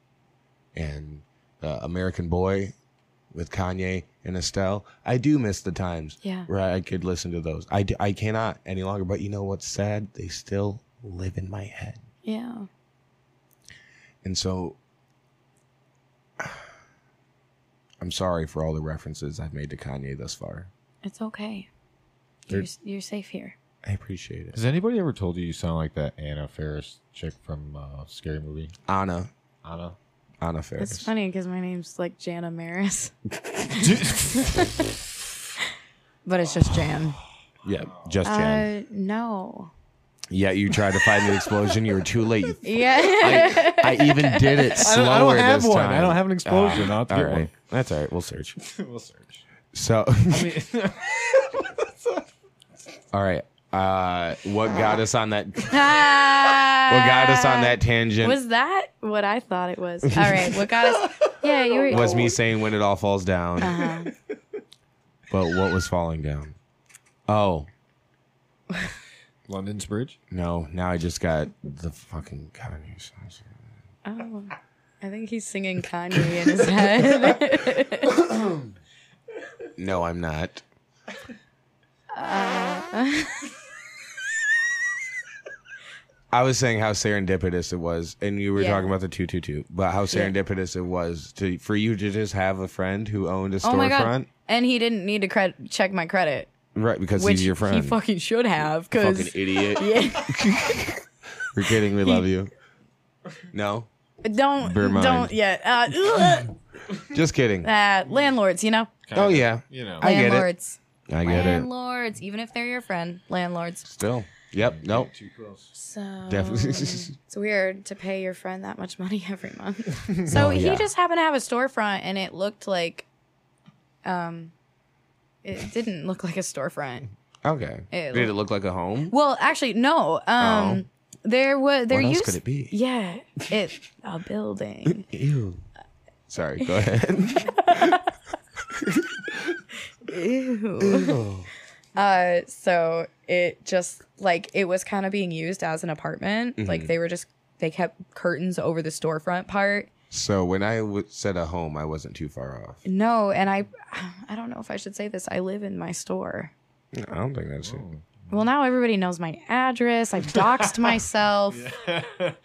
[SPEAKER 2] and uh, American Boy with Kanye and Estelle. I do miss the times
[SPEAKER 1] Yeah.
[SPEAKER 2] where I could listen to those. I, d- I cannot any longer, but you know what's sad? They still live in my head.
[SPEAKER 1] Yeah.
[SPEAKER 2] And so I'm sorry for all the references I've made to Kanye thus far.
[SPEAKER 1] It's okay.
[SPEAKER 4] There-
[SPEAKER 1] You're, you're safe here.
[SPEAKER 2] I appreciate it.
[SPEAKER 4] Has anybody ever told you you sound like that Anna Ferris chick from uh, Scary Movie?
[SPEAKER 2] Anna,
[SPEAKER 4] Anna.
[SPEAKER 2] Anna Ferris.
[SPEAKER 1] It's funny because my name's like Jana Maris, but it's just Jan.
[SPEAKER 2] Yeah, just Jan.
[SPEAKER 1] Uh, no.
[SPEAKER 2] yeah, you tried to find the explosion. You were too late. You
[SPEAKER 1] Yeah.
[SPEAKER 2] I even did it
[SPEAKER 4] I don't-
[SPEAKER 2] slower
[SPEAKER 4] I don't have
[SPEAKER 2] this
[SPEAKER 4] one.
[SPEAKER 2] time. Ah,
[SPEAKER 4] I don't have an explosion. I'll have to
[SPEAKER 2] all
[SPEAKER 4] get one.
[SPEAKER 2] right, that's all right. We'll search.
[SPEAKER 4] we'll search.
[SPEAKER 2] So,
[SPEAKER 4] I mean,
[SPEAKER 2] all right. Uh, what got us on that? What got
[SPEAKER 1] got
[SPEAKER 2] us
[SPEAKER 4] Uh,
[SPEAKER 2] on that tangent was,
[SPEAKER 1] Was that what I thought it was? All right. What got us? Yeah, you were.
[SPEAKER 2] me saying when it all falls down.
[SPEAKER 4] Uh,
[SPEAKER 1] Uh-huh.
[SPEAKER 2] But what was falling down? Oh
[SPEAKER 4] London's Bridge.
[SPEAKER 2] no! Now I just got the fucking Kanye songs.
[SPEAKER 1] Oh, I think he's singing Kanye in his head.
[SPEAKER 2] No, I'm not.
[SPEAKER 1] Oh
[SPEAKER 2] I was saying how serendipitous it was, and you were
[SPEAKER 1] Yeah.
[SPEAKER 2] talking about the two two two, but how serendipitous it was to for you to just have a friend who owned a
[SPEAKER 1] oh my
[SPEAKER 2] storefront,
[SPEAKER 1] god! And he didn't need to cred- check my credit,
[SPEAKER 2] right? Because
[SPEAKER 1] which
[SPEAKER 2] he's your friend.
[SPEAKER 1] he fucking should have.
[SPEAKER 2] fucking
[SPEAKER 1] Because
[SPEAKER 2] idiot.
[SPEAKER 1] yeah,
[SPEAKER 2] We're kidding. We love you. No,
[SPEAKER 1] don't
[SPEAKER 2] Bear mind.
[SPEAKER 1] don't yet. Uh, ugh.
[SPEAKER 2] just kidding.
[SPEAKER 1] uh, landlords, you know,
[SPEAKER 2] Oh yeah,
[SPEAKER 4] You know.
[SPEAKER 2] I get it.
[SPEAKER 1] landlords,
[SPEAKER 2] I get it.
[SPEAKER 1] landlords, even if they're your friend, landlords.
[SPEAKER 2] Still, yep. Nope.
[SPEAKER 4] Too close.
[SPEAKER 1] So
[SPEAKER 2] Definitely.
[SPEAKER 1] it's weird to pay your friend that much money every month. So
[SPEAKER 2] Oh, yeah.
[SPEAKER 1] he just happened to have a storefront, and it looked like, um, it didn't look like a storefront.
[SPEAKER 2] Okay.
[SPEAKER 1] It
[SPEAKER 2] Did it look like a home?
[SPEAKER 1] Well, actually, no. Um, there was there
[SPEAKER 2] Oh. What else
[SPEAKER 1] used
[SPEAKER 2] could it be?
[SPEAKER 1] yeah, it a building.
[SPEAKER 2] Ew. Sorry. Go ahead.
[SPEAKER 1] Ew. Uh, so it just like it was kind of being used as an apartment. Like
[SPEAKER 2] Mm-hmm.
[SPEAKER 1] they were just they kept curtains over the storefront part.
[SPEAKER 2] so when I w- said a home, I wasn't too far off.
[SPEAKER 1] No, and I, I don't know if I should say this. I live in my store.
[SPEAKER 2] I don't think that's it.
[SPEAKER 1] Well, now everybody knows my address. I've doxed myself.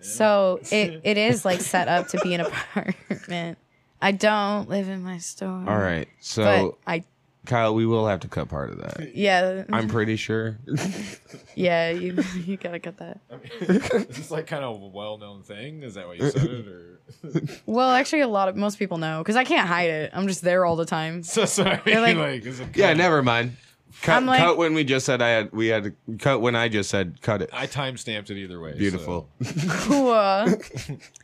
[SPEAKER 1] So it, it is like set up to be an apartment. I don't live in my store.
[SPEAKER 2] All right. So
[SPEAKER 1] But I,
[SPEAKER 2] Kyle, we will have to cut part of that.
[SPEAKER 1] yeah,
[SPEAKER 2] I'm pretty sure.
[SPEAKER 1] yeah, you, you gotta cut that.
[SPEAKER 4] Is this like kind of a well-known thing? Is that why you said it, or
[SPEAKER 1] Well, actually, a lot of most people know because I can't hide it. I'm just there all the time.
[SPEAKER 4] so sorry?
[SPEAKER 1] like-
[SPEAKER 4] Like, is it
[SPEAKER 2] yeah. Never mind. Cut,
[SPEAKER 1] I'm like-
[SPEAKER 2] cut when we just said I had. We had to cut when I just said cut it.
[SPEAKER 4] I time stamped it either way. so-
[SPEAKER 2] Beautiful.
[SPEAKER 1] Cool.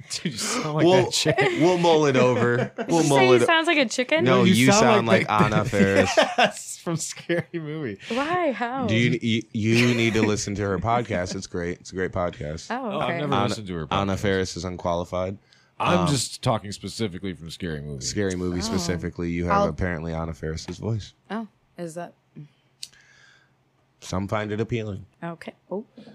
[SPEAKER 4] Dude, you sound like
[SPEAKER 2] we'll
[SPEAKER 4] that chick.
[SPEAKER 2] we'll mull it over. We'll
[SPEAKER 1] you say
[SPEAKER 2] mull
[SPEAKER 1] he
[SPEAKER 2] it.
[SPEAKER 1] sounds like a chicken?
[SPEAKER 2] No, you, sound, like,
[SPEAKER 4] the-
[SPEAKER 2] Anna Ferris.
[SPEAKER 4] Yes, from Scary Movie.
[SPEAKER 1] Why? How?
[SPEAKER 2] Do you, you you need to listen to her podcast? It's great. It's a great podcast.
[SPEAKER 1] Oh,
[SPEAKER 4] Oh,
[SPEAKER 1] okay.
[SPEAKER 4] I've never
[SPEAKER 2] Anna-
[SPEAKER 4] listened to her.
[SPEAKER 2] Anna
[SPEAKER 4] podcast.
[SPEAKER 2] Ferris is unqualified.
[SPEAKER 4] I'm
[SPEAKER 2] um,
[SPEAKER 4] just talking specifically from Scary Movie.
[SPEAKER 2] Scary movie
[SPEAKER 1] Oh.
[SPEAKER 2] specifically. You have
[SPEAKER 1] I'll-
[SPEAKER 2] apparently Anna Ferris's voice.
[SPEAKER 1] oh, is that
[SPEAKER 2] Some find it appealing.
[SPEAKER 1] okay? Oh,
[SPEAKER 4] just
[SPEAKER 1] Well,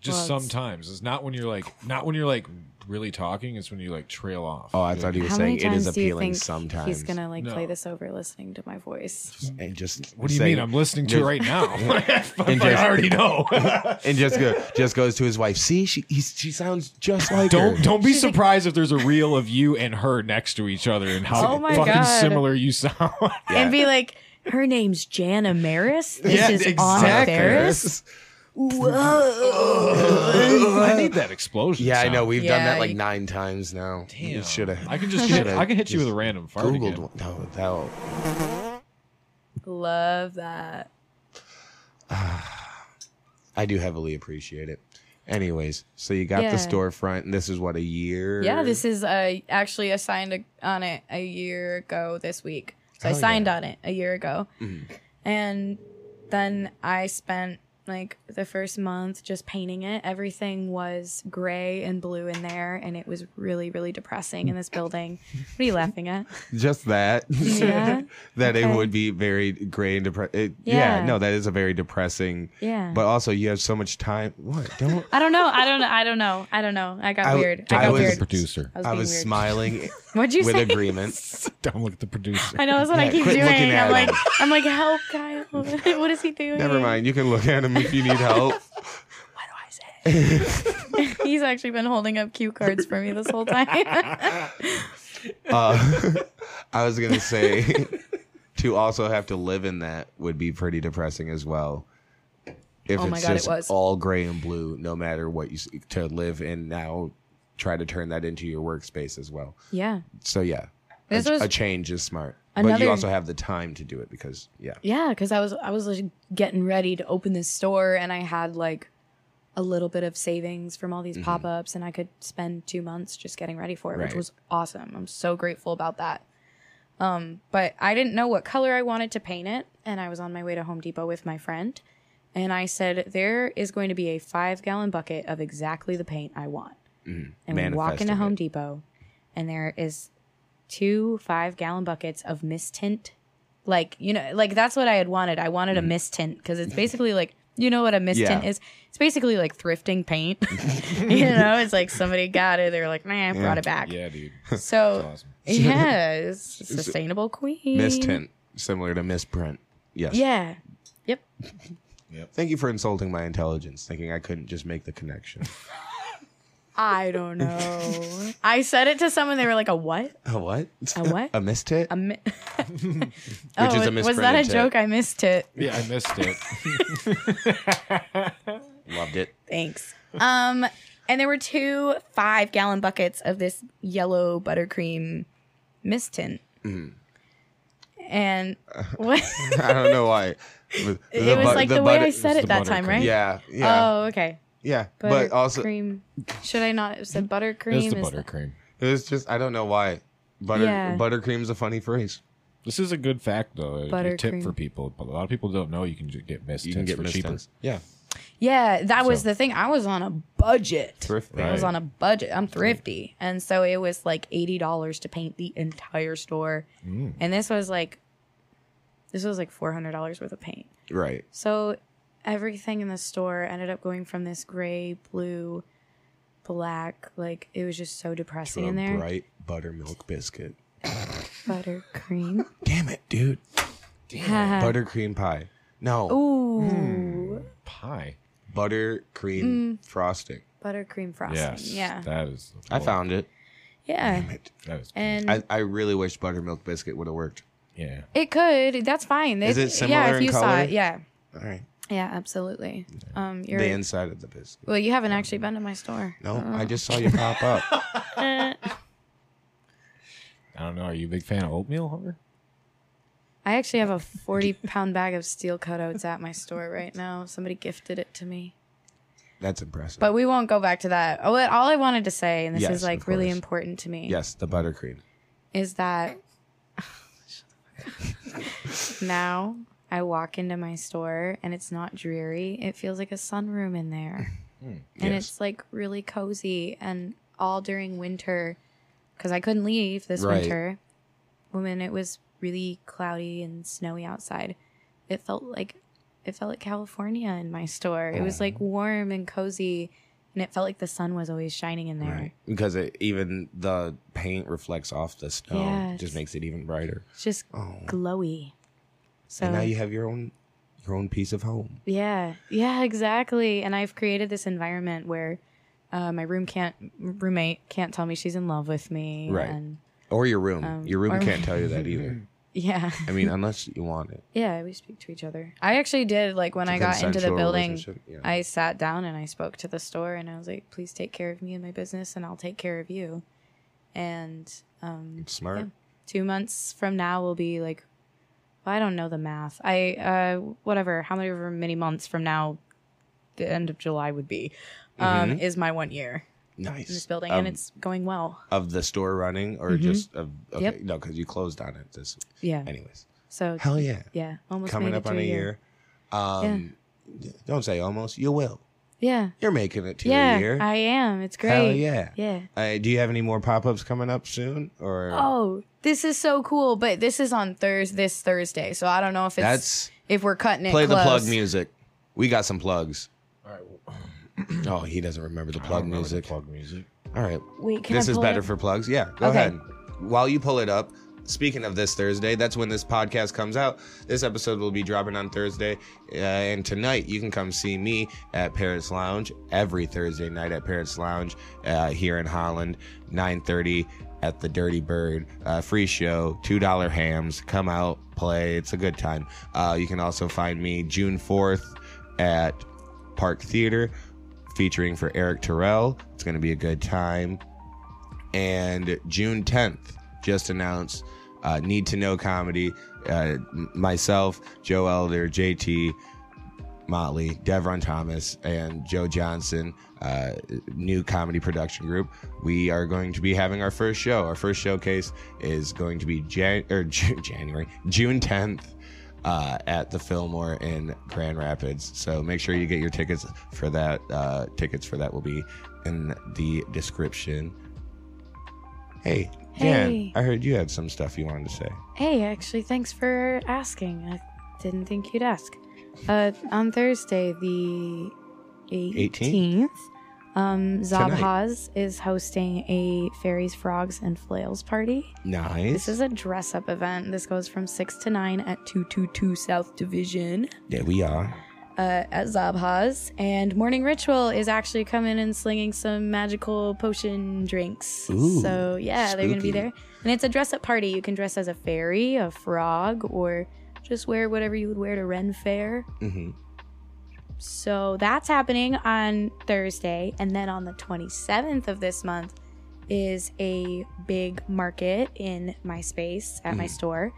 [SPEAKER 1] it's-
[SPEAKER 4] sometimes. It's not when you're like not when you're like really talking. It's when you like trail off.
[SPEAKER 2] Oh, I thought he was
[SPEAKER 1] how
[SPEAKER 2] saying
[SPEAKER 1] many
[SPEAKER 2] it
[SPEAKER 1] times
[SPEAKER 2] is
[SPEAKER 1] do you
[SPEAKER 2] appealing
[SPEAKER 1] think
[SPEAKER 2] sometimes.
[SPEAKER 1] he's gonna like
[SPEAKER 4] No.
[SPEAKER 1] play this over listening to my voice?
[SPEAKER 2] and just
[SPEAKER 4] What do you
[SPEAKER 2] say-
[SPEAKER 4] mean? I'm listening to it
[SPEAKER 2] just-
[SPEAKER 4] right now. I
[SPEAKER 2] just-
[SPEAKER 4] already know.
[SPEAKER 2] and just go, just goes to his wife. See, she he's, she sounds just like
[SPEAKER 4] don't
[SPEAKER 2] her.
[SPEAKER 4] don't be surprised if there's a reel of you and her next to each other and how
[SPEAKER 1] Oh my
[SPEAKER 4] fucking
[SPEAKER 1] God.
[SPEAKER 4] similar you sound.
[SPEAKER 1] and be like, her name's Jana Maris. This is Anna Faris.
[SPEAKER 4] I need that explosion.
[SPEAKER 2] Yeah, I
[SPEAKER 4] sound.
[SPEAKER 2] know. We've done
[SPEAKER 1] Yeah,
[SPEAKER 2] that like
[SPEAKER 1] you-
[SPEAKER 2] nine times now.
[SPEAKER 4] Damn.
[SPEAKER 2] Should have.
[SPEAKER 4] I can just hit,
[SPEAKER 2] Shoulda
[SPEAKER 4] I can hit you with a
[SPEAKER 2] just
[SPEAKER 4] random fart.
[SPEAKER 2] Googled
[SPEAKER 4] again.
[SPEAKER 2] one. No, that'll.
[SPEAKER 1] Love that.
[SPEAKER 2] I do heavily appreciate it. Anyways, so you got
[SPEAKER 1] Yeah.
[SPEAKER 2] the storefront, and this is what a year.
[SPEAKER 1] Yeah, this is uh, actually I signed a, on it a year ago this week. So I
[SPEAKER 2] Oh,
[SPEAKER 1] signed
[SPEAKER 2] yeah. Mm-hmm.
[SPEAKER 1] on it a year ago, and then I spent like the first month just painting it. Everything was gray and blue in there, and it was really really depressing in this building. what are you laughing at?
[SPEAKER 2] just that.
[SPEAKER 1] Yeah.
[SPEAKER 2] that
[SPEAKER 1] Okay.
[SPEAKER 2] it would be very gray and depressing. Yeah.
[SPEAKER 1] Yeah.
[SPEAKER 2] no, that is a very depressing.
[SPEAKER 1] Yeah.
[SPEAKER 2] But also, you have so much time. What? Don't.
[SPEAKER 1] I don't know. I don't. I don't know. I don't know. I got
[SPEAKER 2] I w-
[SPEAKER 1] weird.
[SPEAKER 2] I
[SPEAKER 1] I got
[SPEAKER 2] was-
[SPEAKER 4] Look at
[SPEAKER 1] weird.
[SPEAKER 4] the producer.
[SPEAKER 1] I was,
[SPEAKER 2] I
[SPEAKER 1] being
[SPEAKER 2] was
[SPEAKER 1] weird.
[SPEAKER 2] smiling
[SPEAKER 1] What'd you
[SPEAKER 2] with
[SPEAKER 1] say?
[SPEAKER 2] agreement.
[SPEAKER 4] Don't look at the producer.
[SPEAKER 1] I know that's what I
[SPEAKER 2] Yeah,
[SPEAKER 1] keep
[SPEAKER 2] quit
[SPEAKER 1] doing.
[SPEAKER 2] looking at
[SPEAKER 1] I'm
[SPEAKER 2] him.
[SPEAKER 1] like, I'm like, help, Kyle. what is he doing?
[SPEAKER 2] Never mind. You can look at him if you need help.
[SPEAKER 1] Why do I say? it? He's actually been holding up cue cards for me this whole time.
[SPEAKER 2] Uh, I was gonna say to also have to live in that would be pretty depressing as well. If
[SPEAKER 1] Oh my
[SPEAKER 2] it's
[SPEAKER 1] God, it
[SPEAKER 2] just
[SPEAKER 1] was.
[SPEAKER 2] all gray and blue, no matter what you s- to live in now, try to turn that into your workspace as well.
[SPEAKER 1] yeah.
[SPEAKER 2] So yeah,
[SPEAKER 1] This
[SPEAKER 2] a,
[SPEAKER 1] was-
[SPEAKER 2] a change is smart, but you
[SPEAKER 1] Another-
[SPEAKER 2] also have the time to do it because yeah,
[SPEAKER 1] Yeah, because I was I was like getting ready to open this store, and I had like a little bit of savings from all these pop ups, and I could spend two months just getting ready for it, which
[SPEAKER 2] Mm-hmm. Right.
[SPEAKER 1] was awesome. I'm so grateful about that. Um, but I didn't know what color I wanted to paint it, and I was on my way to Home Depot with my friend, and I said there is going to be a five gallon bucket of exactly the paint I want, and we walk into
[SPEAKER 2] Manifesting
[SPEAKER 1] Home
[SPEAKER 2] Mm-hmm. it.
[SPEAKER 1] Depot, and there is two five gallon buckets of mist tint like you know like that's what i had wanted i wanted a mist tint because it's basically like you know what a mist
[SPEAKER 2] Yeah.
[SPEAKER 1] tint is it's basically like thrifting paint you know it's like somebody got it they're like nah i brought it back
[SPEAKER 4] yeah, dude.
[SPEAKER 1] so
[SPEAKER 4] awesome.
[SPEAKER 1] yeah it's sustainable queen
[SPEAKER 2] mistint similar to misprint. Yes.
[SPEAKER 1] yeah yep
[SPEAKER 2] Thank you for insulting my intelligence, thinking I couldn't just make the connection.
[SPEAKER 1] i don't know i said it to someone they were like a what
[SPEAKER 2] A what?
[SPEAKER 1] a what Um,
[SPEAKER 2] A mistit?
[SPEAKER 1] a mi-
[SPEAKER 2] a
[SPEAKER 1] oh, was that a
[SPEAKER 2] misprinted
[SPEAKER 1] joke i missed it
[SPEAKER 4] Yeah, I missed it.
[SPEAKER 2] Loved it.
[SPEAKER 1] Thanks. Um, and there were two five gallon buckets of this yellow buttercream mist tint.
[SPEAKER 2] Mm-hmm.
[SPEAKER 1] And what?
[SPEAKER 2] I don't know why. The
[SPEAKER 1] it was
[SPEAKER 2] bu-
[SPEAKER 1] like the, way
[SPEAKER 2] butter-
[SPEAKER 1] I said
[SPEAKER 4] it's
[SPEAKER 1] it
[SPEAKER 4] the
[SPEAKER 1] that time,
[SPEAKER 4] buttercream.
[SPEAKER 1] right?
[SPEAKER 2] Yeah, yeah,
[SPEAKER 1] Oh, okay.
[SPEAKER 2] yeah. But also, it
[SPEAKER 1] Buttercream. Should I not have said buttercream?
[SPEAKER 4] It's the
[SPEAKER 1] Is
[SPEAKER 4] buttercream.
[SPEAKER 2] was just I don't know why. Butter
[SPEAKER 1] Yeah.
[SPEAKER 2] buttercream's a funny phrase.
[SPEAKER 4] This is a good fact, though. A tip
[SPEAKER 1] Buttercream.
[SPEAKER 4] for people. But a lot of people don't know you can ju- get mist
[SPEAKER 2] You can
[SPEAKER 4] tints
[SPEAKER 2] get
[SPEAKER 4] for
[SPEAKER 2] mist
[SPEAKER 4] cheaper.
[SPEAKER 2] tints. Yeah,
[SPEAKER 1] Yeah, that was
[SPEAKER 4] So-
[SPEAKER 1] the thing. I was on a budget.
[SPEAKER 2] thrift
[SPEAKER 1] I was
[SPEAKER 4] Right.
[SPEAKER 1] on a budget. I'm thrifty. And so it was like $80 to paint the entire store.
[SPEAKER 4] Mm.
[SPEAKER 1] And this was like this was like $400 worth of paint.
[SPEAKER 2] Right.
[SPEAKER 1] So everything in the store ended up going from this gray, blue, black, like it was just so depressing in there.
[SPEAKER 2] bright buttermilk biscuit.
[SPEAKER 1] Buttercream.
[SPEAKER 2] Damn it, dude.
[SPEAKER 1] Haha.
[SPEAKER 2] Buttercream pie. No,
[SPEAKER 1] Ooh.
[SPEAKER 2] Hmm.
[SPEAKER 4] Pie.
[SPEAKER 2] buttercream
[SPEAKER 1] Mm.
[SPEAKER 2] frosting.
[SPEAKER 1] Buttercream frosting.
[SPEAKER 4] Yes.
[SPEAKER 1] Yeah.
[SPEAKER 4] That is.
[SPEAKER 2] I found it.
[SPEAKER 1] yeah.
[SPEAKER 2] Damn it.
[SPEAKER 4] That is.
[SPEAKER 1] And
[SPEAKER 2] I, I really wish buttermilk biscuit would have worked.
[SPEAKER 4] yeah.
[SPEAKER 1] it could. That's fine.
[SPEAKER 2] Is it
[SPEAKER 1] yeah,
[SPEAKER 2] similar
[SPEAKER 1] if
[SPEAKER 2] in
[SPEAKER 1] you saw
[SPEAKER 2] color?
[SPEAKER 1] it. Yeah.
[SPEAKER 2] All right.
[SPEAKER 1] Yeah, absolutely. Um you're
[SPEAKER 2] The inside of the biscuit.
[SPEAKER 1] well, you haven't actually been to my store.
[SPEAKER 2] No, I just saw you pop up.
[SPEAKER 1] Uh,
[SPEAKER 4] I don't know. Are you a big fan of oatmeal, Hunter?
[SPEAKER 1] I actually have a 40 pound bag of steel cut oats at my store right now. Somebody gifted it to me.
[SPEAKER 2] That's impressive.
[SPEAKER 1] But we won't go back to that. Oh, All I wanted to say, and this
[SPEAKER 2] Yes,
[SPEAKER 1] is like
[SPEAKER 2] of
[SPEAKER 1] really
[SPEAKER 2] course.
[SPEAKER 1] important to me,
[SPEAKER 2] yes, the buttercream.
[SPEAKER 1] is that now I walk into my store and it's not dreary. It feels like a sunroom in there. and
[SPEAKER 2] Hmm. yes.
[SPEAKER 1] it's like really cozy and all during winter because I couldn't leave this
[SPEAKER 2] Right.
[SPEAKER 1] winter. When it was really cloudy and snowy outside, it felt like it felt like California in my store. It was like
[SPEAKER 2] Oh.
[SPEAKER 1] warm and cozy, and it felt like the sun was always shining in there.
[SPEAKER 2] Right. Because it, even the paint reflects off the snow,
[SPEAKER 1] Yeah,
[SPEAKER 2] It just
[SPEAKER 1] it's-
[SPEAKER 2] makes it even brighter.
[SPEAKER 1] It's just glowy. So
[SPEAKER 2] and now you have your own your own piece of home.
[SPEAKER 1] Yeah, yeah, exactly. And I've created this environment where uh, my room can't roommate can't tell me she's in love with me.
[SPEAKER 2] Right.
[SPEAKER 1] And
[SPEAKER 2] Or your room. your room
[SPEAKER 1] Um, or-
[SPEAKER 2] can't tell you that either.
[SPEAKER 1] Yeah.
[SPEAKER 2] I mean, unless you want it.
[SPEAKER 1] Yeah, we speak to each other. I actually did like when
[SPEAKER 2] It's a
[SPEAKER 1] I got into the
[SPEAKER 2] consensual
[SPEAKER 1] building,
[SPEAKER 2] relationship, yeah.
[SPEAKER 1] I sat down and I spoke to the store and I was like, "Please take care of me and my business, and I'll take care of you." And um,
[SPEAKER 2] It's smart.
[SPEAKER 1] yeah. two months from now will be like, well, I don't know the math. I uh, whatever, how many many months from now, the end of July would be, um, is my one year
[SPEAKER 2] Nice.
[SPEAKER 1] in this building,
[SPEAKER 2] Mm-hmm. Um,
[SPEAKER 1] and it's going well.
[SPEAKER 2] of the store running or just of okay,
[SPEAKER 1] Yep.
[SPEAKER 2] no, because you closed on it. This,
[SPEAKER 1] Yeah.
[SPEAKER 2] anyways.
[SPEAKER 1] So
[SPEAKER 2] Hell yeah!
[SPEAKER 1] yeah, almost
[SPEAKER 2] Coming
[SPEAKER 1] made it
[SPEAKER 2] up
[SPEAKER 1] to
[SPEAKER 2] on a year. Um, Don't say almost. You will.
[SPEAKER 1] Yeah.
[SPEAKER 2] You're making it to
[SPEAKER 1] Yeah,
[SPEAKER 2] a year.
[SPEAKER 1] I am. It's great.
[SPEAKER 2] Hell yeah!
[SPEAKER 1] Yeah.
[SPEAKER 2] Uh, do you have any more pop ups coming up soon? Or
[SPEAKER 1] Oh, this is so cool. But this is on Thurs this Thursday, so I don't know if it's
[SPEAKER 2] that's
[SPEAKER 1] if we're cutting it.
[SPEAKER 2] play the
[SPEAKER 1] close.
[SPEAKER 2] plug music. We got some plugs.
[SPEAKER 4] All right. well,
[SPEAKER 2] Oh, he doesn't remember the
[SPEAKER 4] I don't
[SPEAKER 2] plug
[SPEAKER 4] remember the
[SPEAKER 2] music.
[SPEAKER 4] Plug music.
[SPEAKER 2] All right,
[SPEAKER 1] Wait, can
[SPEAKER 2] this
[SPEAKER 1] I
[SPEAKER 2] is
[SPEAKER 1] pull
[SPEAKER 2] better
[SPEAKER 1] it?
[SPEAKER 2] for plugs. Yeah, go
[SPEAKER 1] Okay.
[SPEAKER 2] ahead. While you pull it up, speaking of this Thursday, that's when this podcast comes out. This episode will be dropping on Thursday. Uh, and tonight, you can come see me at Parrots Lounge every Thursday night at Parrots Lounge uh, here in Holland, 9.30 at the Dirty Bird. Uh, free show, $2 hams. Come out, play. It's a good time. Uh, you can also find me June 4th at Park Theater featuring for Eric Terrell. It's going to be a good time and June 10th just announced uh, Need to Know Comedy. Uh, m- myself, Joe Elder, JT Motley, Devron Thomas, and Joe Johnson, uh, new comedy production group. We are going to be having our first show. Our first showcase is going to be Jan- or Ju- January, June 10th. Uh, at the Fillmore in Grand Rapids. So make sure you get your tickets for that. Uh, tickets for that will be in the description. Hey, Jan,
[SPEAKER 1] Hey.
[SPEAKER 2] I heard you had some stuff you wanted to say.
[SPEAKER 1] Hey, actually, thanks for asking. I didn't think you'd ask. Uh, on Thursday, the 18th, um, Zob
[SPEAKER 2] Tonight.
[SPEAKER 1] Haas is hosting a Fairies, Frogs, and Flails party.
[SPEAKER 2] Nice.
[SPEAKER 1] This is a dress up event. This goes from 6 to 9 at 222 South Division.
[SPEAKER 2] There we are.
[SPEAKER 1] uh, at Zabha's, and Morning Ritual is actually coming and slinging some magical potion drinks.
[SPEAKER 2] Ooh,
[SPEAKER 1] so yeah, they're gonna be
[SPEAKER 2] spooky.
[SPEAKER 1] there, and it's a dress-up party. You can dress as a fairy, a frog, or just wear whatever you would wear to Ren Fair.
[SPEAKER 2] hmm
[SPEAKER 1] So that's happening on Thursday, and then on the 27th of this month is a big market in my space at my
[SPEAKER 2] Mm.
[SPEAKER 1] store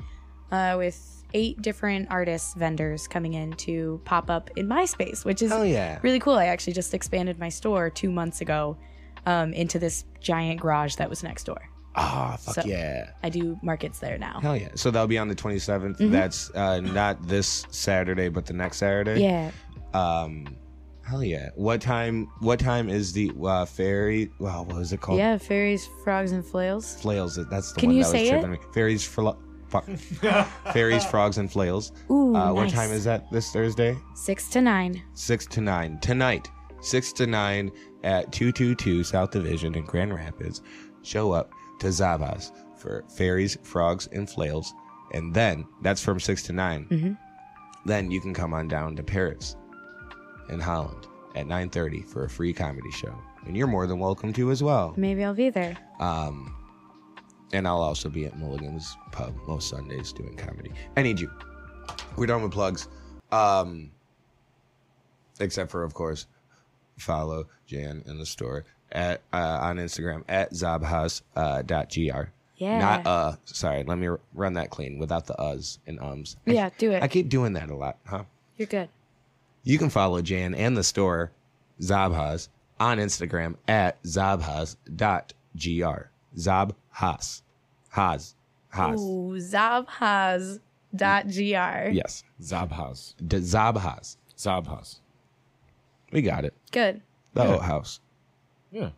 [SPEAKER 1] uh, with eight different artists vendors coming in to pop up in my space, which is
[SPEAKER 2] Hell yeah.
[SPEAKER 1] really cool. I actually just expanded my store two months ago um, into this giant garage that was next door.
[SPEAKER 2] Ah, fuck
[SPEAKER 1] So- Oh.
[SPEAKER 2] yeah.
[SPEAKER 1] I do markets there now.
[SPEAKER 2] Hell yeah. So that'll be on the 27th.
[SPEAKER 1] Mm-hmm.
[SPEAKER 2] That's uh, not this Saturday, but the next Saturday.
[SPEAKER 1] Yeah,
[SPEAKER 2] Um, hell yeah. What time What time is the uh, fairy? Wow, what was it called?
[SPEAKER 1] yeah, fairies, frogs, and flails.
[SPEAKER 2] Flails. That's the
[SPEAKER 1] Can
[SPEAKER 2] one
[SPEAKER 1] you
[SPEAKER 2] that
[SPEAKER 1] say
[SPEAKER 2] was
[SPEAKER 1] it?
[SPEAKER 2] tripping me. Fairies, fro- fuck. fairies, frogs, and flails.
[SPEAKER 1] Ooh,
[SPEAKER 2] Uh,
[SPEAKER 1] nice.
[SPEAKER 2] What time is that this Thursday?
[SPEAKER 1] six to nine?
[SPEAKER 2] 6 to 9 tonight 6 to 9 at 222 south division in grand rapids show up to zavas for fairies frogs and flails and then that's from 6 to 9
[SPEAKER 1] Mhm.
[SPEAKER 2] then you can come on down to paris in holland at 9.30 for a free comedy show and you're more than welcome to as well
[SPEAKER 1] Maybe I'll be there.
[SPEAKER 2] um, and I'll also be at Mulligan's Pub most Sundays doing comedy. I need you. We're done with plugs. Um, except for, of course, follow Jan in the store at uh, on Instagram at zabhas.gr. Uh, dot gr.
[SPEAKER 1] Yeah.
[SPEAKER 2] Not uh. Sorry, let me r- run that clean without the uhs and ums. I-
[SPEAKER 1] Yeah, do it.
[SPEAKER 2] I keep doing that a lot, huh?
[SPEAKER 1] You're good.
[SPEAKER 2] You can follow Jan and the store, Zabhas, on Instagram at zabhas.gr. Zabhas. Has. Has.
[SPEAKER 1] Ooh, zabhas.gr.
[SPEAKER 2] Yes.
[SPEAKER 4] Zabhaus.
[SPEAKER 2] D- Zabhas.
[SPEAKER 4] Zabhaus.
[SPEAKER 2] We got it.
[SPEAKER 1] Good.
[SPEAKER 2] The
[SPEAKER 4] Yeah.
[SPEAKER 2] oat house.
[SPEAKER 4] Yeah.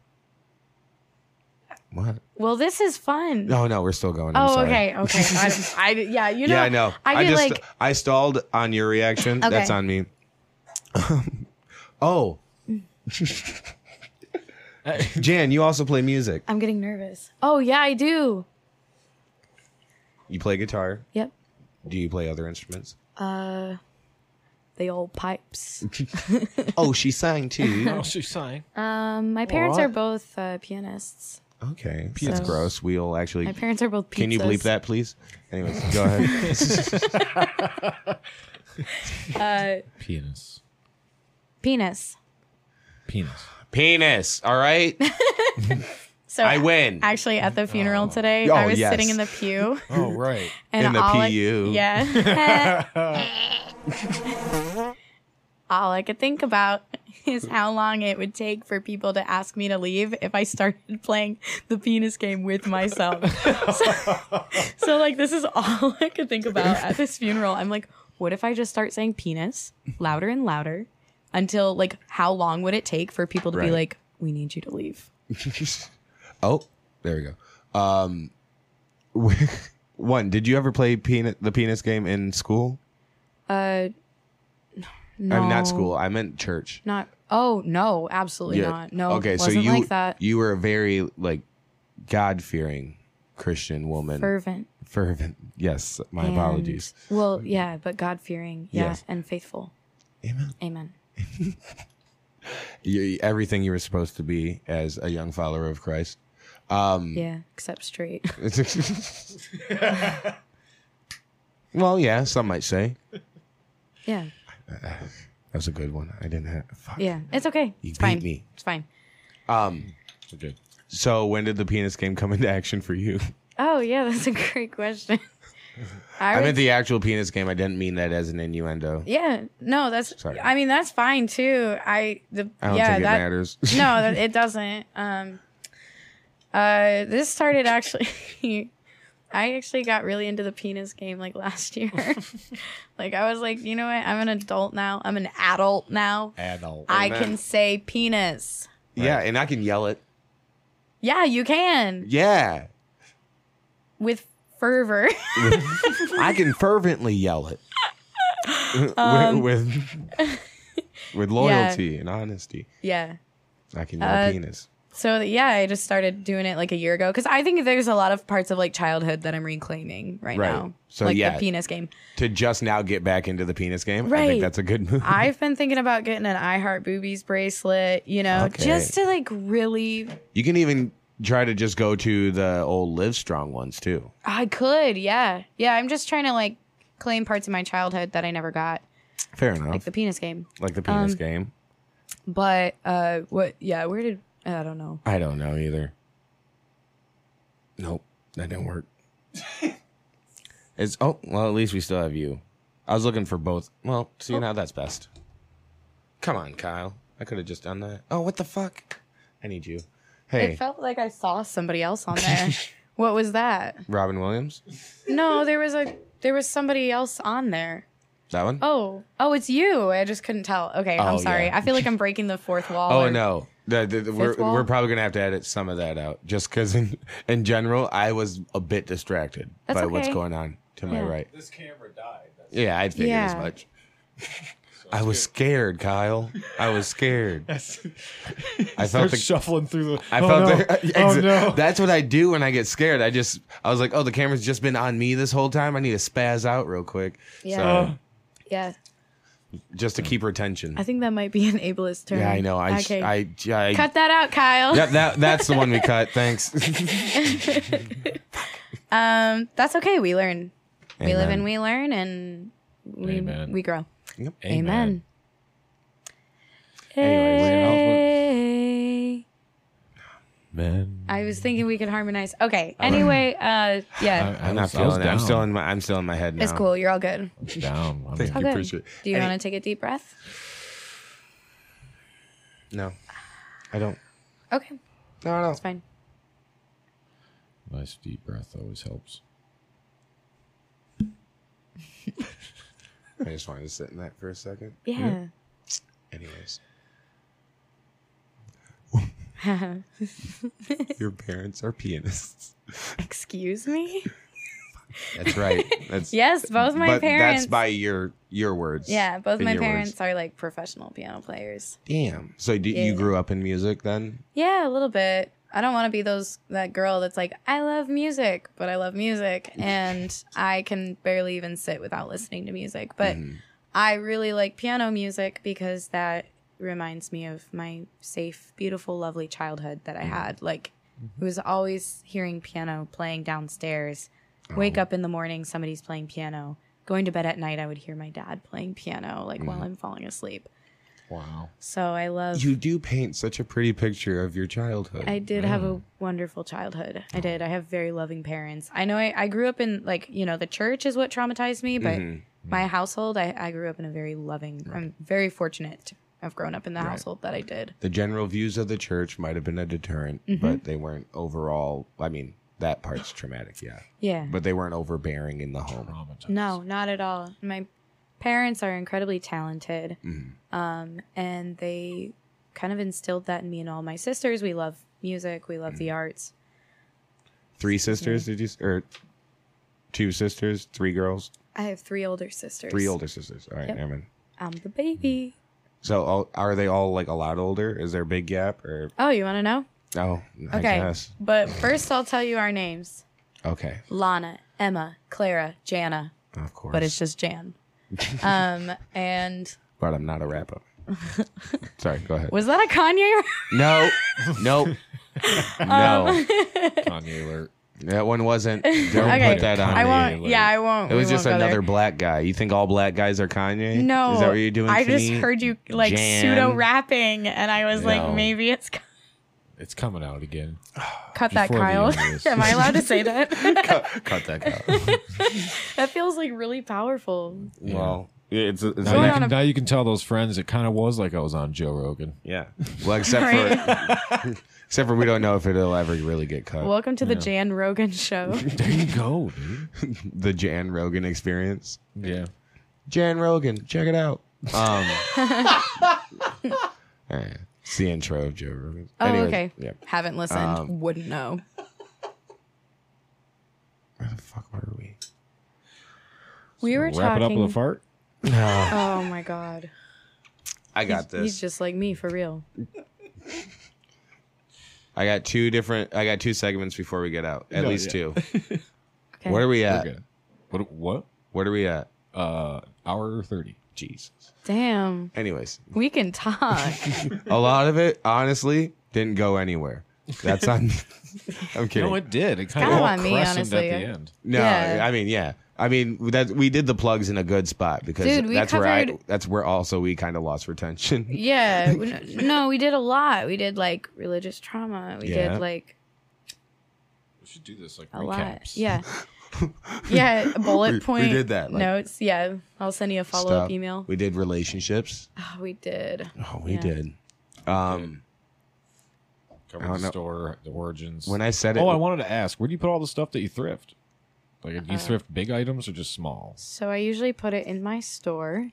[SPEAKER 2] What?
[SPEAKER 1] Well, this is fun.
[SPEAKER 2] No, no, we're still going. I'm
[SPEAKER 1] oh,
[SPEAKER 2] sorry.
[SPEAKER 1] okay, okay. I, I, yeah, you know.
[SPEAKER 2] yeah, I know.
[SPEAKER 1] I get
[SPEAKER 2] just
[SPEAKER 1] like,
[SPEAKER 2] I stalled on your reaction.
[SPEAKER 1] Okay.
[SPEAKER 2] That's on me. oh. Jan, you also play music.
[SPEAKER 1] I'm getting nervous. Oh yeah, I do.
[SPEAKER 2] You play guitar.
[SPEAKER 1] Yep.
[SPEAKER 2] Do you play other instruments?
[SPEAKER 1] Uh, the old pipes.
[SPEAKER 2] Oh, she sang too.
[SPEAKER 4] Oh, she's signed.
[SPEAKER 1] Um, my parents
[SPEAKER 4] What?
[SPEAKER 1] are both uh, pianists.
[SPEAKER 2] Okay,
[SPEAKER 1] So-
[SPEAKER 2] that's gross. We'll actually.
[SPEAKER 1] My parents are both pizzas.
[SPEAKER 2] Can you bleep that, please? Anyways, go ahead.
[SPEAKER 1] Uh,
[SPEAKER 4] Penis.
[SPEAKER 1] penis.
[SPEAKER 4] Penis.
[SPEAKER 2] Penis. All right,
[SPEAKER 1] So
[SPEAKER 2] I win.
[SPEAKER 1] Actually, at the funeral today,
[SPEAKER 2] Oh,
[SPEAKER 1] I was
[SPEAKER 2] yes.
[SPEAKER 1] sitting in the pew.
[SPEAKER 4] Oh right.
[SPEAKER 1] And
[SPEAKER 2] In the
[SPEAKER 1] all I,
[SPEAKER 2] PU.
[SPEAKER 1] yeah. all I could think about is how long it would take for people to ask me to leave if I started playing the penis game with myself. so, so, like, this is all I could think about at this funeral. I'm like, what if I just start saying penis louder and louder until, like, how long would it take for people to be
[SPEAKER 2] Right.
[SPEAKER 1] like, we need you to leave?
[SPEAKER 2] oh, there we go. Um, one. Did you ever play penis, the penis game in school?
[SPEAKER 1] Uh, no.
[SPEAKER 2] I mean, not school. I meant church.
[SPEAKER 1] Not. Oh no, absolutely not. No.
[SPEAKER 2] Okay,
[SPEAKER 1] it wasn't
[SPEAKER 2] so you
[SPEAKER 1] like that.
[SPEAKER 2] you were a very like God fearing Christian woman.
[SPEAKER 1] Fervent.
[SPEAKER 2] Fervent. Yes. My
[SPEAKER 1] and-
[SPEAKER 2] apologies.
[SPEAKER 1] Well, yeah, but God fearing, yeah,
[SPEAKER 2] Yes.
[SPEAKER 1] and faithful.
[SPEAKER 2] Amen.
[SPEAKER 1] Amen.
[SPEAKER 2] You, everything you were supposed to be as a young follower of Christ. Um,
[SPEAKER 1] Yeah, except straight.
[SPEAKER 2] well, yeah, some might say
[SPEAKER 1] yeah,
[SPEAKER 2] that was a good one. I didn't have. Fuck.
[SPEAKER 1] yeah, it's okay.
[SPEAKER 2] You
[SPEAKER 1] it's
[SPEAKER 2] beat
[SPEAKER 1] fine.
[SPEAKER 2] me.
[SPEAKER 1] It's fine.
[SPEAKER 4] We're good.
[SPEAKER 2] So when did the penis game come into action for you?
[SPEAKER 1] Oh yeah, that's a great question. I,
[SPEAKER 2] I
[SPEAKER 1] would,
[SPEAKER 2] meant the actual penis game. I didn't mean that as an innuendo.
[SPEAKER 1] yeah, no, that's.
[SPEAKER 2] Sorry.
[SPEAKER 1] I mean, that's fine too. I the
[SPEAKER 2] I don't
[SPEAKER 1] yeah
[SPEAKER 2] think it
[SPEAKER 1] that
[SPEAKER 2] matters.
[SPEAKER 1] no, that- it doesn't. Um, uh, this started actually. I actually got really into the penis game like last year. like I was like, you know what? I'm an adult now. I'm an adult now.
[SPEAKER 4] Adult.
[SPEAKER 1] I
[SPEAKER 2] Amen.
[SPEAKER 1] can say penis.
[SPEAKER 2] yeah, and I can yell it.
[SPEAKER 1] Yeah, you can
[SPEAKER 2] Yeah,
[SPEAKER 1] with fervor.
[SPEAKER 2] I can fervently yell it With-
[SPEAKER 1] Um,
[SPEAKER 2] with with, loyalty and honesty.
[SPEAKER 1] yeah.
[SPEAKER 2] I can yell
[SPEAKER 1] Uh,
[SPEAKER 2] penis.
[SPEAKER 1] So yeah, I just started doing it like a year ago because I think there's a lot of parts of like childhood that I'm reclaiming right,
[SPEAKER 2] Right.
[SPEAKER 1] now.
[SPEAKER 2] So,
[SPEAKER 1] like
[SPEAKER 2] yeah.
[SPEAKER 1] the penis game.
[SPEAKER 2] To just now get back into the penis game, I think
[SPEAKER 1] Right.
[SPEAKER 2] that's a good move.
[SPEAKER 1] I've been thinking about getting an I Heart Boobies bracelet, you know,
[SPEAKER 2] Okay.
[SPEAKER 1] just to like really.
[SPEAKER 2] you can even try to just go to the old Livestrong ones too.
[SPEAKER 1] I could, yeah. Yeah, I'm just trying to like claim parts of my childhood that I never got,
[SPEAKER 2] Fair enough,
[SPEAKER 1] like the penis game.
[SPEAKER 2] penis
[SPEAKER 1] um,
[SPEAKER 2] game.
[SPEAKER 1] But, uh, what, yeah, where did, I don't know.
[SPEAKER 2] I don't know either. Nope, that didn't work. it's oh well. At least we still have you. I was looking for both. Well,
[SPEAKER 1] Oh.
[SPEAKER 2] see now that's best. Come on, Kyle. I could have just done that. Oh, what the fuck? I need you. Hey,
[SPEAKER 1] It felt like I saw somebody else on there. what was that?
[SPEAKER 2] Robin Williams.
[SPEAKER 1] No, there was a, there was somebody else on there.
[SPEAKER 2] That one.
[SPEAKER 1] Oh, oh, it's you. I just couldn't tell. Okay,
[SPEAKER 2] Oh,
[SPEAKER 1] I'm sorry.
[SPEAKER 2] yeah.
[SPEAKER 1] I feel like I'm breaking the fourth wall.
[SPEAKER 2] Oh
[SPEAKER 1] or-
[SPEAKER 2] no. The, the, we're,
[SPEAKER 1] wall?
[SPEAKER 2] we're probably gonna have to edit some of that out, just because in, in general I was a bit distracted
[SPEAKER 1] That's
[SPEAKER 2] by what's
[SPEAKER 1] okay.
[SPEAKER 2] going on to my
[SPEAKER 1] Yeah.
[SPEAKER 2] right.
[SPEAKER 4] This camera died. That's,
[SPEAKER 2] Yeah, I figured as
[SPEAKER 1] Yeah.
[SPEAKER 2] much. I was scared, Kyle. I was scared. I felt the
[SPEAKER 4] shuffling through the.
[SPEAKER 2] I
[SPEAKER 4] oh,
[SPEAKER 2] felt
[SPEAKER 4] no.
[SPEAKER 2] the,
[SPEAKER 4] oh no.
[SPEAKER 2] that's what I do when I get scared. I just I was like, oh, the camera's just been on me this whole time. I need to spaz out real quick.
[SPEAKER 1] Yeah.
[SPEAKER 4] Uh,
[SPEAKER 2] So,
[SPEAKER 1] Yeah.
[SPEAKER 2] just to keep her attention.
[SPEAKER 1] I think that might be an ableist term.
[SPEAKER 2] yeah, I know. I
[SPEAKER 1] okay.
[SPEAKER 2] I, I
[SPEAKER 1] Cut that out, Kyle.
[SPEAKER 2] Yep, that that's the one we cut. Thanks.
[SPEAKER 1] Um, that's okay. We learn. We live
[SPEAKER 2] Amen.
[SPEAKER 1] and we learn, and we
[SPEAKER 4] Amen.
[SPEAKER 1] we grow.
[SPEAKER 2] Yep.
[SPEAKER 1] Amen.
[SPEAKER 2] Anyways, you
[SPEAKER 1] Hey.
[SPEAKER 4] Man.
[SPEAKER 1] I was thinking we could harmonize. Okay. Anyway, uh, yeah,
[SPEAKER 2] I'm not feeling it. I'm still in my I'm still in my head now.
[SPEAKER 1] it's cool. You're all good.
[SPEAKER 4] down. I
[SPEAKER 1] All
[SPEAKER 4] mean,
[SPEAKER 1] good.
[SPEAKER 2] appreciate it.
[SPEAKER 1] Do you
[SPEAKER 2] Any-
[SPEAKER 1] want to take a deep breath?
[SPEAKER 2] No. I don't
[SPEAKER 1] Okay,
[SPEAKER 2] No, no.
[SPEAKER 1] it's fine.
[SPEAKER 4] nice deep breath always helps.
[SPEAKER 2] I just wanted to sit in that for a second.
[SPEAKER 1] Yeah.
[SPEAKER 2] Anyways. Your parents are pianists.
[SPEAKER 1] Excuse me.
[SPEAKER 2] That's right. That's
[SPEAKER 1] Yes, both my
[SPEAKER 2] but
[SPEAKER 1] parents.
[SPEAKER 2] That's by your your words.
[SPEAKER 1] yeah, both
[SPEAKER 2] In
[SPEAKER 1] my
[SPEAKER 2] your words.
[SPEAKER 1] parents are like professional piano players.
[SPEAKER 2] Damn. So do,
[SPEAKER 1] Yeah.
[SPEAKER 2] you grew up in music then?
[SPEAKER 1] Yeah, a little bit. I don't want to be those that girl that's like, I love music, but I love music, and I can barely even sit without listening to music.
[SPEAKER 2] Mm.
[SPEAKER 1] But
[SPEAKER 2] Mm-hmm.
[SPEAKER 1] I really like piano music because that reminds me of my safe, beautiful, lovely childhood that I had. Like who was always hearing piano playing downstairs. Wake up in the morning, somebody's playing piano. Going to bed at night, I would hear my dad playing piano, like while I'm falling asleep.
[SPEAKER 4] Wow.
[SPEAKER 1] So I love.
[SPEAKER 2] You do paint such a pretty picture of your childhood.
[SPEAKER 1] I did have
[SPEAKER 2] Mm.
[SPEAKER 1] a wonderful childhood. I did. I have very loving parents. I know I, I grew up in, like, you know, the church is what traumatized me, but
[SPEAKER 2] Mm-hmm.
[SPEAKER 1] my household, I, I grew up in a very loving, I'm very fortunate to have grown up in the household that I did.
[SPEAKER 2] the general views of the church might have been a deterrent,
[SPEAKER 1] Mm-hmm.
[SPEAKER 2] but they weren't overall. I mean, that part's traumatic, yeah,
[SPEAKER 1] Yeah.
[SPEAKER 2] but they weren't overbearing in the home.
[SPEAKER 4] Traumatized.
[SPEAKER 1] No, not at all. My parents are incredibly talented,
[SPEAKER 2] Mm-hmm.
[SPEAKER 1] um, and they kind of instilled that in me and all my sisters. We love music, we love the
[SPEAKER 2] Mm-hmm.
[SPEAKER 1] arts.
[SPEAKER 2] Three sisters, did you? s- Or two sisters, three girls,
[SPEAKER 1] I have three older sisters.
[SPEAKER 2] three older Mm-hmm. sisters. All right,
[SPEAKER 1] Yep.
[SPEAKER 2] never mind.
[SPEAKER 1] I'm the baby.
[SPEAKER 2] So all, are they all like a lot older? Is there a big gap or
[SPEAKER 1] Oh, you want to know?
[SPEAKER 2] oh? I
[SPEAKER 1] Okay.
[SPEAKER 2] guess.
[SPEAKER 1] But first, I'll tell you our names
[SPEAKER 2] Okay,
[SPEAKER 1] Lana, Emma, Clara, Jana,
[SPEAKER 2] of course.
[SPEAKER 1] but it's just Jan. um, and
[SPEAKER 2] But I'm not a rapper. Sorry, go ahead.
[SPEAKER 1] was that a Kanye? Um,
[SPEAKER 2] No, nope, no.
[SPEAKER 4] Kanye alert.
[SPEAKER 2] that one wasn't. Don't
[SPEAKER 1] Okay,
[SPEAKER 2] put that on.
[SPEAKER 1] I
[SPEAKER 2] me.
[SPEAKER 1] won't.
[SPEAKER 4] like-
[SPEAKER 1] Yeah, I won't.
[SPEAKER 2] It was
[SPEAKER 1] we
[SPEAKER 2] just
[SPEAKER 1] won't go there.
[SPEAKER 2] another black guy. You think all black guys are Kanye?
[SPEAKER 1] No,
[SPEAKER 2] Is that what you're doing?
[SPEAKER 1] I
[SPEAKER 2] to
[SPEAKER 1] just
[SPEAKER 2] me?
[SPEAKER 1] heard you like
[SPEAKER 2] Jan?
[SPEAKER 1] pseudo rapping, and I was
[SPEAKER 2] No.
[SPEAKER 1] like, maybe it's cut
[SPEAKER 4] It's coming out again.
[SPEAKER 1] that,
[SPEAKER 4] Before the
[SPEAKER 1] Kyle.
[SPEAKER 4] end of this.
[SPEAKER 1] Am I allowed to say that?
[SPEAKER 2] Cut that guy.
[SPEAKER 1] that feels like really powerful.
[SPEAKER 2] well, it's, it's
[SPEAKER 4] Now you,
[SPEAKER 1] on
[SPEAKER 4] can,
[SPEAKER 1] a-
[SPEAKER 4] now you can tell those friends it kind of was like I was on Joe Rogan.
[SPEAKER 2] yeah. Well, except for except for we don't know if it'll ever really get cut.
[SPEAKER 1] Welcome to the Jan Rogan show.
[SPEAKER 4] There you go, dude.
[SPEAKER 2] the Jan Rogan experience.
[SPEAKER 4] Yeah.
[SPEAKER 2] Jan Rogan, check it out. Um, eh, it's the intro of Joe Rogan.
[SPEAKER 1] Oh,
[SPEAKER 2] Anyways,
[SPEAKER 1] okay.
[SPEAKER 2] Yeah.
[SPEAKER 1] Haven't listened.
[SPEAKER 2] Um,
[SPEAKER 1] Wouldn't know.
[SPEAKER 2] Where the fuck were we?
[SPEAKER 1] We were
[SPEAKER 4] Wrap it up
[SPEAKER 1] talking.
[SPEAKER 4] with a fart.
[SPEAKER 1] oh my god,
[SPEAKER 2] I got this.
[SPEAKER 1] he's just like me for real.
[SPEAKER 2] I got two different. I got two segments before we get out. At
[SPEAKER 4] No,
[SPEAKER 2] least
[SPEAKER 4] yeah.
[SPEAKER 2] two.
[SPEAKER 1] Okay.
[SPEAKER 2] Where are we
[SPEAKER 4] We're
[SPEAKER 2] at?
[SPEAKER 4] good. What? What?
[SPEAKER 2] Where are we at?
[SPEAKER 4] Uh, hour thirty.
[SPEAKER 2] Jesus.
[SPEAKER 1] Damn,
[SPEAKER 2] Anyways,
[SPEAKER 1] we can talk.
[SPEAKER 2] a lot of it honestly didn't go anywhere. That's on. I'm kidding.
[SPEAKER 4] No,
[SPEAKER 2] No,
[SPEAKER 4] it did. It kind
[SPEAKER 1] kinda
[SPEAKER 4] of all
[SPEAKER 1] on me,
[SPEAKER 4] crescented
[SPEAKER 1] honestly.
[SPEAKER 4] at the end.
[SPEAKER 1] Yeah.
[SPEAKER 2] I mean, yeah. I mean that we did the plugs in a good spot because
[SPEAKER 1] Dude, we
[SPEAKER 2] that's where I
[SPEAKER 1] covered-
[SPEAKER 2] that's where also we kind of lost retention.
[SPEAKER 1] yeah, we- no, we did a lot. We did like religious trauma. We
[SPEAKER 2] Yeah.
[SPEAKER 1] did like
[SPEAKER 4] We should do this like
[SPEAKER 1] a lot.
[SPEAKER 4] recaps.
[SPEAKER 1] Yeah. yeah,
[SPEAKER 2] We- we
[SPEAKER 1] bullet point.
[SPEAKER 2] did that, like-
[SPEAKER 1] notes. Yeah, I'll send you a follow
[SPEAKER 2] Stuff.
[SPEAKER 1] up email.
[SPEAKER 2] We did relationships.
[SPEAKER 1] Ah, we did.
[SPEAKER 2] Oh, we
[SPEAKER 1] Yeah.
[SPEAKER 2] did. Um, I
[SPEAKER 4] Cover
[SPEAKER 2] don't
[SPEAKER 4] the
[SPEAKER 2] know.
[SPEAKER 4] store, the origins.
[SPEAKER 2] when I said it,
[SPEAKER 4] oh, I wanted to ask, where do you put all the stuff that you thrift? Like,
[SPEAKER 1] Uh,
[SPEAKER 4] do you thrift big items or just small
[SPEAKER 1] So I usually put it in my store.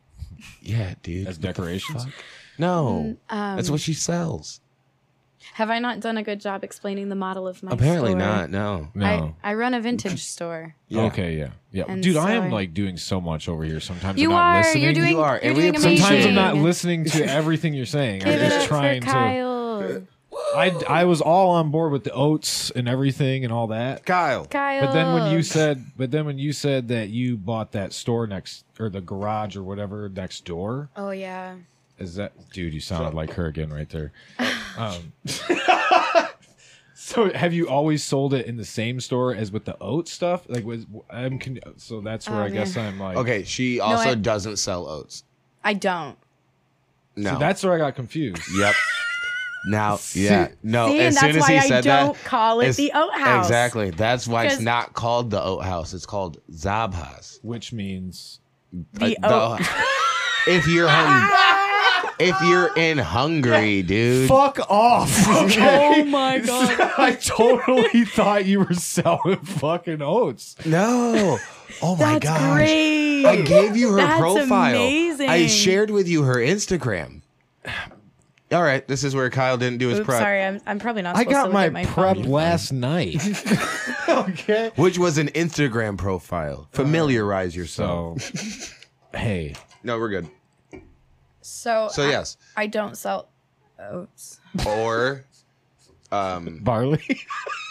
[SPEAKER 2] yeah, dude.
[SPEAKER 4] as decorations?
[SPEAKER 1] Mm,
[SPEAKER 2] No, Oh. that's what she sells.
[SPEAKER 1] um, Have I not done a good job explaining the model of my
[SPEAKER 2] Apparently
[SPEAKER 1] store?
[SPEAKER 2] not. No.
[SPEAKER 4] No.
[SPEAKER 1] I, I run a vintage store.
[SPEAKER 2] Yeah.
[SPEAKER 4] Okay, yeah, yeah,
[SPEAKER 1] And
[SPEAKER 4] dude. I
[SPEAKER 1] so
[SPEAKER 4] am
[SPEAKER 1] I-
[SPEAKER 4] like doing so much over here. Sometimes
[SPEAKER 1] you
[SPEAKER 4] I'm not
[SPEAKER 1] are.
[SPEAKER 4] Listening.
[SPEAKER 1] You're doing.
[SPEAKER 2] You are,
[SPEAKER 1] are.
[SPEAKER 2] and we
[SPEAKER 1] doing amazing.
[SPEAKER 2] appreciate
[SPEAKER 4] Sometimes I'm
[SPEAKER 2] Amazing.
[SPEAKER 4] not listening to everything you're saying. I'm
[SPEAKER 1] Give it
[SPEAKER 4] just
[SPEAKER 1] up for
[SPEAKER 4] trying to.
[SPEAKER 1] Kyle.
[SPEAKER 4] I, I was all on board with the oats and everything and all that.
[SPEAKER 2] Kyle.
[SPEAKER 1] Kyle.
[SPEAKER 4] But then when you said, but then when you said that you bought that store next or the garage or whatever next door,
[SPEAKER 1] Oh yeah.
[SPEAKER 4] is that dude? You sounded like her again right there. Um, so have you always sold it in the same store as with the oat stuff? Like was I'm con- so that's where
[SPEAKER 1] Oh,
[SPEAKER 4] I guess I'm like
[SPEAKER 2] Okay, she also
[SPEAKER 1] I-
[SPEAKER 2] doesn't sell oats.
[SPEAKER 1] I don't.
[SPEAKER 2] No.
[SPEAKER 4] So that's where I got confused.
[SPEAKER 2] Yep. Now, yeah, no.
[SPEAKER 1] See,
[SPEAKER 2] as
[SPEAKER 1] and
[SPEAKER 2] soon
[SPEAKER 1] that's
[SPEAKER 2] as he
[SPEAKER 1] why I
[SPEAKER 2] said
[SPEAKER 1] don't
[SPEAKER 2] that,
[SPEAKER 1] call it
[SPEAKER 2] it's-
[SPEAKER 1] the Oat House.
[SPEAKER 2] Exactly. That's why it's
[SPEAKER 1] 'Cause-
[SPEAKER 2] not called the Oat House. It's called Zabha's.
[SPEAKER 4] Which means
[SPEAKER 1] The
[SPEAKER 2] Uh,
[SPEAKER 1] Oat.
[SPEAKER 2] if you're hung, if you're in Hungary, dude.
[SPEAKER 4] fuck off.
[SPEAKER 1] Oh my god.
[SPEAKER 4] I totally thought you were selling fucking oats.
[SPEAKER 2] No. Oh my
[SPEAKER 1] That's
[SPEAKER 2] gosh.
[SPEAKER 1] great.
[SPEAKER 2] I gave you her
[SPEAKER 1] That's
[SPEAKER 2] profile. I
[SPEAKER 1] amazing.
[SPEAKER 2] shared with you her Instagram. All right, this is where Kyle didn't do his
[SPEAKER 1] Oops,
[SPEAKER 2] prep,
[SPEAKER 1] sorry, I'm, I'm probably not
[SPEAKER 4] I
[SPEAKER 1] supposed to
[SPEAKER 4] got
[SPEAKER 1] look
[SPEAKER 4] my,
[SPEAKER 1] at my
[SPEAKER 4] prep
[SPEAKER 1] phone.
[SPEAKER 4] last night. okay.
[SPEAKER 2] which was an Instagram profile. Familiarize yourself.
[SPEAKER 4] So, hey,
[SPEAKER 2] no, we're good.
[SPEAKER 1] So,
[SPEAKER 2] So
[SPEAKER 1] I-
[SPEAKER 2] yes,
[SPEAKER 1] I don't sell oats.
[SPEAKER 2] or um,
[SPEAKER 4] barley.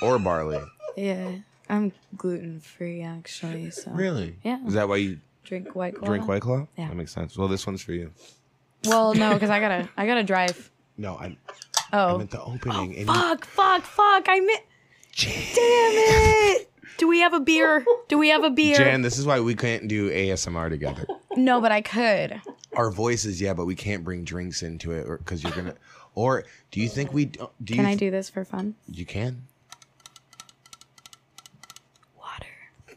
[SPEAKER 2] or barley.
[SPEAKER 1] Yeah, I'm gluten free actually. So
[SPEAKER 2] Really?
[SPEAKER 1] Yeah.
[SPEAKER 2] Is that why you
[SPEAKER 1] drink white claw.
[SPEAKER 2] drink White Claw?
[SPEAKER 1] Yeah.
[SPEAKER 2] That makes sense. Well, this one's for you.
[SPEAKER 1] Well, no, because I gotta I gotta drive.
[SPEAKER 2] No, I'm. I
[SPEAKER 1] Oh.
[SPEAKER 2] meant the opening. and you,
[SPEAKER 1] Fuck, fuck, fuck. I mi-
[SPEAKER 2] Jan,
[SPEAKER 1] Damn it. Do we have a beer? Do we have a beer?
[SPEAKER 2] Jan, this is why we can't do ASMR together.
[SPEAKER 1] No, but I could.
[SPEAKER 2] Our voices, yeah, but we can't bring drinks into it because you're gonna. Or do you think we do? do
[SPEAKER 1] Can
[SPEAKER 2] you
[SPEAKER 1] I do this for fun?
[SPEAKER 2] You can.
[SPEAKER 1] Water.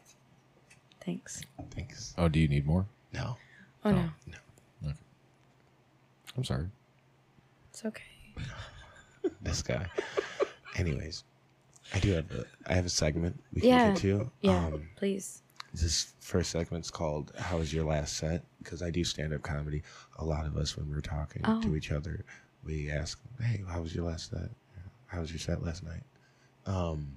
[SPEAKER 1] Thanks.
[SPEAKER 2] Thanks.
[SPEAKER 4] Oh, do you need more?
[SPEAKER 2] No.
[SPEAKER 1] Oh, no.
[SPEAKER 4] I'm sorry.
[SPEAKER 1] It's okay.
[SPEAKER 2] this guy. Anyways, I do have a I have a segment we can
[SPEAKER 1] Yeah.
[SPEAKER 2] get to.
[SPEAKER 1] Yeah,
[SPEAKER 2] Um,
[SPEAKER 1] please.
[SPEAKER 2] this first segment's called "How was your last set?" Because I do stand up comedy. A lot of us, when we're talking to
[SPEAKER 1] Oh.
[SPEAKER 2] each other, we ask, "Hey, how was your last set? How was your set last night?" Um.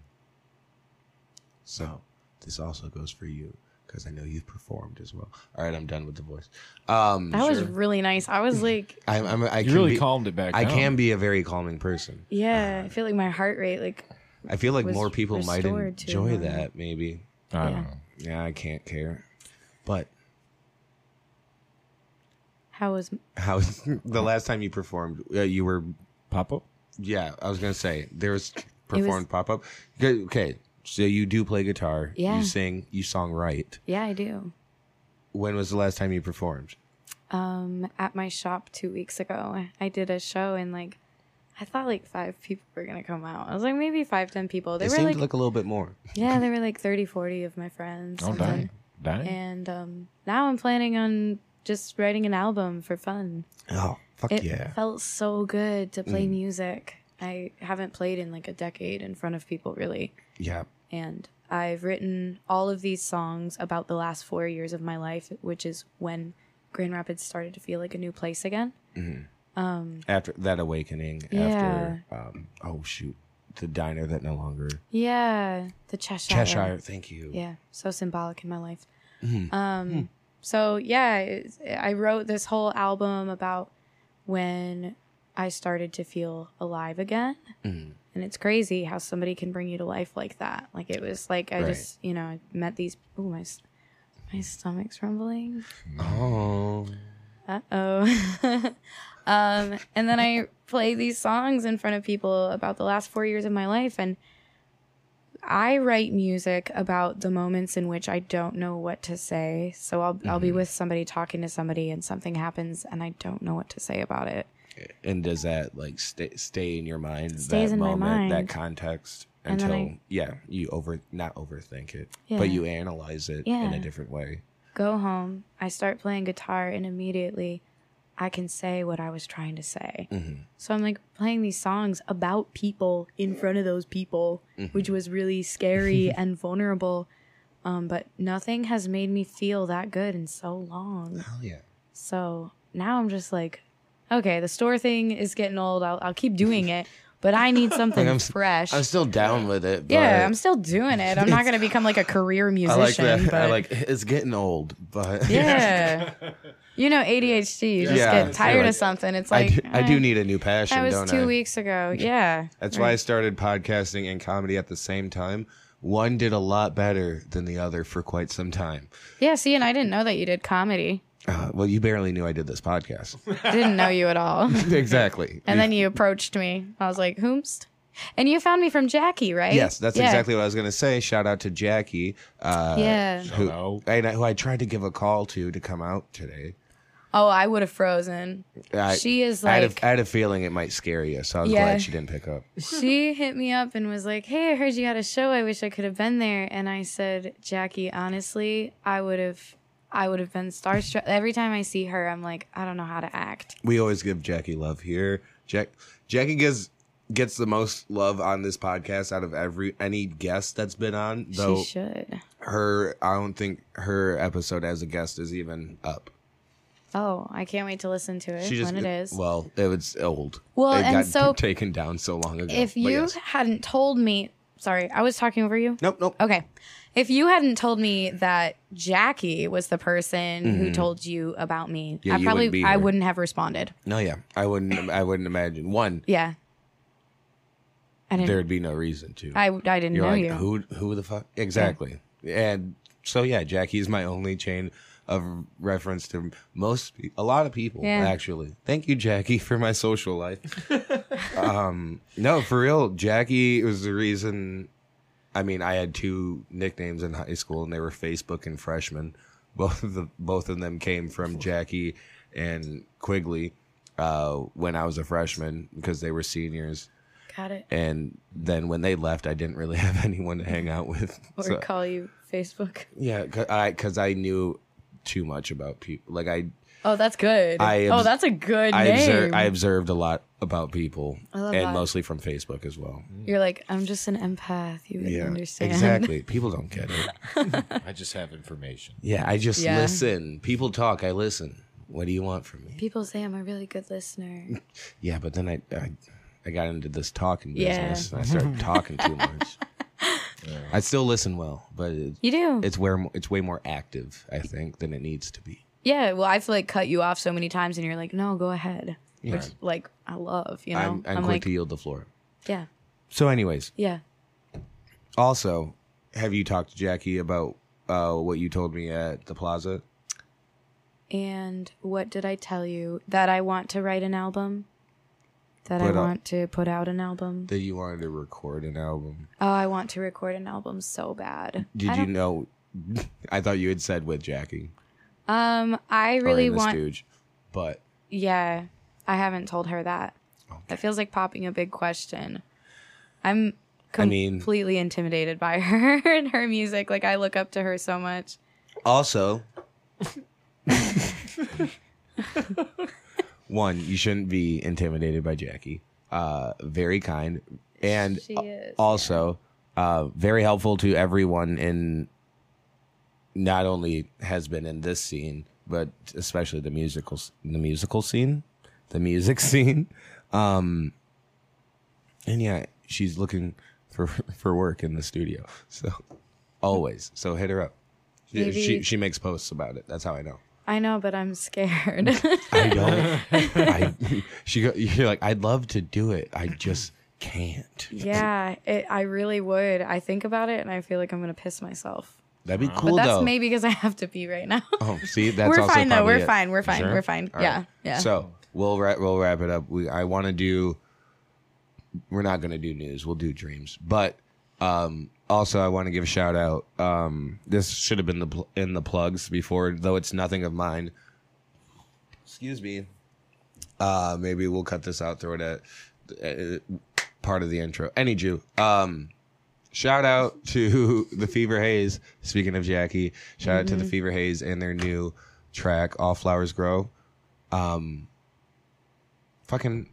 [SPEAKER 2] So this also goes for you because I know you've performed as well. All right, I'm done with the voice. Um,
[SPEAKER 1] That was really nice. I was like,
[SPEAKER 2] I'm, I'm, I
[SPEAKER 4] You
[SPEAKER 2] can
[SPEAKER 4] really
[SPEAKER 2] be,
[SPEAKER 4] calmed it back
[SPEAKER 2] I
[SPEAKER 4] down.
[SPEAKER 2] can be a very calming person.
[SPEAKER 1] yeah, I feel like my heart rate, like,
[SPEAKER 2] I feel like
[SPEAKER 1] was
[SPEAKER 2] more people might
[SPEAKER 1] restored to
[SPEAKER 2] enjoy
[SPEAKER 1] normal.
[SPEAKER 2] that, maybe.
[SPEAKER 4] I don't
[SPEAKER 1] Yeah.
[SPEAKER 4] know.
[SPEAKER 2] Yeah, I can't care. But
[SPEAKER 1] how was.
[SPEAKER 2] how the last time you performed, uh, you were,
[SPEAKER 4] Pop up?
[SPEAKER 2] yeah, I was going to say, there was performed pop up. Okay, so you do play guitar,
[SPEAKER 1] Yeah.
[SPEAKER 2] you sing, you song right.
[SPEAKER 1] Yeah, I do.
[SPEAKER 2] When was the last time you performed?
[SPEAKER 1] Um, at my shop two weeks ago, I did a show and, like, I thought like five people were going to come out. I was like, maybe five, ten people. They
[SPEAKER 2] it
[SPEAKER 1] were
[SPEAKER 2] seemed
[SPEAKER 1] like,
[SPEAKER 2] to look a little bit more.
[SPEAKER 1] yeah, they were like 30, 40 of my friends.
[SPEAKER 4] Oh,
[SPEAKER 1] and then-
[SPEAKER 4] dang. Dang.
[SPEAKER 1] and um, now I'm planning on just writing an album for fun.
[SPEAKER 2] Oh, fuck
[SPEAKER 1] It
[SPEAKER 2] yeah.
[SPEAKER 1] felt so good to play music. I haven't played in like a decade in front of people really,
[SPEAKER 2] yeah.
[SPEAKER 1] and I've written all of these songs about the last four years of my life, which is when Grand Rapids started to feel like a new place again.
[SPEAKER 2] Mm-hmm.
[SPEAKER 1] Um,
[SPEAKER 2] After that awakening,
[SPEAKER 1] Yeah.
[SPEAKER 2] after, um, oh, shoot, the diner that no longer.
[SPEAKER 1] Yeah, the Cheshire.
[SPEAKER 2] Cheshire, Mm-hmm. thank you.
[SPEAKER 1] Yeah, so symbolic in my life. Um, So yeah, it's- I wrote this whole album about when I started to feel alive again,
[SPEAKER 2] Mm.
[SPEAKER 1] and it's crazy how somebody can bring you to life like that. Like it was like I
[SPEAKER 2] Right.
[SPEAKER 1] just you know I met these. Ooh, my s- my stomach's rumbling.
[SPEAKER 2] Oh.
[SPEAKER 1] Uh oh. um, and then I play these songs in front of people about the last four years of my life. And I write music about the moments in which I don't know what to say. So I'll, I'll
[SPEAKER 2] Mm-hmm.
[SPEAKER 1] be with somebody talking to somebody and something happens and I don't know what to say about it.
[SPEAKER 2] And does that like stay stay in your mind?
[SPEAKER 1] Stays
[SPEAKER 2] that
[SPEAKER 1] in my
[SPEAKER 2] moment, That
[SPEAKER 1] mind.
[SPEAKER 2] context
[SPEAKER 1] And then
[SPEAKER 2] until
[SPEAKER 1] I-
[SPEAKER 2] yeah, you over not overthink it,
[SPEAKER 1] Yeah.
[SPEAKER 2] but you analyze it in
[SPEAKER 1] Yeah.
[SPEAKER 2] a different way.
[SPEAKER 1] Go home. I start playing guitar and immediately I can say what I was trying to say.
[SPEAKER 2] Mm-hmm.
[SPEAKER 1] So I'm like playing these songs about people in front of those people,
[SPEAKER 2] Mm-hmm.
[SPEAKER 1] which was really scary and vulnerable. Um, but nothing has made me feel that good in so long.
[SPEAKER 2] Hell yeah!
[SPEAKER 1] So now I'm just like, okay, the store thing is getting old. I'll, I'll keep doing it, but I need something
[SPEAKER 2] I'm s-
[SPEAKER 1] fresh.
[SPEAKER 2] I'm still down with it. But
[SPEAKER 1] yeah, I'm still doing it. I'm not going to become like a career musician.
[SPEAKER 2] that. I
[SPEAKER 1] but-
[SPEAKER 2] like it's getting old, but
[SPEAKER 1] yeah. you know ADHD. You just
[SPEAKER 2] Yeah,
[SPEAKER 1] get
[SPEAKER 2] I
[SPEAKER 1] tired
[SPEAKER 2] feel
[SPEAKER 1] of
[SPEAKER 2] like-
[SPEAKER 1] something. It's
[SPEAKER 2] I
[SPEAKER 1] like
[SPEAKER 2] do, I do
[SPEAKER 1] eh,
[SPEAKER 2] need a new passion.
[SPEAKER 1] That was
[SPEAKER 2] don't
[SPEAKER 1] two
[SPEAKER 2] I?
[SPEAKER 1] weeks ago. Yeah.
[SPEAKER 2] That's why I started podcasting and comedy at the same time. One did a lot better than the other for quite some time.
[SPEAKER 1] Yeah. See, and I didn't know that you did comedy.
[SPEAKER 2] Uh, well, you barely knew I did this podcast.
[SPEAKER 1] didn't know you at all.
[SPEAKER 2] exactly.
[SPEAKER 1] And then you approached me. I was like, "Whomst?" And you found me from Jackie, right?
[SPEAKER 2] Yes, that's
[SPEAKER 1] Yeah.
[SPEAKER 2] exactly what I was going to say. Shout out to Jackie, uh,
[SPEAKER 1] Yeah.
[SPEAKER 2] who,
[SPEAKER 4] Shout
[SPEAKER 2] and I, who I tried to give a call to to come out today.
[SPEAKER 1] Oh, I would have frozen.
[SPEAKER 2] I,
[SPEAKER 1] She is
[SPEAKER 2] I had,
[SPEAKER 1] like-
[SPEAKER 2] a, I had a feeling it might scare you, so I was
[SPEAKER 1] Yeah.
[SPEAKER 2] glad she didn't pick up.
[SPEAKER 1] She hit me up and was like, "Hey, I heard you had a show. I wish I could have been there." And I said, "Jackie, honestly, I would have, I would have been starstruck. Every time I see her, I'm like, I don't know how to act."
[SPEAKER 2] We always give Jackie love here. Jack Jackie gives gets the most love on this podcast out of every any guest that's been on. Though
[SPEAKER 1] she should.
[SPEAKER 2] her, I don't think her episode as a guest is even up.
[SPEAKER 1] Oh, I can't wait to listen to it
[SPEAKER 2] She just
[SPEAKER 1] when it is.
[SPEAKER 2] well, it was old.
[SPEAKER 1] Well,
[SPEAKER 2] it
[SPEAKER 1] and
[SPEAKER 2] got
[SPEAKER 1] so-
[SPEAKER 2] taken down so long ago.
[SPEAKER 1] if
[SPEAKER 2] But
[SPEAKER 1] you
[SPEAKER 2] yes.
[SPEAKER 1] hadn't told me, sorry, I was talking over you.
[SPEAKER 2] nope, nope.
[SPEAKER 1] Okay. If you hadn't told me that Jackie was the person who told you about me,
[SPEAKER 2] Mm-hmm. Yeah,
[SPEAKER 1] I
[SPEAKER 2] you
[SPEAKER 1] probably
[SPEAKER 2] wouldn't be
[SPEAKER 1] I
[SPEAKER 2] here.
[SPEAKER 1] wouldn't have responded.
[SPEAKER 2] No, yeah, I wouldn't. I wouldn't imagine one.
[SPEAKER 1] Yeah. I didn't
[SPEAKER 2] There'd be no reason to.
[SPEAKER 1] I, I didn't
[SPEAKER 2] You're
[SPEAKER 1] know
[SPEAKER 2] like
[SPEAKER 1] you.
[SPEAKER 2] who? Who the fuck? Exactly. And so yeah, Jackie's my only chain of reference to most, pe- a lot of people
[SPEAKER 1] Yeah.
[SPEAKER 2] actually. Thank you, Jackie, for my social life. um, no, for real, Jackie was the reason. I mean, I had two nicknames in high school, and they were Facebook and freshman. Both of the both of them came from Jackie and Quigley uh, when I was a freshman because they were seniors.
[SPEAKER 1] Got it.
[SPEAKER 2] And then when they left, I didn't really have anyone to hang out with.
[SPEAKER 1] Or
[SPEAKER 2] So-
[SPEAKER 1] call you Facebook.
[SPEAKER 2] yeah, because I, 'cause I knew too much about people. Like I,
[SPEAKER 1] Oh, that's good.
[SPEAKER 2] I
[SPEAKER 1] oh,
[SPEAKER 2] obs-
[SPEAKER 1] that's a good
[SPEAKER 2] I,
[SPEAKER 1] name.
[SPEAKER 2] observed, I observed a lot about people,
[SPEAKER 1] I love
[SPEAKER 2] and
[SPEAKER 1] that.
[SPEAKER 2] mostly from Facebook as well.
[SPEAKER 1] You're like, I'm just an empath. You wouldn't understand.
[SPEAKER 2] exactly. People don't get it. Oh.
[SPEAKER 4] I just have information.
[SPEAKER 2] Yeah, I just
[SPEAKER 1] Yeah.
[SPEAKER 2] listen. People talk. I listen. What do you want from me?
[SPEAKER 1] People say I'm a really good listener.
[SPEAKER 2] Yeah, but then I, I, I got into this talking
[SPEAKER 1] Yeah.
[SPEAKER 2] business. And I started talking too much. I still listen well, but it,
[SPEAKER 1] You do.
[SPEAKER 2] it's where mo- it's way more active, I think, than it needs to be.
[SPEAKER 1] yeah. Well, I've like cut you off so many times, and you're like, no, go ahead. Which
[SPEAKER 2] Yeah.
[SPEAKER 1] like I love. You know,
[SPEAKER 2] I'm, I'm, quick
[SPEAKER 1] like,
[SPEAKER 2] to yield the floor.
[SPEAKER 1] yeah,
[SPEAKER 2] So, anyways,
[SPEAKER 1] yeah.
[SPEAKER 2] also, have you talked to Jackie about uh, what you told me at the plaza?
[SPEAKER 1] And what did I tell you? That I want to write an album. That
[SPEAKER 2] Put
[SPEAKER 1] I
[SPEAKER 2] out-
[SPEAKER 1] want to put out an album.
[SPEAKER 2] That you wanted to record an album.
[SPEAKER 1] Oh, I want to record an album so bad.
[SPEAKER 2] Did
[SPEAKER 1] I
[SPEAKER 2] you
[SPEAKER 1] don't-
[SPEAKER 2] know? I thought you had said with Jackie.
[SPEAKER 1] Um, I
[SPEAKER 2] or
[SPEAKER 1] really
[SPEAKER 2] in the
[SPEAKER 1] want.
[SPEAKER 2] Stooge, but
[SPEAKER 1] Yeah, I haven't told her that. That feels like popping a big question. I'm
[SPEAKER 2] I mean-
[SPEAKER 1] completely intimidated by her and her music. Like I look up to her so much.
[SPEAKER 2] Also, one, you shouldn't be intimidated by Jackie. Uh, very kind, and
[SPEAKER 1] She is,
[SPEAKER 2] also uh, very helpful to everyone in not only has been in this scene, but especially the musical the musical scene, the music scene. Um, and yeah, she's looking for for work in the studio, so always. So hit her up. She,
[SPEAKER 1] Maybe-
[SPEAKER 2] she she makes posts about it. That's how I know.
[SPEAKER 1] I know, but I'm scared.
[SPEAKER 2] I don't. I, she go, you're like I'd love to do it. I just can't.
[SPEAKER 1] yeah, it, I really would. I think about it and I feel like I'm gonna piss myself.
[SPEAKER 2] That'd be cool
[SPEAKER 1] but that's
[SPEAKER 2] though.
[SPEAKER 1] maybe because I have to pee right now.
[SPEAKER 2] oh, see, that's
[SPEAKER 1] we're
[SPEAKER 2] also
[SPEAKER 1] fine though.
[SPEAKER 2] probably
[SPEAKER 1] We're
[SPEAKER 2] it.
[SPEAKER 1] fine. We're fine.
[SPEAKER 2] Sure?
[SPEAKER 1] We're fine.
[SPEAKER 2] All right.
[SPEAKER 1] Yeah. Yeah.
[SPEAKER 2] So we'll wrap we'll wrap it up. We I want to do. We're not going to do news. We'll do dreams. But um, also, I want to give a shout out. Um, this should have been the pl- in the plugs before, though it's nothing of mine. Excuse me. Uh, maybe we'll cut this out. Throw it at uh, part of the intro. Any Jew. Um, shout out to the Fever Haze. Speaking of Jackie, shout out to the Fever Haze and their new track "All Flowers Grow." um fucking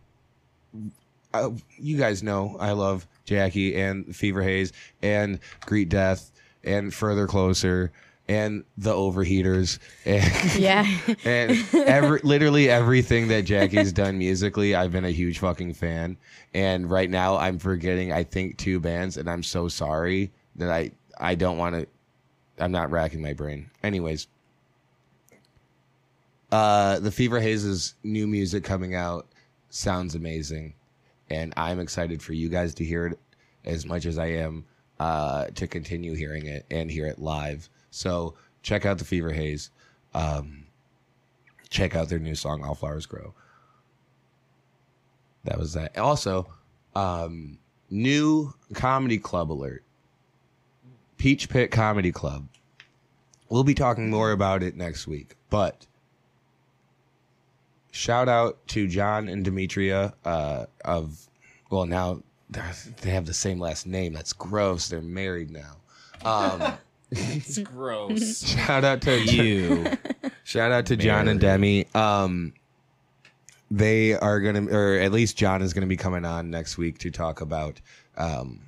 [SPEAKER 2] uh, you guys know I love Jackie and Fever Haze and Greet Death and Further Closer and the Overheaters and,
[SPEAKER 1] yeah.
[SPEAKER 2] and every literally everything that Jackie's done musically I've been a huge fucking fan and right now I'm forgetting I think two bands and I'm so sorry that I I don't want to I'm not racking my brain anyways uh, the Fever Haze's new music coming out sounds amazing, and I'm excited for you guys to hear it as much as I am uh, to continue hearing it and hear it live. So check out the Fever Haze. Um, check out their new song "All Flowers Grow." That was that. Also, um, new comedy club alert. Peach Pit Comedy Club. We'll be talking more about it next week, but shout out to John and Demetria uh, of, well, now they're- they have the same last name. That's gross. They're married now. Um,
[SPEAKER 4] It's gross.
[SPEAKER 2] shout out to
[SPEAKER 4] you.
[SPEAKER 2] Shout out to John and Demi. Um, they are gonna, or at least John is gonna be coming on next week to talk about um,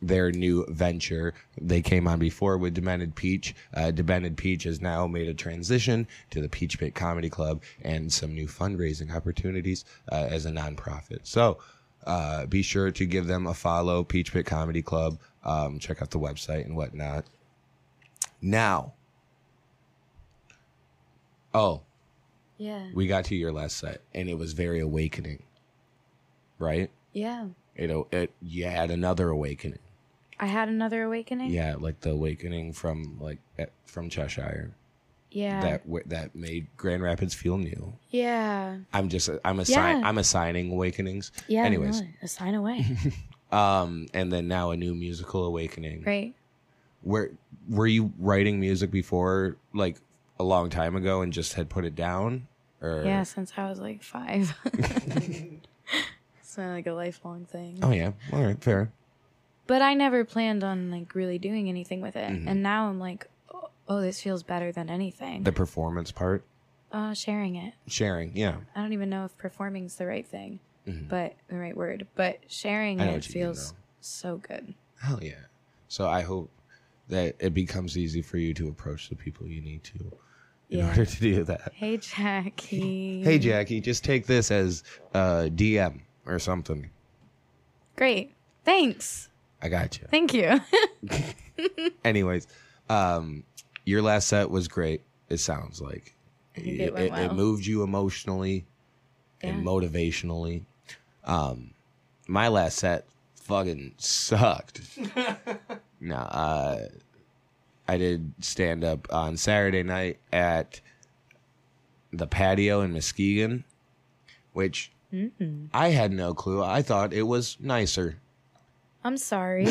[SPEAKER 2] their new venture. They came on before with Demented Peach. Uh, Demented Peach has now made a transition to the Peach Pit Comedy Club and some new fundraising opportunities uh, as a nonprofit. So. Uh, be sure to give them a follow, Peach Pit Comedy Club. Um, check out the website and whatnot. Now, oh,
[SPEAKER 1] Yeah.
[SPEAKER 2] we got to your last set and it was very awakening right
[SPEAKER 1] Yeah.
[SPEAKER 2] it, it you had another awakening
[SPEAKER 1] I had another awakening.
[SPEAKER 2] yeah like the awakening from like eh, from cheshire
[SPEAKER 1] Yeah.
[SPEAKER 2] that w- that made Grand Rapids feel new.
[SPEAKER 1] yeah.
[SPEAKER 2] I'm just I'm assi-
[SPEAKER 1] Yeah.
[SPEAKER 2] I'm assigning awakenings.
[SPEAKER 1] Yeah.
[SPEAKER 2] Anyways,
[SPEAKER 1] no, a sign away.
[SPEAKER 2] um, and then now a new musical awakening.
[SPEAKER 1] Great.
[SPEAKER 2] Where were you writing music before, like a long time ago, and just had put it down? Or
[SPEAKER 1] Yeah, since I was like five. it's been like a lifelong thing.
[SPEAKER 2] Oh yeah. All right. Fair.
[SPEAKER 1] But I never planned on like really doing anything with it.
[SPEAKER 2] Mm-hmm.
[SPEAKER 1] And now I'm like, oh, oh, this feels better than anything.
[SPEAKER 2] The performance part,
[SPEAKER 1] uh, sharing it.
[SPEAKER 2] sharing. Yeah.
[SPEAKER 1] I don't even know if performing's the right thing, but the right word. But sharing
[SPEAKER 2] Mm-hmm. I know
[SPEAKER 1] it
[SPEAKER 2] what you mean,
[SPEAKER 1] feels
[SPEAKER 2] though.
[SPEAKER 1] so good.
[SPEAKER 2] Hell yeah. So I hope that it becomes easy for you to approach the people you need to in
[SPEAKER 1] Yeah.
[SPEAKER 2] order to do that.
[SPEAKER 1] Hey, Jackie.
[SPEAKER 2] Hey Jackie, just take this as uh, DM or something.
[SPEAKER 1] Great. Thanks.
[SPEAKER 2] I got you.
[SPEAKER 1] Thank you.
[SPEAKER 2] Anyways, um, your last set was great. It sounds like
[SPEAKER 1] think it went well.
[SPEAKER 2] moved you emotionally and
[SPEAKER 1] Yeah.
[SPEAKER 2] motivationally. Um, my last set fucking sucked. no, uh, I did stand up on Saturday night at the patio in Muskegon, which
[SPEAKER 1] Mm-hmm.
[SPEAKER 2] I had no clue. I thought it was nicer.
[SPEAKER 1] I'm sorry.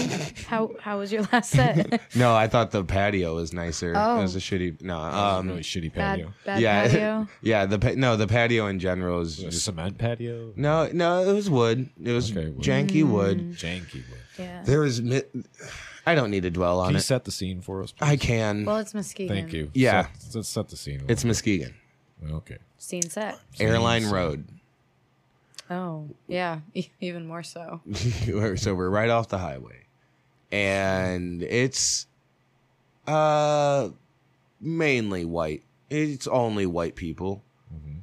[SPEAKER 1] how how was your last set?
[SPEAKER 2] No, I thought the patio was nicer. It
[SPEAKER 1] Oh.
[SPEAKER 2] was a shitty. No,
[SPEAKER 4] Um,
[SPEAKER 2] um,
[SPEAKER 4] really shitty patio.
[SPEAKER 1] bad bad
[SPEAKER 2] yeah,
[SPEAKER 1] patio.
[SPEAKER 2] yeah. The pa- no, the patio in general is
[SPEAKER 4] A
[SPEAKER 2] just
[SPEAKER 4] cement patio.
[SPEAKER 2] no, no. It was wood. It was
[SPEAKER 4] Okay, wood.
[SPEAKER 2] janky
[SPEAKER 1] Mm.
[SPEAKER 2] wood.
[SPEAKER 4] Janky. wood.
[SPEAKER 1] Yeah.
[SPEAKER 2] There was. Mi- I don't need to dwell on
[SPEAKER 4] Can you
[SPEAKER 2] it.
[SPEAKER 4] set the scene for us? Please?
[SPEAKER 2] I can.
[SPEAKER 1] Well, it's Muskegon.
[SPEAKER 4] Thank you.
[SPEAKER 2] Yeah.
[SPEAKER 4] Set, let's set the scene. Oh,
[SPEAKER 2] it's Muskegon
[SPEAKER 4] okay.
[SPEAKER 1] Scene set.
[SPEAKER 2] Airline Road.
[SPEAKER 1] Oh, yeah. E- even more so.
[SPEAKER 2] so we're right off the highway, and it's uh mainly white. It's only white people.
[SPEAKER 4] Mm-hmm.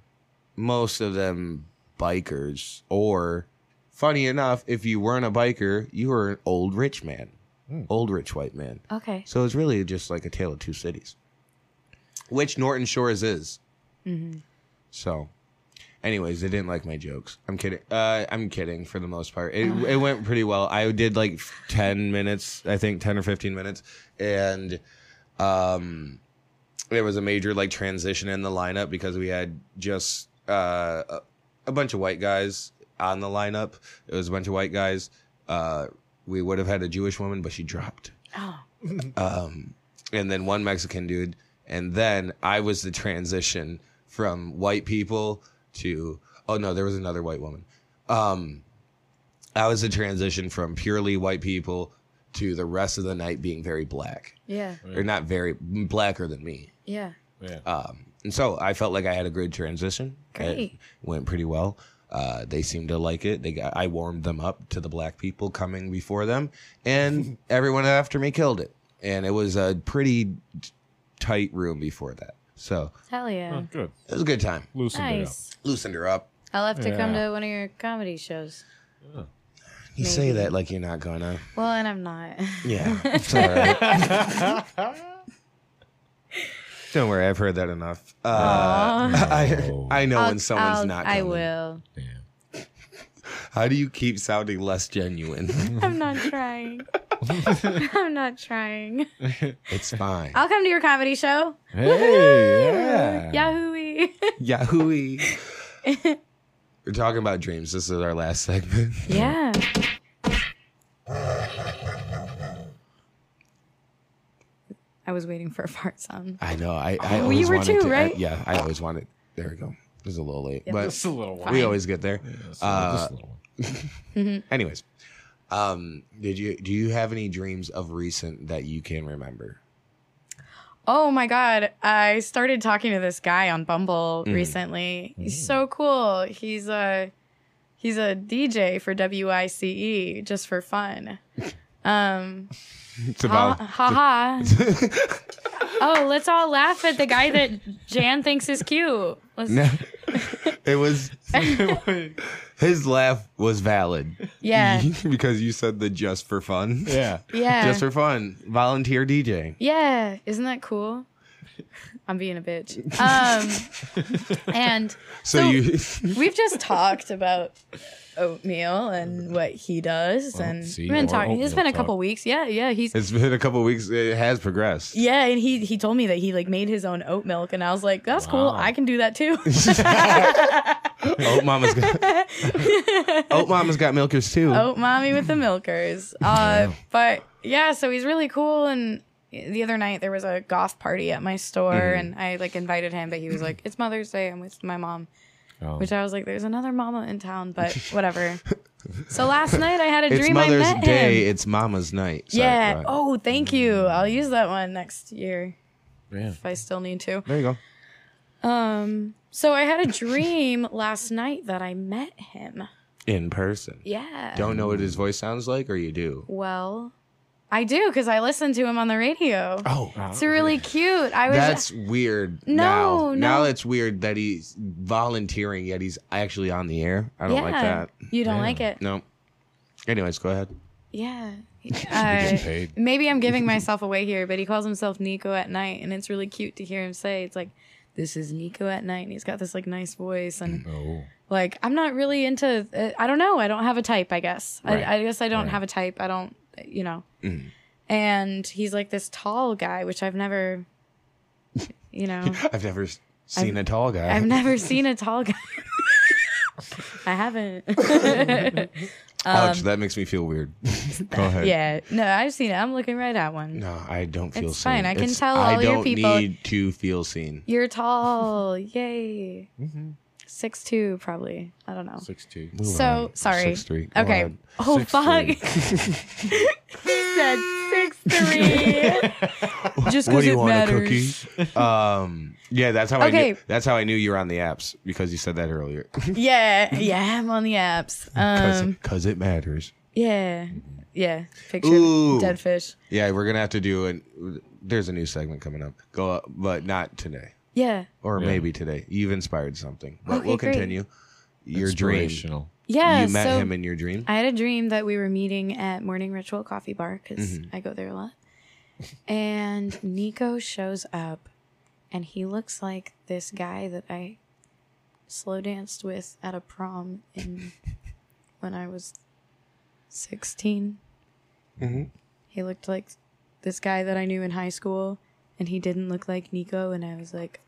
[SPEAKER 2] Most of them bikers, or funny enough, if you weren't a biker, you were an old rich man,
[SPEAKER 4] Hmm.
[SPEAKER 2] old rich white man.
[SPEAKER 1] Okay.
[SPEAKER 2] So it's really just like a tale of two cities, which Norton Shores is. Mm-hmm. So, anyways, they didn't like my jokes. I'm kidding. Uh, I'm kidding for the most part. It, it went pretty well. I did like 10 minutes, I think 10 or 15 minutes. And um, there was a major like transition in the lineup because we had just uh, a- a bunch of white guys on the lineup. It was a bunch of white guys. Uh, we would have had a Jewish woman, but she dropped Um,
[SPEAKER 1] Oh,
[SPEAKER 2] and then one Mexican dude, and then I was the transition from white people to oh no, there was another white woman. Um, I was the transition from purely white people to the rest of the night being very black,
[SPEAKER 1] yeah.
[SPEAKER 2] or not very blacker than me.
[SPEAKER 1] Yeah.
[SPEAKER 4] Yeah.
[SPEAKER 2] Um, And so I felt like I had a good transition. It
[SPEAKER 1] Great.
[SPEAKER 2] went pretty well. Uh, they seemed to like it. They got, I warmed them up to the black people coming before them, and everyone after me killed it. And it was a pretty t- tight room before that, so
[SPEAKER 1] Hell yeah.
[SPEAKER 4] Oh, good.
[SPEAKER 2] it was a good time.
[SPEAKER 4] Loosened
[SPEAKER 1] Nice.
[SPEAKER 2] Loosened her up.
[SPEAKER 1] I'll have to come
[SPEAKER 4] Yeah.
[SPEAKER 1] to one of your comedy shows.
[SPEAKER 2] You say that like you're not gonna.
[SPEAKER 1] Well, and I'm not.
[SPEAKER 2] Yeah, it's all right. Don't worry, I've heard that enough. Uh, I I know when someone's
[SPEAKER 1] I'll-
[SPEAKER 2] not.
[SPEAKER 1] I
[SPEAKER 2] coming.
[SPEAKER 1] will.
[SPEAKER 4] it up. Yeah.
[SPEAKER 2] How do you keep sounding less genuine?
[SPEAKER 1] I'm not trying. I'm not trying.
[SPEAKER 2] it's fine.
[SPEAKER 1] I'll come to your comedy show.
[SPEAKER 4] Hey, yeah.
[SPEAKER 1] Yahooey.
[SPEAKER 2] Yahoo! We're talking about dreams. This is our last segment.
[SPEAKER 1] yeah. I was waiting for a fart sound.
[SPEAKER 2] I know. I, I
[SPEAKER 1] Oh,
[SPEAKER 2] always
[SPEAKER 1] you were
[SPEAKER 2] wanted
[SPEAKER 1] too,
[SPEAKER 2] to, I-
[SPEAKER 1] right?
[SPEAKER 2] yeah, I always wanted. There we go. It was a little late,
[SPEAKER 4] Just
[SPEAKER 2] but
[SPEAKER 4] a little one.
[SPEAKER 2] we always get there.
[SPEAKER 4] Just
[SPEAKER 2] Uh,
[SPEAKER 4] a little one.
[SPEAKER 2] anyways, um, did you do you have any dreams of recent that you can remember?
[SPEAKER 1] Oh my god, I started talking to this guy on Bumble
[SPEAKER 2] Mm.
[SPEAKER 1] recently. He's so cool. He's a he's a DJ for WICE E just for fun. Um
[SPEAKER 2] It's
[SPEAKER 1] ha ha. ha. oh, let's all laugh at the guy that Jan thinks is cute. Let's-
[SPEAKER 2] no, it was his laugh was valid.
[SPEAKER 1] Yeah.
[SPEAKER 2] because you said the just for fun.
[SPEAKER 4] Yeah.
[SPEAKER 1] Yeah.
[SPEAKER 2] Just for fun, volunteer DJ.
[SPEAKER 1] Yeah, isn't that cool? I'm being a bitch. Um, and
[SPEAKER 2] So,
[SPEAKER 1] So-
[SPEAKER 2] you,
[SPEAKER 1] we've just talked about oatmeal and what he does.
[SPEAKER 4] Well,
[SPEAKER 1] and
[SPEAKER 4] see,
[SPEAKER 1] we've been
[SPEAKER 4] more
[SPEAKER 1] talking. It's
[SPEAKER 4] oatmeal
[SPEAKER 1] been a couple
[SPEAKER 4] talk.
[SPEAKER 1] weeks. Yeah, yeah. He's
[SPEAKER 2] It's been a couple weeks. It has progressed.
[SPEAKER 1] yeah, and he he told me that he like made his own oat milk, and I was like, that's cool.
[SPEAKER 4] Wow.
[SPEAKER 1] I can do that too.
[SPEAKER 2] Oat Mama's got Oat Mama's got milkers too.
[SPEAKER 1] oat Oh, mommy with the milkers. Uh, but yeah, so he's really cool. And the other night there was a golf party at my store,
[SPEAKER 2] Mm-hmm.
[SPEAKER 1] and I like invited him, but he was like, "It's Mother's Day. I'm with my mom."
[SPEAKER 4] Oh.
[SPEAKER 1] Which I was like, there's another mama in town, but whatever. so last night I had a
[SPEAKER 2] It's
[SPEAKER 1] dream I
[SPEAKER 2] Mother's
[SPEAKER 1] met
[SPEAKER 2] Day. Mm.
[SPEAKER 1] him.
[SPEAKER 2] It's Mama's night. Sorry,
[SPEAKER 1] yeah.
[SPEAKER 2] go ahead.
[SPEAKER 1] Oh, thank you. I'll use that one next year
[SPEAKER 4] Yeah.
[SPEAKER 1] if I still need to.
[SPEAKER 2] There you go.
[SPEAKER 1] Um. So I had a dream last night that I met him.
[SPEAKER 2] In person.
[SPEAKER 1] Yeah.
[SPEAKER 2] Don't know what his voice sounds like, or you do.
[SPEAKER 1] Well, I do because I listened to him on the radio.
[SPEAKER 2] Oh,
[SPEAKER 1] It's really cute. I was.
[SPEAKER 2] that's weird. now.
[SPEAKER 1] No,
[SPEAKER 2] now
[SPEAKER 1] no.
[SPEAKER 2] it's weird that he's volunteering yet he's actually on the air. I don't
[SPEAKER 1] yeah.
[SPEAKER 2] like that.
[SPEAKER 1] You don't
[SPEAKER 4] Yeah.
[SPEAKER 1] like it.
[SPEAKER 2] No. Anyways, go ahead.
[SPEAKER 1] Yeah.
[SPEAKER 4] getting
[SPEAKER 1] Uh,
[SPEAKER 4] paid.
[SPEAKER 1] maybe I'm giving myself away here, but he calls himself Nico at night, and it's really cute to hear him say it's like, "This is Nico at night," and he's got this like nice voice, and
[SPEAKER 4] Oh.
[SPEAKER 1] like I'm not really into. Uh, I don't know. I don't have a type. I guess.
[SPEAKER 4] Right.
[SPEAKER 1] I, I guess I don't
[SPEAKER 4] Right. Mm-hmm.
[SPEAKER 1] have a type. I don't. You know. And he's like this tall guy, which I've never. You know.
[SPEAKER 2] I've never s- seen a tall guy.
[SPEAKER 1] I've never seen a tall guy. I haven't.
[SPEAKER 2] Ouch, that makes me feel weird. go ahead.
[SPEAKER 1] um, yeah. No, I've seen it. I'm looking right at one.
[SPEAKER 2] No, I don't feel
[SPEAKER 1] It's
[SPEAKER 2] seen.
[SPEAKER 1] fine. I can tell all
[SPEAKER 2] I
[SPEAKER 1] your
[SPEAKER 2] don't
[SPEAKER 1] people-
[SPEAKER 2] need to feel seen.
[SPEAKER 1] You're tall. Yay.
[SPEAKER 2] Mm-hmm.
[SPEAKER 1] Six two, probably. I don't know.
[SPEAKER 4] Six two.
[SPEAKER 2] Move
[SPEAKER 1] so
[SPEAKER 2] on.
[SPEAKER 1] sorry.
[SPEAKER 2] Six, three. Go
[SPEAKER 1] Okay.
[SPEAKER 2] ahead.
[SPEAKER 1] Oh
[SPEAKER 4] Six,
[SPEAKER 1] fuck.
[SPEAKER 4] three.
[SPEAKER 1] he said six three. Just because
[SPEAKER 2] What do
[SPEAKER 1] it
[SPEAKER 2] you want
[SPEAKER 1] matters.
[SPEAKER 2] a cookie? um, yeah, that's how I
[SPEAKER 1] Okay.
[SPEAKER 2] knew, that's how I knew you were on the apps because you said that earlier.
[SPEAKER 1] Yeah, yeah. I'm on the apps.
[SPEAKER 2] Because
[SPEAKER 1] Um,
[SPEAKER 2] it matters.
[SPEAKER 1] yeah, yeah. Picture
[SPEAKER 2] Ooh.
[SPEAKER 1] dead fish.
[SPEAKER 2] Yeah, we're gonna have to do an. There's a new segment coming up. Go, up, but not today,
[SPEAKER 1] Yeah,
[SPEAKER 2] or
[SPEAKER 4] Yeah.
[SPEAKER 2] maybe today. You've inspired something, but
[SPEAKER 1] Okay,
[SPEAKER 2] we'll
[SPEAKER 1] great.
[SPEAKER 2] continue. Your dream. You
[SPEAKER 4] Inspirational.
[SPEAKER 1] yeah.
[SPEAKER 2] met
[SPEAKER 1] so
[SPEAKER 2] him in your dream.
[SPEAKER 1] I had a dream that we were meeting at Morning Ritual Coffee Bar because I go there a lot. And Nico shows up and he looks like this guy that I slow danced with at a prom in when I was 16. He looked like this guy that I knew in high school and he didn't look like Nico. And I was like,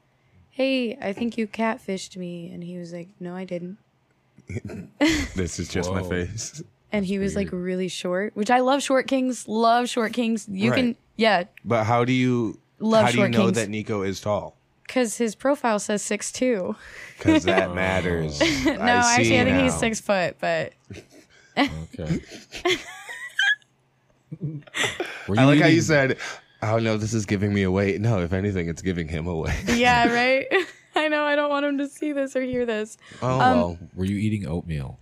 [SPEAKER 1] hey, I think you catfished me. And he was like, no, I didn't.
[SPEAKER 2] This is just my
[SPEAKER 4] Whoa.
[SPEAKER 2] face.
[SPEAKER 1] and he was like really short, which I love short kings. Love short kings. You
[SPEAKER 2] Right.
[SPEAKER 1] can yeah,
[SPEAKER 2] But how do you?
[SPEAKER 1] Love
[SPEAKER 2] how do you
[SPEAKER 1] short
[SPEAKER 2] know
[SPEAKER 1] kings.
[SPEAKER 2] that Nico is tall?
[SPEAKER 1] because his profile says six two.
[SPEAKER 2] Because that matters. no,
[SPEAKER 1] No, actually, I think he's six foot, but
[SPEAKER 4] Okay. Were
[SPEAKER 2] I like how you
[SPEAKER 4] eating-
[SPEAKER 2] said. Oh no, this is giving me away. No, if anything, it's giving him away.
[SPEAKER 1] yeah, right. I know I don't want him to see this or hear this.
[SPEAKER 2] Oh well.
[SPEAKER 4] Were you eating oatmeal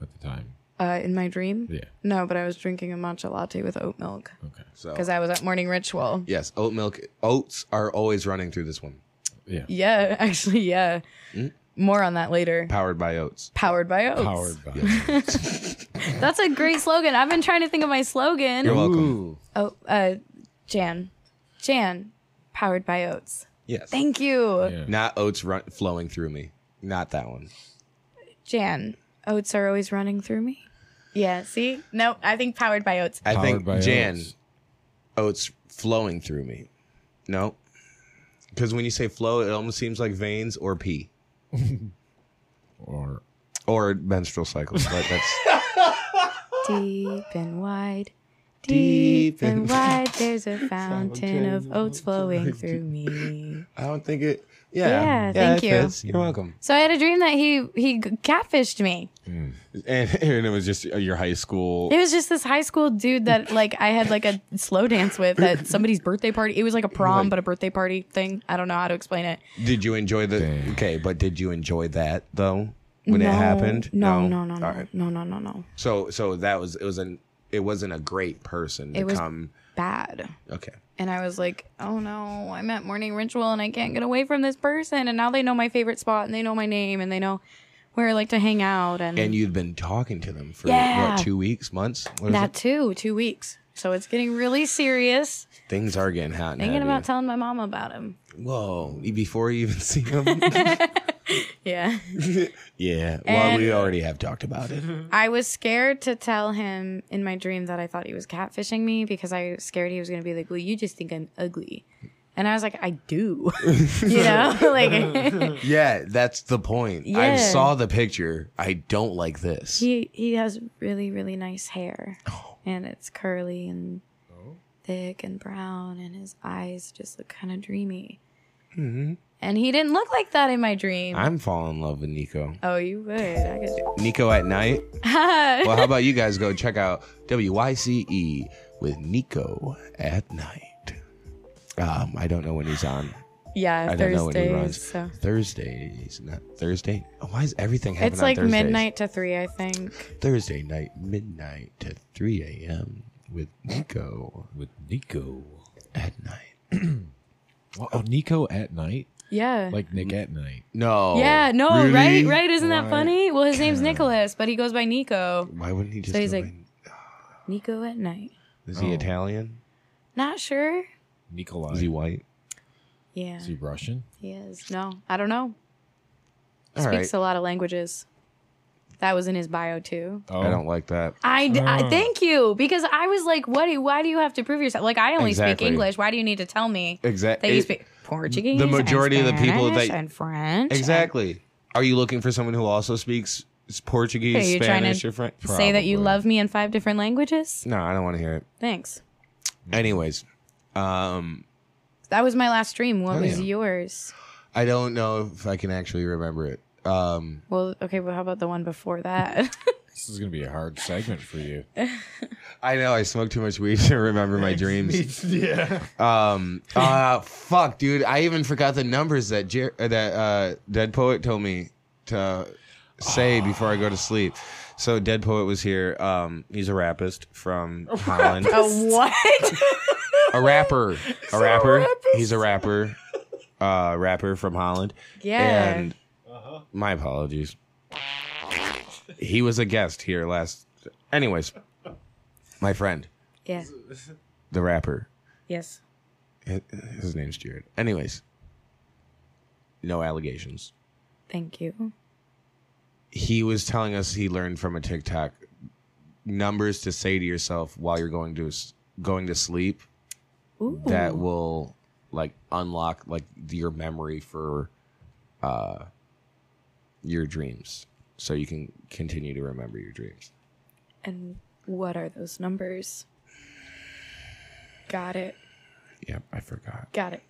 [SPEAKER 4] at the time?
[SPEAKER 1] Uh, in my dream,
[SPEAKER 4] Yeah. Oh.
[SPEAKER 1] no, but I was drinking a matcha latte with oat milk
[SPEAKER 4] Okay.
[SPEAKER 2] So
[SPEAKER 1] because I was at morning ritual.
[SPEAKER 2] yes, oat milk. Oats are always running through this one.
[SPEAKER 4] Yeah.
[SPEAKER 1] Yeah, actually, yeah. More on that later.
[SPEAKER 2] Powered by oats.
[SPEAKER 1] Powered by oats.
[SPEAKER 4] Powered by.
[SPEAKER 1] That's a great slogan. I've been trying to think of my slogan.
[SPEAKER 2] You're welcome.
[SPEAKER 4] Ooh.
[SPEAKER 1] Oh, uh, Jan. Jan, powered by oats.
[SPEAKER 2] Yes.
[SPEAKER 1] Thank you,
[SPEAKER 4] Yeah.
[SPEAKER 2] Not oats run- flowing through me. Not that one.
[SPEAKER 1] Jan. Oats are always running through me. Yeah, see? No, I think powered by oats.
[SPEAKER 2] I
[SPEAKER 4] Powered by
[SPEAKER 2] think Jan
[SPEAKER 4] oats.
[SPEAKER 2] oats. flowing through me. No. Because when you say flow, it almost seems like veins or pee
[SPEAKER 4] Or
[SPEAKER 2] or menstrual cycles. But that's
[SPEAKER 1] Deep and wide. Deep and wide, there's a fountain of oats flowing through me.
[SPEAKER 2] I don't think it.
[SPEAKER 1] Yeah, thank
[SPEAKER 2] it
[SPEAKER 1] you.
[SPEAKER 2] fits. You're welcome.
[SPEAKER 1] So I had a dream that he he catfished me.
[SPEAKER 2] And, and it was just your high school.
[SPEAKER 1] It was just this high school dude that like I had like a slow dance with at somebody's birthday party. It was like a prom, but a birthday party thing. I don't know how to explain it.
[SPEAKER 2] Did you enjoy the?
[SPEAKER 4] Dang.
[SPEAKER 2] Okay, but did you enjoy that though when it happened?
[SPEAKER 1] No, no, no, no,
[SPEAKER 2] All right.
[SPEAKER 1] no, no, no, no.
[SPEAKER 2] So so that was it was an it wasn't a great person to
[SPEAKER 1] It was-
[SPEAKER 2] come.
[SPEAKER 1] Bad.
[SPEAKER 2] Okay.
[SPEAKER 1] And I was like, oh no, I'm at morning ritual and I can't get away from this person. And now they know my favorite spot and they know my name and they know where I like to hang out and,
[SPEAKER 2] And you'd been talking to them for
[SPEAKER 1] Yeah.
[SPEAKER 2] what two weeks, months? What is
[SPEAKER 1] that too, two weeks. So it's getting really serious.
[SPEAKER 2] Things are getting hot. and
[SPEAKER 1] Thinking
[SPEAKER 2] heavy.
[SPEAKER 1] about telling my mom about him.
[SPEAKER 2] Whoa! Before you even see him.
[SPEAKER 1] Yeah.
[SPEAKER 2] yeah. Well,
[SPEAKER 1] And-
[SPEAKER 2] we already have talked about it.
[SPEAKER 1] I was scared to tell him in my dream that I thought he was catfishing me because I was scared he was going to be like, "Well, you just think I'm ugly," and I was like, "I do," you know, like
[SPEAKER 2] Yeah, that's the point. I
[SPEAKER 1] Yeah.
[SPEAKER 2] saw the picture. I don't like this.
[SPEAKER 1] he he has really really nice hair,
[SPEAKER 2] Oh.
[SPEAKER 1] and it's curly and thick and brown, and his eyes just look kind of dreamy. And he didn't look like that in my dream.
[SPEAKER 2] Mm-hmm. I'm falling in love with Nico.
[SPEAKER 1] oh, you would. I could.
[SPEAKER 2] Nico at night. Well, how about you guys go check out WYCE E with Nico at night. Um, I don't know when he's on.
[SPEAKER 1] yeah,
[SPEAKER 2] I don't know when he runs.
[SPEAKER 1] Thursdays. So.
[SPEAKER 2] Thursdays, not Thursday. Oh, why is everything happening?
[SPEAKER 1] It's
[SPEAKER 2] on
[SPEAKER 1] like
[SPEAKER 2] Thursdays?
[SPEAKER 1] midnight to three, I think.
[SPEAKER 2] Thursday night, midnight to 3 a.m. with Nico
[SPEAKER 4] with Nico.
[SPEAKER 2] at night.
[SPEAKER 4] Well, oh, Nico at night,
[SPEAKER 1] Yeah.
[SPEAKER 4] like Nick at night.
[SPEAKER 2] No.
[SPEAKER 1] Yeah, no,
[SPEAKER 2] oh,
[SPEAKER 1] right,
[SPEAKER 2] Really?
[SPEAKER 1] right. Isn't that
[SPEAKER 4] Why?
[SPEAKER 1] funny? Well, his name's Nicholas, but he goes by Nico.
[SPEAKER 2] Why wouldn't he just?
[SPEAKER 1] So he's
[SPEAKER 2] go
[SPEAKER 1] like- Nico at night.
[SPEAKER 2] by- is he
[SPEAKER 4] Oh.
[SPEAKER 2] Italian?
[SPEAKER 1] Not sure.
[SPEAKER 4] Nikolai.
[SPEAKER 2] Is he white?
[SPEAKER 1] Yeah,
[SPEAKER 4] Is he Russian?
[SPEAKER 1] he is. No, I don't know.
[SPEAKER 2] All right.
[SPEAKER 1] Speaks a lot of languages. That was in his bio too.
[SPEAKER 4] Oh,
[SPEAKER 2] I don't like that.
[SPEAKER 1] I, d- I-
[SPEAKER 4] Oh.
[SPEAKER 1] thank you because I was like, what? Do, why do you have to prove yourself? Like I only
[SPEAKER 2] Exactly.
[SPEAKER 1] speak English. Why do you need to tell me that
[SPEAKER 2] Exactly.
[SPEAKER 1] you speak Portuguese?
[SPEAKER 2] the
[SPEAKER 1] and
[SPEAKER 2] majority of the people that-
[SPEAKER 1] Spanish and French. and-
[SPEAKER 2] Exactly. Are you looking for someone who also speaks s- Portuguese,
[SPEAKER 1] Are you trying
[SPEAKER 2] Spanish,
[SPEAKER 1] to
[SPEAKER 2] or French?
[SPEAKER 1] Say that you
[SPEAKER 4] Probably.
[SPEAKER 1] love me in five different languages.
[SPEAKER 2] No, I don't want to hear it.
[SPEAKER 1] Thanks.
[SPEAKER 2] Anyways, um,
[SPEAKER 1] That was my last stream. What
[SPEAKER 2] Oh,
[SPEAKER 1] was
[SPEAKER 2] yeah.
[SPEAKER 1] yours?
[SPEAKER 2] I don't know if I can actually remember it. Um,
[SPEAKER 1] Well, okay, well, how about the one before that?
[SPEAKER 4] This is gonna be a hard segment for you.
[SPEAKER 2] I know I smoked too much weed to remember my dreams.
[SPEAKER 4] yeah.
[SPEAKER 2] Um, uh, fuck, dude, I even forgot the numbers that Jer- uh, that uh, Dead Poet told me to say before I go to sleep. So Dead Poet was here. Um, he's a rapist from Holland.
[SPEAKER 1] a what?
[SPEAKER 2] a rapper. A rapper. He's a rapper. Uh rapper from Holland.
[SPEAKER 1] Yeah.
[SPEAKER 2] And my apologies. He was a guest here last anyways. My friend,
[SPEAKER 1] yeah.
[SPEAKER 2] the rapper.
[SPEAKER 1] Yes.
[SPEAKER 2] His, his name's Jared. Anyways. No allegations.
[SPEAKER 1] Thank you.
[SPEAKER 2] He was telling us he learned from a TikTok numbers to say to yourself while you're going to s- going to sleep
[SPEAKER 1] Ooh.
[SPEAKER 2] that will like unlock like your memory for uh your dreams so you can continue to remember your dreams
[SPEAKER 1] and what are those numbers? Got it.
[SPEAKER 2] yeah i forgot
[SPEAKER 1] Got it.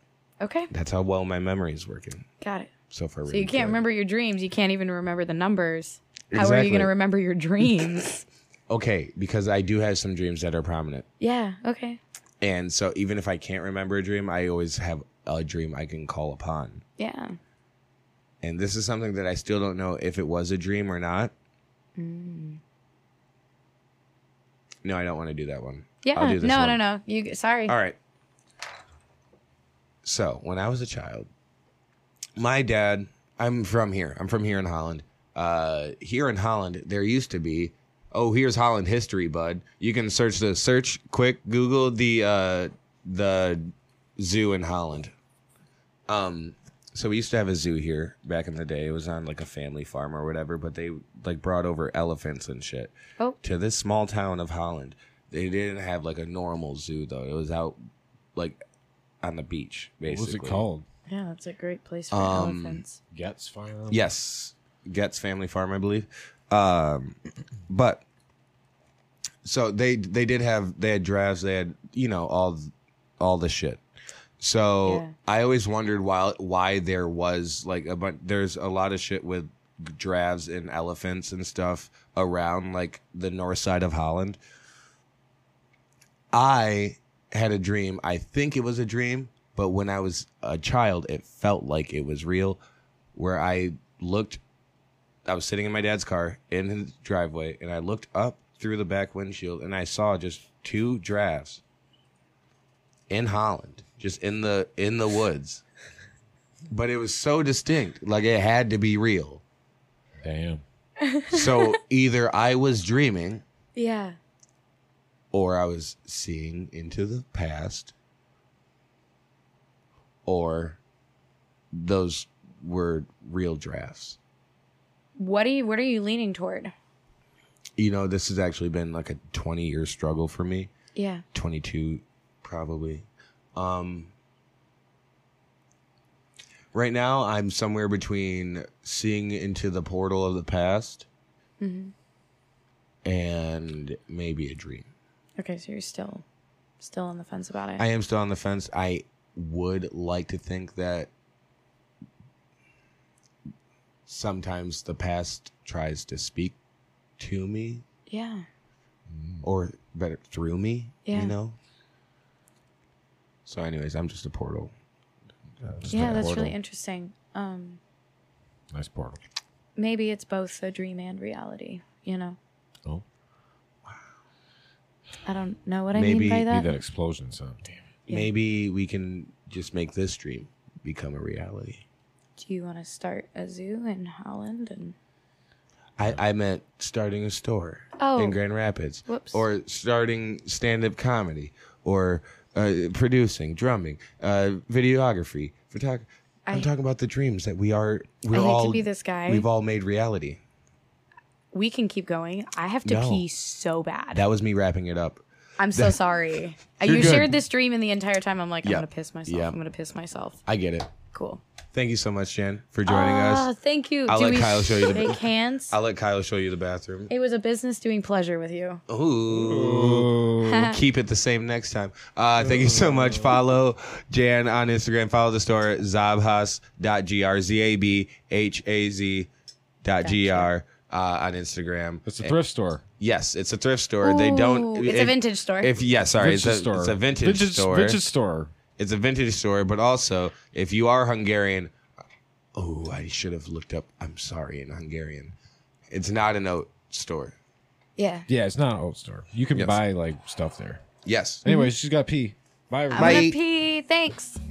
[SPEAKER 1] Okay.
[SPEAKER 2] that's how well my memory is working
[SPEAKER 1] Got it.
[SPEAKER 2] so far
[SPEAKER 1] So you can't remember your dreams. You can't even remember the numbers. How are
[SPEAKER 2] Exactly.
[SPEAKER 1] you going to remember your dreams?
[SPEAKER 2] okay because i do have some dreams that are prominent
[SPEAKER 1] yeah. Okay.
[SPEAKER 2] and so even if i can't remember a dream i always have a dream i can call upon
[SPEAKER 1] Yeah.
[SPEAKER 2] and this is something that I still don't know if it was a dream or not.
[SPEAKER 1] Mm.
[SPEAKER 2] No, I don't want to do that one.
[SPEAKER 1] Yeah.
[SPEAKER 2] I'll do this
[SPEAKER 1] no,
[SPEAKER 2] one.
[SPEAKER 1] no, no. You sorry.
[SPEAKER 2] All right. So when I was a child, my dad, I'm from here. I'm from here in Holland. Uh, here in Holland, there used to be. Oh, here's Holland history, bud. You can search the search quick. Google the uh, the zoo in Holland. Um, so we used to have a zoo here back in the day. It was on like a family farm or whatever, but they like brought over elephants and shit
[SPEAKER 1] Oh.
[SPEAKER 2] to this small town of Holland. They didn't have like a normal zoo though. It was out like on the beach,
[SPEAKER 4] What
[SPEAKER 2] basically.
[SPEAKER 4] was it called?
[SPEAKER 1] Yeah, that's a great place for
[SPEAKER 2] Um,
[SPEAKER 1] elephants.
[SPEAKER 4] Gets Farm.
[SPEAKER 2] Yes, Getz Family Farm, I believe. Um, but so they they did have they had drafts. They had you know all all the shit. So
[SPEAKER 1] Yeah.
[SPEAKER 2] I always wondered why why there was like a bunch. There's a lot of shit with drafts and elephants and stuff around like the north side of Holland. I had a dream. I think it was a dream, but when I was a child, it felt like it was real. Where I looked, I was sitting in my dad's car in his driveway, and I looked up through the back windshield and I saw just two drafts in Holland, just in the in the woods. But it was so distinct, like it had to be real.
[SPEAKER 4] Damn.
[SPEAKER 2] So either I was dreaming
[SPEAKER 1] Yeah.
[SPEAKER 2] or I was seeing into the past, or those were real drafts.
[SPEAKER 1] What are you what are you leaning toward?
[SPEAKER 2] You know, this has actually been like a 20 year struggle for me.
[SPEAKER 1] Yeah.
[SPEAKER 2] 22 probably um right now i'm somewhere between seeing into the portal of the past
[SPEAKER 1] Mm-hmm.
[SPEAKER 2] and maybe a dream
[SPEAKER 1] Okay, so you're still still on the fence about it.
[SPEAKER 2] i am still on the fence i would like to think that sometimes the past tries to speak to me
[SPEAKER 1] yeah.
[SPEAKER 4] Mm.
[SPEAKER 2] or better through me
[SPEAKER 1] Yeah.
[SPEAKER 2] you know so anyways i'm just a portal
[SPEAKER 4] Just
[SPEAKER 1] Yeah,
[SPEAKER 4] a
[SPEAKER 1] that's
[SPEAKER 4] portal.
[SPEAKER 1] really interesting. Um
[SPEAKER 4] nice portal.
[SPEAKER 1] maybe it's both a dream and reality, you know.
[SPEAKER 4] Oh,
[SPEAKER 1] I don't know what I
[SPEAKER 2] Maybe
[SPEAKER 1] mean by
[SPEAKER 4] need
[SPEAKER 1] that.
[SPEAKER 4] that explosion sound. Damn it.
[SPEAKER 1] Yeah.
[SPEAKER 2] maybe we can just make this dream become a reality.
[SPEAKER 1] Do you want to start a zoo in Holland and
[SPEAKER 2] I, I meant starting a store
[SPEAKER 1] Oh.
[SPEAKER 2] in Grand Rapids,
[SPEAKER 1] Whoops.
[SPEAKER 2] or starting stand-up comedy, or uh, producing, drumming, uh, videography, photography. I'm
[SPEAKER 1] I-
[SPEAKER 2] talking about the dreams that we are. We're
[SPEAKER 1] I hate to
[SPEAKER 2] all
[SPEAKER 1] be this guy.
[SPEAKER 2] We've all made reality.
[SPEAKER 1] we can keep going. I have to
[SPEAKER 2] No.
[SPEAKER 1] pee so bad.
[SPEAKER 2] That was me wrapping it up.
[SPEAKER 1] I'm so sorry.
[SPEAKER 2] You're
[SPEAKER 1] you
[SPEAKER 2] good.
[SPEAKER 1] shared this dream, and the entire time I'm like, I'm
[SPEAKER 2] Yeah.
[SPEAKER 1] gonna piss myself.
[SPEAKER 2] Yeah.
[SPEAKER 1] I'm gonna piss myself.
[SPEAKER 2] I get it.
[SPEAKER 1] Cool.
[SPEAKER 2] Thank you so much, Jen, for joining
[SPEAKER 1] Ah,
[SPEAKER 2] us.
[SPEAKER 1] thank you.
[SPEAKER 2] I'll
[SPEAKER 1] Do
[SPEAKER 2] let
[SPEAKER 1] we
[SPEAKER 2] Kyle show you the-
[SPEAKER 1] shake hands?
[SPEAKER 2] I'll let Kyle show you the bathroom.
[SPEAKER 1] it was a business doing pleasure with you.
[SPEAKER 2] Ooh. keep it the same next time. Uh, thank you so much. Follow Jan on Instagram. Follow the store zabhaz.grzabhaz dot gr uh, on Instagram.
[SPEAKER 4] It's a thrift store.
[SPEAKER 2] Yes, it's a thrift store. they don't.
[SPEAKER 1] Ooh, it's a vintage store.
[SPEAKER 2] If yeah, sorry, it's
[SPEAKER 4] Vintage
[SPEAKER 2] a,
[SPEAKER 4] store.
[SPEAKER 2] it's a vintage, store.
[SPEAKER 4] Vintage store.
[SPEAKER 2] It's a vintage store, but also if you are Hungarian, oh, I should have looked up. I'm sorry, in Hungarian, it's not an oat store.
[SPEAKER 1] Yeah.
[SPEAKER 4] Yeah, it's not an old store. You can
[SPEAKER 2] Yes.
[SPEAKER 4] buy like stuff there.
[SPEAKER 2] Yes.
[SPEAKER 1] Mm-hmm.
[SPEAKER 4] Anyways, she's got pee. Bye, everybody.
[SPEAKER 1] I'm
[SPEAKER 2] Bye.
[SPEAKER 1] gonna pee. Thanks.